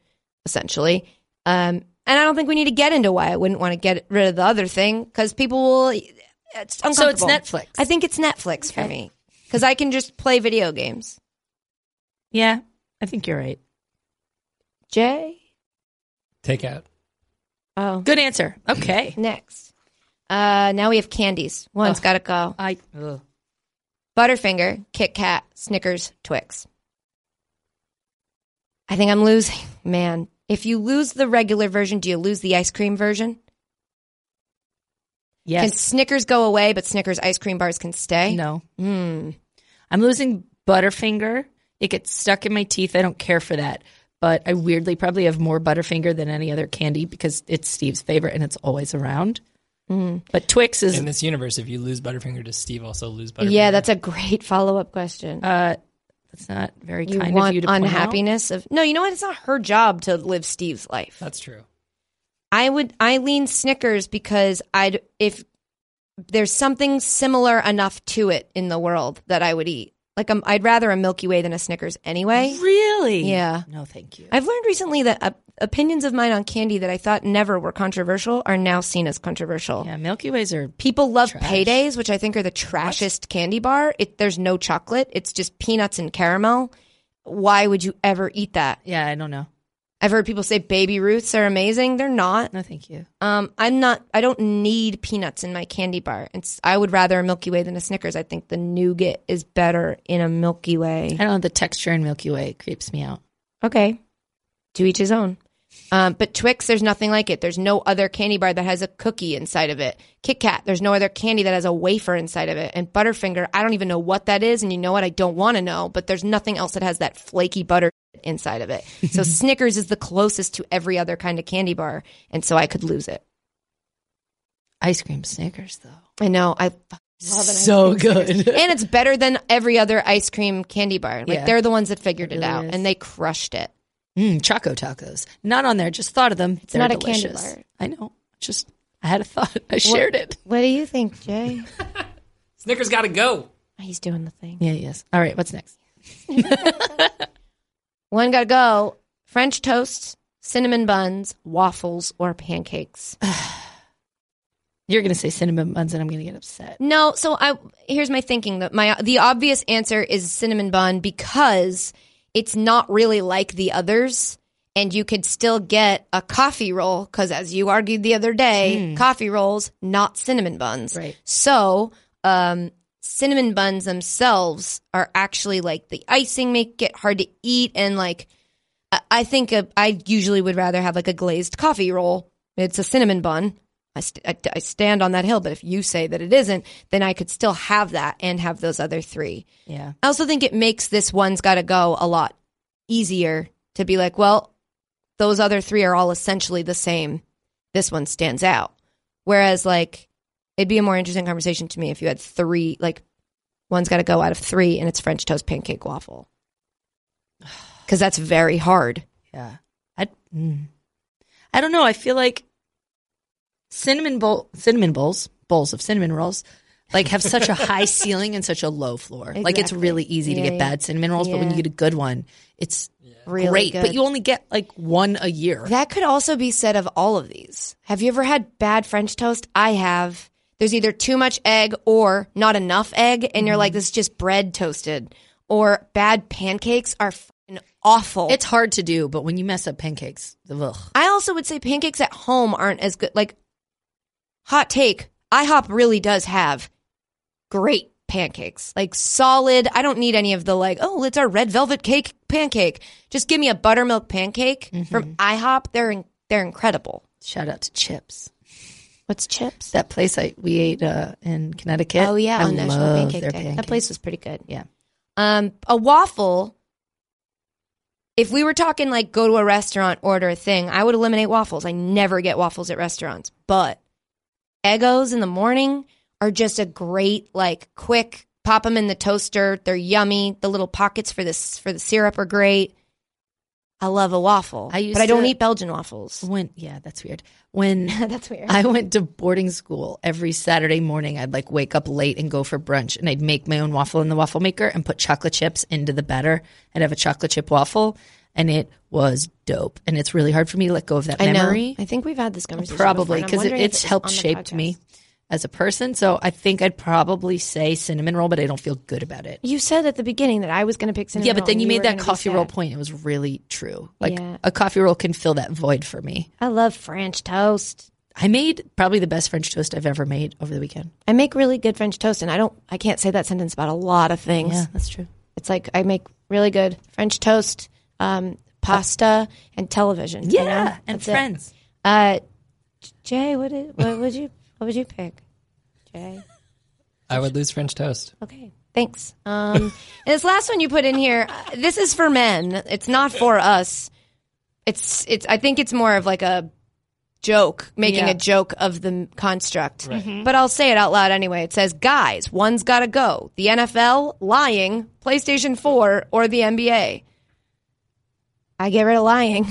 [SPEAKER 2] essentially. Um, and I don't think we need to get into why I wouldn't want to get rid of the other thing because people will. It's
[SPEAKER 3] So it's
[SPEAKER 2] uncomfortable.
[SPEAKER 3] Netflix.
[SPEAKER 2] I think it's Netflix for me because I can just play video games.
[SPEAKER 3] Yeah, I think you're right.
[SPEAKER 2] Jay,
[SPEAKER 4] Takeout.
[SPEAKER 2] oh,
[SPEAKER 3] Good answer. Okay.
[SPEAKER 2] next. Uh, now we have candies. One's
[SPEAKER 3] Ugh.
[SPEAKER 2] got to go.
[SPEAKER 3] I ugh.
[SPEAKER 2] Butterfinger, Kit Kat, Snickers, Twix. I think I'm losing. Man, if you lose the regular version, do you lose the ice cream version? Can
[SPEAKER 3] yes.
[SPEAKER 2] Snickers go away, but Snickers ice cream bars can stay?
[SPEAKER 3] no. Mm.
[SPEAKER 2] Hmm.
[SPEAKER 3] I'm losing Butterfinger. It gets stuck in my teeth. I don't care for that. But I weirdly probably have more Butterfinger than any other candy because it's Steve's favorite and it's always around.
[SPEAKER 2] Mm.
[SPEAKER 3] But Twix is
[SPEAKER 4] In this universe, if you lose Butterfinger, does Steve also lose Butterfinger?
[SPEAKER 2] Yeah, that's a great follow up question.
[SPEAKER 3] uh that's not very
[SPEAKER 2] you
[SPEAKER 3] kind
[SPEAKER 2] want
[SPEAKER 3] of you to point out.
[SPEAKER 2] unhappiness of no? You know what? It's not her job to live Steve's life.
[SPEAKER 4] that's true.
[SPEAKER 2] I would I lean Snickers because I'd if there's something similar enough to it in the world that I would eat. Like um, I'd rather a Milky Way than a Snickers anyway.
[SPEAKER 3] Really?
[SPEAKER 2] Yeah.
[SPEAKER 3] No, thank you.
[SPEAKER 2] I've learned recently that uh, opinions of mine on candy that I thought never were controversial are now seen as controversial.
[SPEAKER 3] yeah, Milky Ways are.
[SPEAKER 2] People love paydays, which I think are the trashest candy bar. It, there's no chocolate. It's just peanuts and caramel. Why would you ever eat that?
[SPEAKER 3] Yeah, I don't know.
[SPEAKER 2] I've heard people say baby Ruths are amazing. They're not.
[SPEAKER 3] No, thank you.
[SPEAKER 2] Um, I'm not. I don't need peanuts in my candy bar. It's, I would rather a Milky Way than a Snickers. I think the nougat is better in a Milky Way.
[SPEAKER 3] I don't know. The texture in Milky Way creeps me out.
[SPEAKER 2] Okay. To each his own. Um, but Twix, there's nothing like it. There's no other candy bar that has a cookie inside of it. Kit Kat, there's no other candy that has a wafer inside of it. And Butterfinger, I don't even know what that is. And you know what? I don't want to know, but there's nothing else that has that flaky butter inside of it. So Snickers is the closest to every other kind of candy bar. And so I could lose it.
[SPEAKER 3] Ice cream Snickers, though.
[SPEAKER 2] I know. I fucking love it.
[SPEAKER 3] So good.
[SPEAKER 2] And it's better than every other ice cream candy bar. Like
[SPEAKER 3] Yeah.
[SPEAKER 2] they're the ones that figured it,
[SPEAKER 3] really
[SPEAKER 2] out
[SPEAKER 3] is.
[SPEAKER 2] and they crushed it.
[SPEAKER 3] Mm, Choco tacos. Not on there. Just thought of them. It's They're
[SPEAKER 2] not a candy
[SPEAKER 3] delicious.
[SPEAKER 2] bar.
[SPEAKER 3] I know. Just, I had a thought. I shared it.
[SPEAKER 2] What do you think, Jay?
[SPEAKER 4] Snickers got to go.
[SPEAKER 2] He's doing the thing.
[SPEAKER 3] Yeah, yes. All right. What's next?
[SPEAKER 2] One gotta go. French toast, cinnamon buns, waffles, or pancakes.
[SPEAKER 3] You're going to say cinnamon buns, and I'm going to get upset.
[SPEAKER 2] No, so I here's my thinking. That my the obvious answer is cinnamon bun because it's not really like the others, and you could still get a coffee roll because, as you argued the other day, coffee rolls not cinnamon buns.
[SPEAKER 3] Right.
[SPEAKER 2] So, um, cinnamon buns themselves are actually like the icing make it hard to eat, and like I, I think a, I usually would rather have like a glazed coffee roll. It's a cinnamon bun. I, st- I, I stand on that hill, but if you say that it isn't, then I could still have that and have those other three.
[SPEAKER 3] Yeah.
[SPEAKER 2] I also think it makes this one's got to go a lot easier to be like, well, those other three are all essentially the same. This one stands out. Whereas, like, it'd be a more interesting conversation to me if you had three, like, one's got to go out of three and it's French toast, pancake, waffle. Because that's very hard.
[SPEAKER 3] Yeah. I, mm. I don't know. I feel like cinnamon bowl, cinnamon bowls, bowls of cinnamon rolls, like have such a high ceiling and such a low floor. Like it's
[SPEAKER 2] Exactly.
[SPEAKER 3] really easy
[SPEAKER 2] Yeah,
[SPEAKER 3] to get
[SPEAKER 2] yeah.
[SPEAKER 3] bad cinnamon rolls, but when
[SPEAKER 2] Yeah.
[SPEAKER 3] you get a good one, it's
[SPEAKER 2] Really
[SPEAKER 3] great.
[SPEAKER 2] good.
[SPEAKER 3] But you only get like one a year.
[SPEAKER 2] That could also be said of all of these. Have you ever had bad French toast? I have. There's either too much egg or not enough egg, and
[SPEAKER 3] Mm-hmm.
[SPEAKER 2] you're like, this is just bread toasted. Or bad pancakes are fucking awful.
[SPEAKER 3] It's hard to do, but when you mess up pancakes, ugh.
[SPEAKER 2] I also would say pancakes at home aren't as good. Like, hot take IHOP really does have great pancakes. Like, solid. I don't need any of the, like, oh, it's our red velvet cake pancake. Just give me a buttermilk pancake from IHOP. They're, in- they're incredible.
[SPEAKER 3] Shout out to Chips.
[SPEAKER 2] What's chips?
[SPEAKER 3] That place I we ate uh, in Connecticut.
[SPEAKER 2] Oh yeah,
[SPEAKER 3] I
[SPEAKER 2] on National
[SPEAKER 3] love
[SPEAKER 2] Pancake Day.
[SPEAKER 3] their
[SPEAKER 2] That
[SPEAKER 3] pancakes.
[SPEAKER 2] place was pretty good.
[SPEAKER 3] Yeah.
[SPEAKER 2] Um, a waffle. If we were talking like go to a restaurant, order a thing, I would eliminate waffles. I never get waffles at restaurants, but Eggos in the morning are just a great like quick pop them in the toaster. They're yummy. The little pockets for this for the syrup are great. I love a waffle,
[SPEAKER 3] I used
[SPEAKER 2] but I don't
[SPEAKER 3] to-
[SPEAKER 2] eat Belgian waffles.
[SPEAKER 3] When yeah, that's weird. When
[SPEAKER 2] That's weird.
[SPEAKER 3] I went to boarding school every Saturday morning. I'd like wake up late and go for brunch, and I'd make my own waffle in the waffle maker and put chocolate chips into the batter. I'd have a chocolate chip waffle, and it was dope. And it's really hard for me to let go of that
[SPEAKER 2] I know.
[SPEAKER 3] memory.
[SPEAKER 2] I think we've had this conversation before,
[SPEAKER 3] Probably
[SPEAKER 2] and I'm
[SPEAKER 3] because it,
[SPEAKER 2] wondering if
[SPEAKER 3] it's
[SPEAKER 2] it was
[SPEAKER 3] helped
[SPEAKER 2] on the
[SPEAKER 3] shaped me
[SPEAKER 2] podcast.
[SPEAKER 3] as a person. So I think I'd probably say cinnamon roll, but I don't feel good about it.
[SPEAKER 2] You said at the beginning that I was going to pick cinnamon.
[SPEAKER 3] Yeah, but
[SPEAKER 2] roll
[SPEAKER 3] then
[SPEAKER 2] and
[SPEAKER 3] you
[SPEAKER 2] were
[SPEAKER 3] made that
[SPEAKER 2] gonna be
[SPEAKER 3] coffee roll
[SPEAKER 2] sad.
[SPEAKER 3] point. It was really true. Like
[SPEAKER 2] Yeah.
[SPEAKER 3] a coffee roll can fill that void for me.
[SPEAKER 2] I love French toast.
[SPEAKER 3] I made probably the best French toast I've ever made over the weekend.
[SPEAKER 2] I make really good French toast, and I don't. I can't say that sentence about a lot of things.
[SPEAKER 3] Yeah, that's true.
[SPEAKER 2] It's like I make really good French toast, um, pasta, and television. you know?
[SPEAKER 3] Yeah, and
[SPEAKER 2] That's it.
[SPEAKER 3] friends.
[SPEAKER 2] Uh, Jay, what, did, what would you what would you pick? Jay,
[SPEAKER 4] I would lose French toast.
[SPEAKER 2] okay, thanks. Um, and this last one you put in here, uh, this is for men. It's not for us. It's it's. I think it's more of like a joke, making a joke of the m- construct. But I'll say it out loud anyway. It says, guys, one's got to go. The NFL, lying, PlayStation 4, or the NBA. I get rid of lying.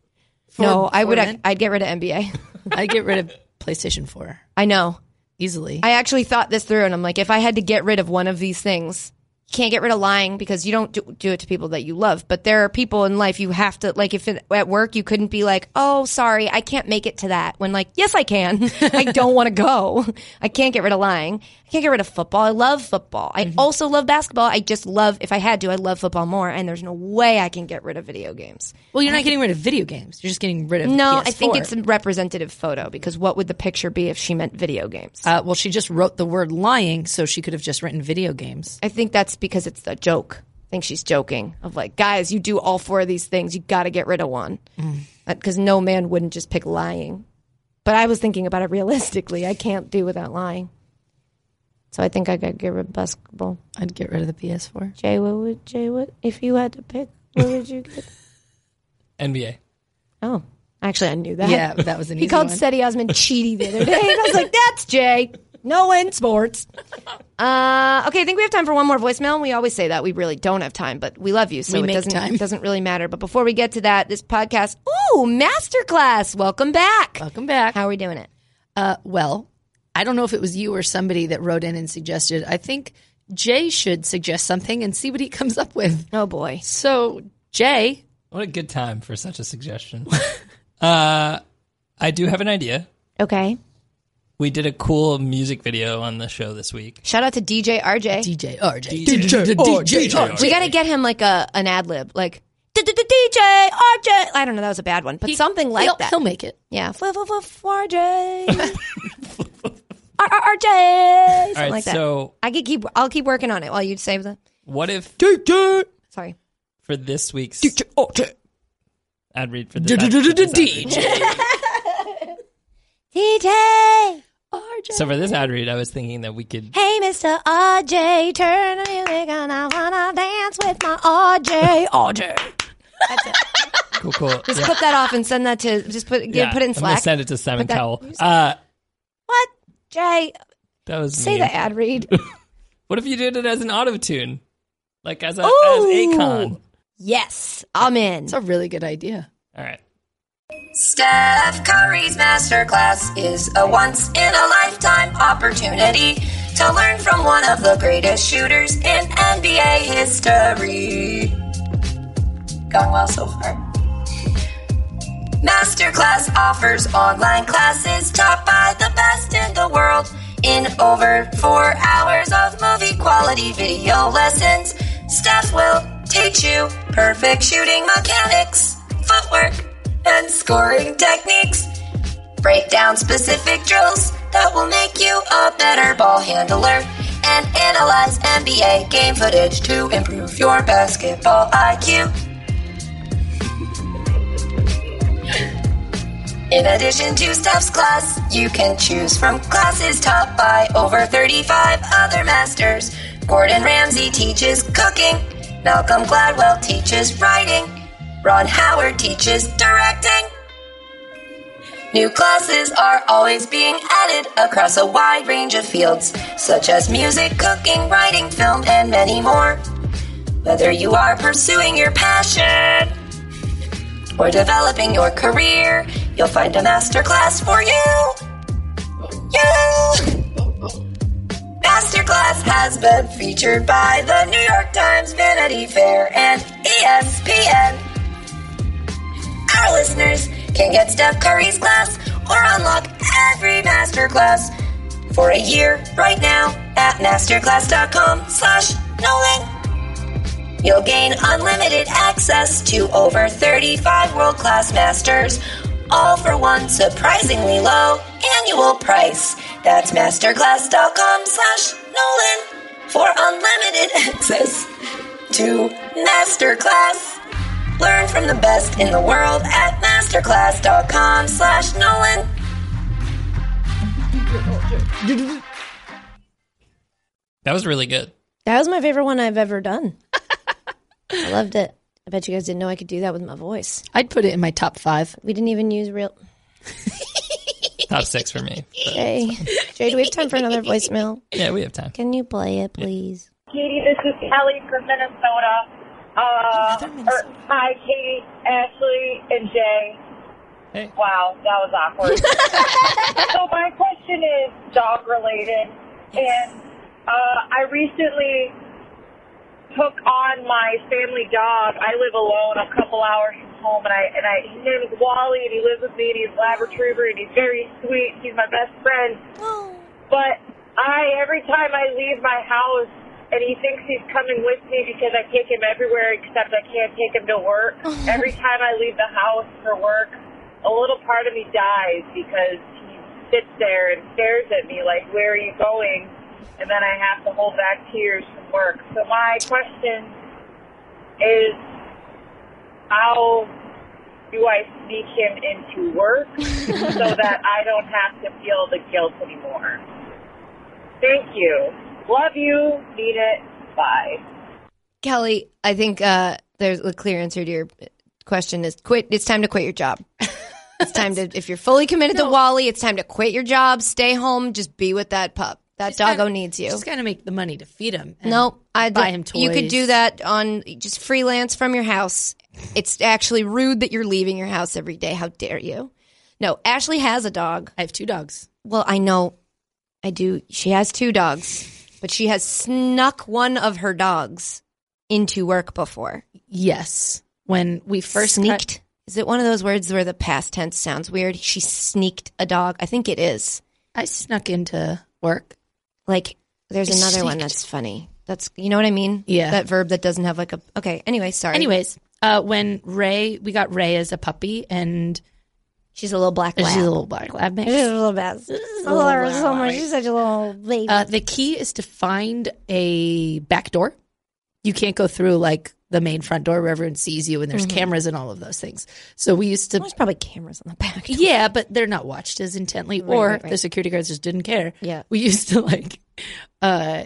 [SPEAKER 2] no, I
[SPEAKER 3] for
[SPEAKER 2] would.
[SPEAKER 3] men?
[SPEAKER 2] I'd get rid of NBA.
[SPEAKER 3] I get rid of PlayStation 4
[SPEAKER 2] I know.
[SPEAKER 3] easily.
[SPEAKER 2] I actually thought this through, and I'm like, if I had to get rid of one of these things, can't get rid of lying because you don't do, do it to people that you love. But there are people in life you have to like. If it, at work you couldn't be like, "Oh, sorry, I can't make it to that." When like, yes, I can. I don't want to go. I can't get rid of lying. I can't get rid of football. I love football. I also love basketball. I just love. If I had to, I love football more. And there's no way I can get rid of video games.
[SPEAKER 8] Well, you're not getting rid of video games. You're just getting rid of
[SPEAKER 2] No, I
[SPEAKER 8] PS4.
[SPEAKER 2] think it's a representative photo because what would the picture be if she meant video games?
[SPEAKER 8] Uh, well, she just wrote the word lying, so she could have just written video games.
[SPEAKER 2] I think that's because it's a joke. I think she's joking of like, guys, you do all four of these things. You got to get rid of one because no man wouldn't just pick lying. But I was thinking about it realistically. I can't do without lying. So I think I got to get rid of basketball.
[SPEAKER 8] I'd get rid of the PS4.
[SPEAKER 2] Jay, what would Jay? What if you had to pick? What would you get?
[SPEAKER 4] NBA.
[SPEAKER 2] Oh, actually, I knew that.
[SPEAKER 8] Yeah, that was an
[SPEAKER 2] He
[SPEAKER 8] easy
[SPEAKER 2] called
[SPEAKER 8] one.
[SPEAKER 2] Seti Osman cheaty the other day, and I was like, "That's Jay." No in sports. Uh, okay, I think we have time for one more voicemail. We always say that we really don't have time, but we love you, so
[SPEAKER 8] We
[SPEAKER 2] it
[SPEAKER 8] make
[SPEAKER 2] doesn't
[SPEAKER 8] time.
[SPEAKER 2] doesn't really matter. But before we get to that, this podcast, ooh, masterclass! Welcome back.
[SPEAKER 8] Welcome back.
[SPEAKER 2] How are we doing it?
[SPEAKER 8] Uh, well, I don't know if it was you or somebody that wrote in and suggested. I think Jay should suggest something and see what he comes up with.
[SPEAKER 2] Oh boy,
[SPEAKER 8] So, Jay,
[SPEAKER 4] What a good time for such a suggestion. uh, I do have an idea.
[SPEAKER 2] okay.
[SPEAKER 4] We did a cool music video on the show this week.
[SPEAKER 2] Shout out to DJ RJ.
[SPEAKER 8] DJ RJ,
[SPEAKER 4] DJ,
[SPEAKER 2] Oh,
[SPEAKER 8] DJ,
[SPEAKER 2] we got to get him like a an ad lib, like DJ RJ. I don't know, that was a bad one, but something like
[SPEAKER 8] he'll,
[SPEAKER 2] that.
[SPEAKER 8] he'll make it.
[SPEAKER 2] Yeah, flip, flip, flip, RJ. R- R- RJ. Something
[SPEAKER 4] All right,
[SPEAKER 2] like that.
[SPEAKER 4] so
[SPEAKER 2] I could keep. I'll keep working on it while you save the.
[SPEAKER 4] what if
[SPEAKER 2] Sorry.
[SPEAKER 4] for this week's
[SPEAKER 2] oh,
[SPEAKER 4] ad read for this ad- for this ad read.
[SPEAKER 8] DJ
[SPEAKER 2] DJ.
[SPEAKER 4] So for this ad read, I was thinking that we could
[SPEAKER 2] Hey, Mr. RJ, turn the music on. I wanna dance with my RJ. RJ.
[SPEAKER 4] cool, cool.
[SPEAKER 2] Just clip that off and send that to. Just put get, put it in
[SPEAKER 4] I'm gonna
[SPEAKER 2] Slack.
[SPEAKER 4] send it to Simon
[SPEAKER 2] Put that-
[SPEAKER 4] Cowell. Uh,
[SPEAKER 2] what? Jay,
[SPEAKER 4] that was
[SPEAKER 2] say
[SPEAKER 4] mean.
[SPEAKER 2] the ad read.
[SPEAKER 4] What if you did it as an auto tune, like as a as
[SPEAKER 2] Oh!
[SPEAKER 4] Acon?
[SPEAKER 2] yes, I'm in.
[SPEAKER 8] It's a really good idea.
[SPEAKER 4] All right.
[SPEAKER 9] Steph Curry's masterclass is a once in a lifetime opportunity to learn from one of the greatest shooters in NBA history. Going well so far. Masterclass offers online classes taught by the best in the world in over four hours of movie quality video lessons. Steph will teach you perfect shooting mechanics, footwork, and scoring techniques. Break down specific drills that will make you a better ball handler and analyze NBA game footage to improve your basketball IQ. In addition to Steph's class, you can choose from classes taught by over 35 other masters. Gordon Ramsay teaches cooking, Malcolm Gladwell teaches writing, Ron Howard teaches directing. New classes are always being added across a wide range of fields, such as music, cooking, writing, film, and many more. Whether you are pursuing your passion, or developing your career, you'll find a masterclass for you. You! Masterclass has been featured by the New York Times, Vanity Fair, and E ESPN. Our listeners can get Steph Curry's class or unlock every masterclass for a year right now at masterclass.com slash Nolan. You'll gain unlimited access to over 35 world class masters, all for one surprisingly low annual price. That's masterclass.com slash Nolan for unlimited access to Masterclass. Learn from the best in the world at masterclass.com slash Nolan.
[SPEAKER 4] That was really good.
[SPEAKER 2] That was my favorite one I've ever done. I loved it. I bet you guys didn't know I could do that with my voice.
[SPEAKER 8] I'd put it in my top five.
[SPEAKER 2] We didn't even use real.
[SPEAKER 4] Top six for me. But,
[SPEAKER 2] Jay, Jay, do we have time for another voicemail?
[SPEAKER 4] yeah, we have time.
[SPEAKER 2] Can you play it, please?
[SPEAKER 6] Katie, this is Kelly from Minnesota. Uh, or- hi, Katie, Ashley, and Jay.
[SPEAKER 4] Hey.
[SPEAKER 6] Wow, that was awkward. so my question is dog related, and uh, I recently took on my family dog. I live alone, a couple hours from home, and I and I his name is Wally, and he lives with me, and he's a lab retriever, and he's very sweet. He's my best friend. But I every time I leave my house, and he thinks he's coming with me because I take him everywhere except I can't take him to work. every time I leave the house for work, a little part of me dies because he sits there and stares at me like, "Where are you going?" And then I have to hold back tears from work. So my question is, how do I sneak him into work so that I don't have to feel the guilt anymore? Thank you. Love you. Need it. Bye.
[SPEAKER 2] Kelly, I think uh, there's the clear answer to your question is quit. It's time to quit your job. It's time to if you're fully committed to Wally, it's time to quit your job, stay home, just be with that pup. That doggo
[SPEAKER 3] gotta-
[SPEAKER 2] needs you.
[SPEAKER 3] She's got to make the money to feed him. and
[SPEAKER 2] No, I
[SPEAKER 3] buy him
[SPEAKER 2] You could
[SPEAKER 3] toys.
[SPEAKER 2] do that on just freelance from your house. It's actually rude that you're leaving your house every day. How dare you? No, Ashley has a dog.
[SPEAKER 3] I have two dogs.
[SPEAKER 2] Well, I know I do. She has two dogs, but she has snuck one of her dogs into work before.
[SPEAKER 3] Yes. When we first got-
[SPEAKER 2] sneaked. is it one of those words where the past tense sounds weird? She sneaked a dog. I think it is.
[SPEAKER 3] I snuck into work.
[SPEAKER 2] Like there's another one
[SPEAKER 3] Sneaked.
[SPEAKER 2] that's funny. That's you know what I mean?
[SPEAKER 3] Yeah.
[SPEAKER 2] That verb that doesn't have like a okay. Anyway, sorry.
[SPEAKER 3] Anyways, uh, when Ray, we got Ray as a puppy, and
[SPEAKER 2] she's a little black
[SPEAKER 3] she's
[SPEAKER 2] lab.
[SPEAKER 3] a little black lab mix.
[SPEAKER 2] little best. She's such a little baby.
[SPEAKER 3] Uh, the key is to find a back door. You can't go through like the main front door where everyone sees you, and there's cameras and all of those things. So we used to
[SPEAKER 2] There's probably cameras on the back.
[SPEAKER 3] Yeah, but they're not watched as intently, or
[SPEAKER 2] right, right.
[SPEAKER 3] the security guards just didn't care.
[SPEAKER 2] Yeah.
[SPEAKER 3] we used to like, uh,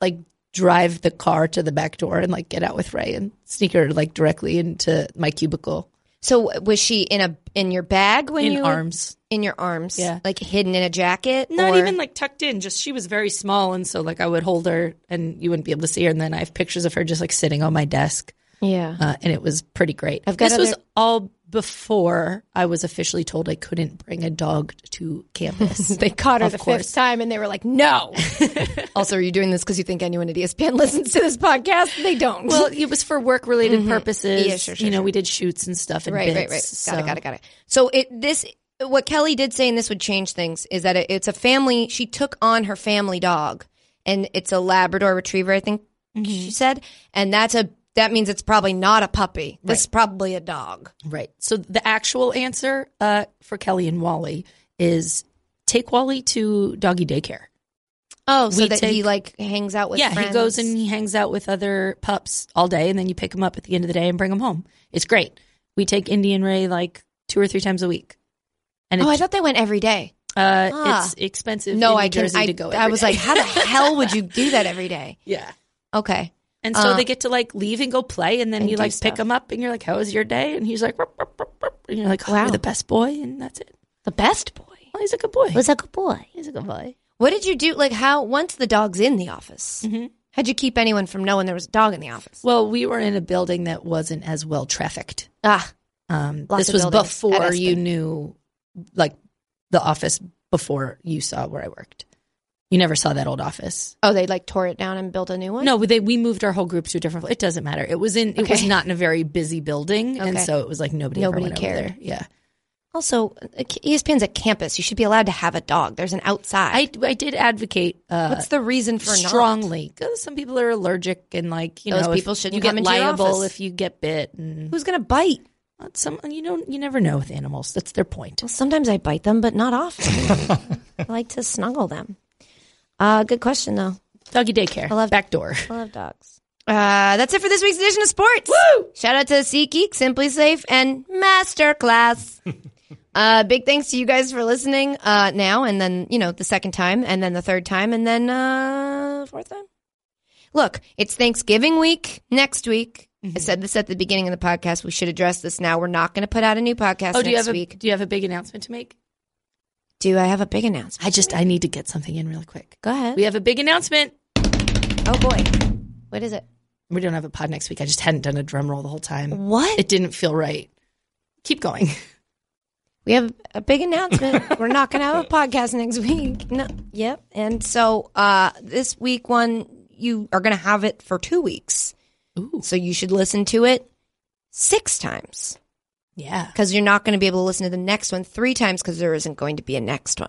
[SPEAKER 3] like drive the car to the back door and like get out with Ray and sneak her like directly into my cubicle
[SPEAKER 2] So was she in a in your bag when
[SPEAKER 3] in
[SPEAKER 2] you were-
[SPEAKER 3] arms.
[SPEAKER 2] in your arms?
[SPEAKER 3] Yeah.
[SPEAKER 2] like hidden in a jacket.
[SPEAKER 3] Not
[SPEAKER 2] or-
[SPEAKER 3] even like tucked in. Just she was very small, and so like I would hold her, and you wouldn't be able to see her. And then I have pictures of her just like sitting on my desk,
[SPEAKER 2] yeah.
[SPEAKER 3] uh, and it was pretty great.
[SPEAKER 2] I've got
[SPEAKER 3] this was
[SPEAKER 2] other-
[SPEAKER 3] all before I was officially told I couldn't bring a dog to campus.
[SPEAKER 2] They caught her
[SPEAKER 3] Of
[SPEAKER 2] the
[SPEAKER 3] course.
[SPEAKER 2] fifth time and they were like, no. also, are you doing this because you think anyone at E ESPN listens to this podcast? They don't.
[SPEAKER 3] Well, it was for work related purposes.
[SPEAKER 2] Mm-hmm. Yeah, sure, sure,
[SPEAKER 3] you know,
[SPEAKER 2] sure.
[SPEAKER 3] we did shoots and stuff and
[SPEAKER 2] right,
[SPEAKER 3] bits.
[SPEAKER 2] right, right. Got
[SPEAKER 3] so-
[SPEAKER 2] it, got it, got it. So it this what Kelly did say, and this would change things, is that it, it's a family. She took on her family dog, and it's a Labrador Retriever, I think
[SPEAKER 3] Mm-hmm.
[SPEAKER 2] she said, and that's a that means it's probably not a puppy. This is probably a dog.
[SPEAKER 3] Right. So the actual answer uh, for Kelly and Wally is take Wally to doggy daycare.
[SPEAKER 2] Oh, so
[SPEAKER 3] We
[SPEAKER 2] that he
[SPEAKER 3] take-
[SPEAKER 2] like hangs out with
[SPEAKER 3] yeah, he
[SPEAKER 2] friends.
[SPEAKER 3] goes and he hangs out with other pups all day, and then you pick him up at the end of the day and bring him home. It's great. We take Indian Ray like two or three times a week, and
[SPEAKER 2] oh, I
[SPEAKER 3] it's,
[SPEAKER 2] thought they went every day.
[SPEAKER 3] uh,
[SPEAKER 2] ah.
[SPEAKER 3] it's expensive.
[SPEAKER 2] No,
[SPEAKER 3] in New
[SPEAKER 2] I can.
[SPEAKER 3] Jersey
[SPEAKER 2] I,
[SPEAKER 3] to go.
[SPEAKER 2] I
[SPEAKER 3] every
[SPEAKER 2] was
[SPEAKER 3] day.
[SPEAKER 2] like, how the hell would you do that every day?
[SPEAKER 3] yeah.
[SPEAKER 2] Okay.
[SPEAKER 3] And so
[SPEAKER 2] Uh,
[SPEAKER 3] they get to like leave and go play, and then
[SPEAKER 2] and
[SPEAKER 3] you
[SPEAKER 2] do
[SPEAKER 3] like
[SPEAKER 2] stuff.
[SPEAKER 3] pick him up, and you're like, "How was your day?" And he's like, "Rup, rup, rup, rup," "And you're like, oh,
[SPEAKER 2] Wow.
[SPEAKER 3] you're the best boy," and that's it.
[SPEAKER 2] The best boy.
[SPEAKER 3] Well, he's a good boy.
[SPEAKER 2] Was a good boy.
[SPEAKER 3] He's a good boy.
[SPEAKER 2] What did you do? Like, how, once the dog's in the office,
[SPEAKER 3] Mm-hmm.
[SPEAKER 2] how'd you keep anyone from knowing there was a dog in the office?
[SPEAKER 3] Well, we were in a building that wasn't as well trafficked.
[SPEAKER 2] Ah,
[SPEAKER 3] Um,
[SPEAKER 2] Lots
[SPEAKER 3] this
[SPEAKER 2] of
[SPEAKER 3] was
[SPEAKER 2] buildings at
[SPEAKER 3] before
[SPEAKER 2] Aspen.
[SPEAKER 3] you knew, like, the office before you saw where I worked. You never saw that old office.
[SPEAKER 2] oh, they like tore it down and built a new one?
[SPEAKER 3] No, they, we moved our whole group to a different. It doesn't matter. It was in. It was
[SPEAKER 2] Okay.
[SPEAKER 3] not in a very busy building, and
[SPEAKER 2] Okay.
[SPEAKER 3] so it was like nobody,
[SPEAKER 2] Nobody
[SPEAKER 3] ever went
[SPEAKER 2] cared.
[SPEAKER 3] Over there. Yeah.
[SPEAKER 2] Also, uh, E ESPN's a campus. You should be allowed to have a dog. There's an outside.
[SPEAKER 3] I, I did advocate. Uh,
[SPEAKER 2] What's the reason for not?
[SPEAKER 3] strongly because some people are allergic and like you
[SPEAKER 2] Those
[SPEAKER 3] know if
[SPEAKER 2] people shouldn't
[SPEAKER 3] you get
[SPEAKER 2] come into your
[SPEAKER 3] liable
[SPEAKER 2] office.
[SPEAKER 3] if you get bit and
[SPEAKER 2] Who's going to bite?
[SPEAKER 3] Well, some you don't you never know with animals that's their point
[SPEAKER 2] Well, sometimes I bite them, but not often. I like to snuggle them. Uh, good question, though.
[SPEAKER 3] doggy daycare I
[SPEAKER 2] love-
[SPEAKER 3] back door
[SPEAKER 2] I love dogs. Uh, that's it for this week's edition of sports. Woo! Shout out to Sea Geek, Simply Safe, and Masterclass. uh, big thanks to you guys for listening uh, now, and then you know the second time, and then the third time, and then uh, fourth time. Look, it's Thanksgiving week next week. I said this at the beginning of the podcast. We should address this now. We're not going to put out a new podcast
[SPEAKER 3] oh
[SPEAKER 2] next
[SPEAKER 3] do you have
[SPEAKER 2] week.
[SPEAKER 3] a do you have a big announcement to make
[SPEAKER 2] Do I have a big announcement?
[SPEAKER 3] I just I need to get something in really quick
[SPEAKER 2] Go ahead.
[SPEAKER 3] we have a big announcement
[SPEAKER 2] oh boy, what is it?
[SPEAKER 3] we don't have a pod next week I just hadn't done a drum roll the whole time
[SPEAKER 2] What?
[SPEAKER 3] it didn't feel right keep going
[SPEAKER 2] we have a big announcement. We're not going to have a podcast next week. No, yep. And so uh, this week one, you are going to have it for two weeks. So you should listen to it six times
[SPEAKER 8] Yeah.
[SPEAKER 2] because you're not going to be able to listen to the next one three times because there isn't going to be a next one.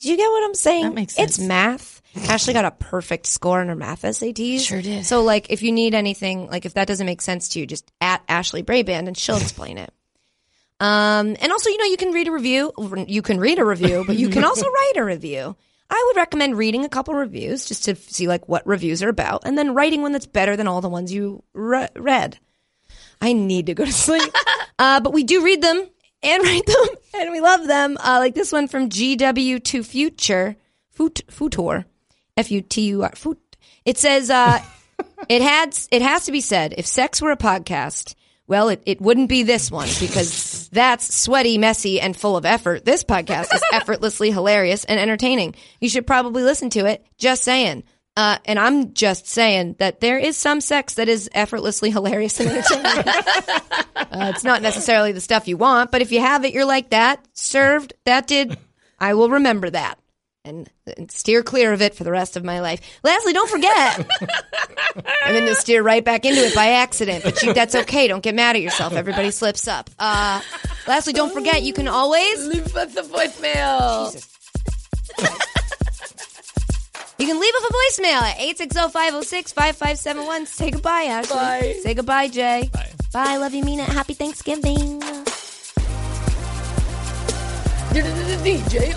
[SPEAKER 2] Do you get what I'm saying?
[SPEAKER 8] That makes
[SPEAKER 2] It's
[SPEAKER 8] sense.
[SPEAKER 2] math. Ashley got a perfect score on her math SATs.
[SPEAKER 8] Sure did.
[SPEAKER 2] So, like, if you need anything, like, if that doesn't make sense to you, just at Ashley Braband and she'll explain it. Um, and also, you know, you can read a review. You can read a review, but you can also write a review. I would recommend reading a couple reviews just to see like what reviews are about, and then writing one that's better than all the ones you re- read. I need to go to sleep. uh, but we do read them and write them, and we love them. Uh, like this one from GW to Future, Fut, Futur, F U T U R, Fut. It says, uh, it had it has to be said if sex were a podcast well it, it wouldn't be this one because that's sweaty messy and full of effort this podcast is effortlessly hilarious and entertaining you should probably listen to it just saying uh, and i'm just saying that there is some sex that is effortlessly hilarious and entertaining uh, it's not necessarily the stuff you want but if you have it you're like that served that did i will remember that and, and steer clear of it for the rest of my life lastly don't forget and then you'll steer right back into it by accident. But you, that's okay. Don't get mad at yourself. Everybody slips up. Uh, lastly, don't forget you can always
[SPEAKER 8] Leave us the voicemail.
[SPEAKER 2] you can leave us a voicemail at oh, 860-506-5571. Say goodbye, Ashley.
[SPEAKER 8] Bye.
[SPEAKER 2] Say goodbye, Jay.
[SPEAKER 4] Bye.
[SPEAKER 2] Bye. Love you, Mina. Happy Thanksgiving.
[SPEAKER 8] DJ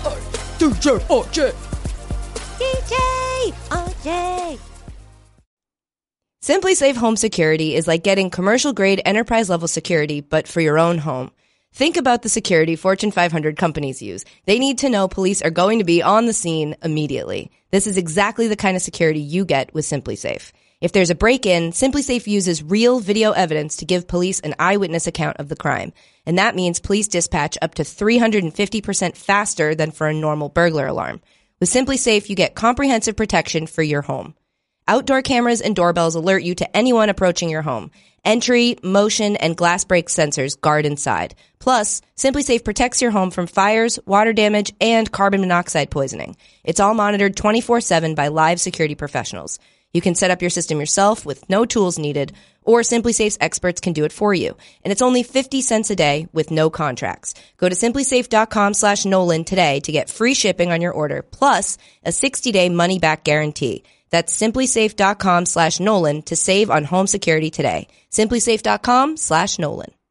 [SPEAKER 8] DJ Archer.
[SPEAKER 2] DJ RJ. Simply Safe Home Security is like getting commercial grade enterprise level security, but for your own home. Think about the security Fortune 500 companies use. They need to know police are going to be on the scene immediately. This is exactly the kind of security you get with Simply Safe. If there's a break in, Simply Safe uses real video evidence to give police an eyewitness account of the crime. And that means police dispatch up to 350% faster than for a normal burglar alarm. With Simply Safe, you get comprehensive protection for your home. Outdoor cameras and doorbells alert you to anyone approaching your home. Entry, motion, and glass break sensors guard inside. Plus, Simply Safe protects your home from fires, water damage, and carbon monoxide poisoning. It's all monitored 24-7 by live security professionals. You can set up your system yourself with no tools needed, or Simply Safe's experts can do it for you. And it's only 50 cents a day with no contracts. Go to simplysafe.com slash Nolan today to get free shipping on your order, plus a 60-day money-back guarantee. That's simplysafe.com slash Nolan to save on home security today. Simplysafe.com slash Nolan.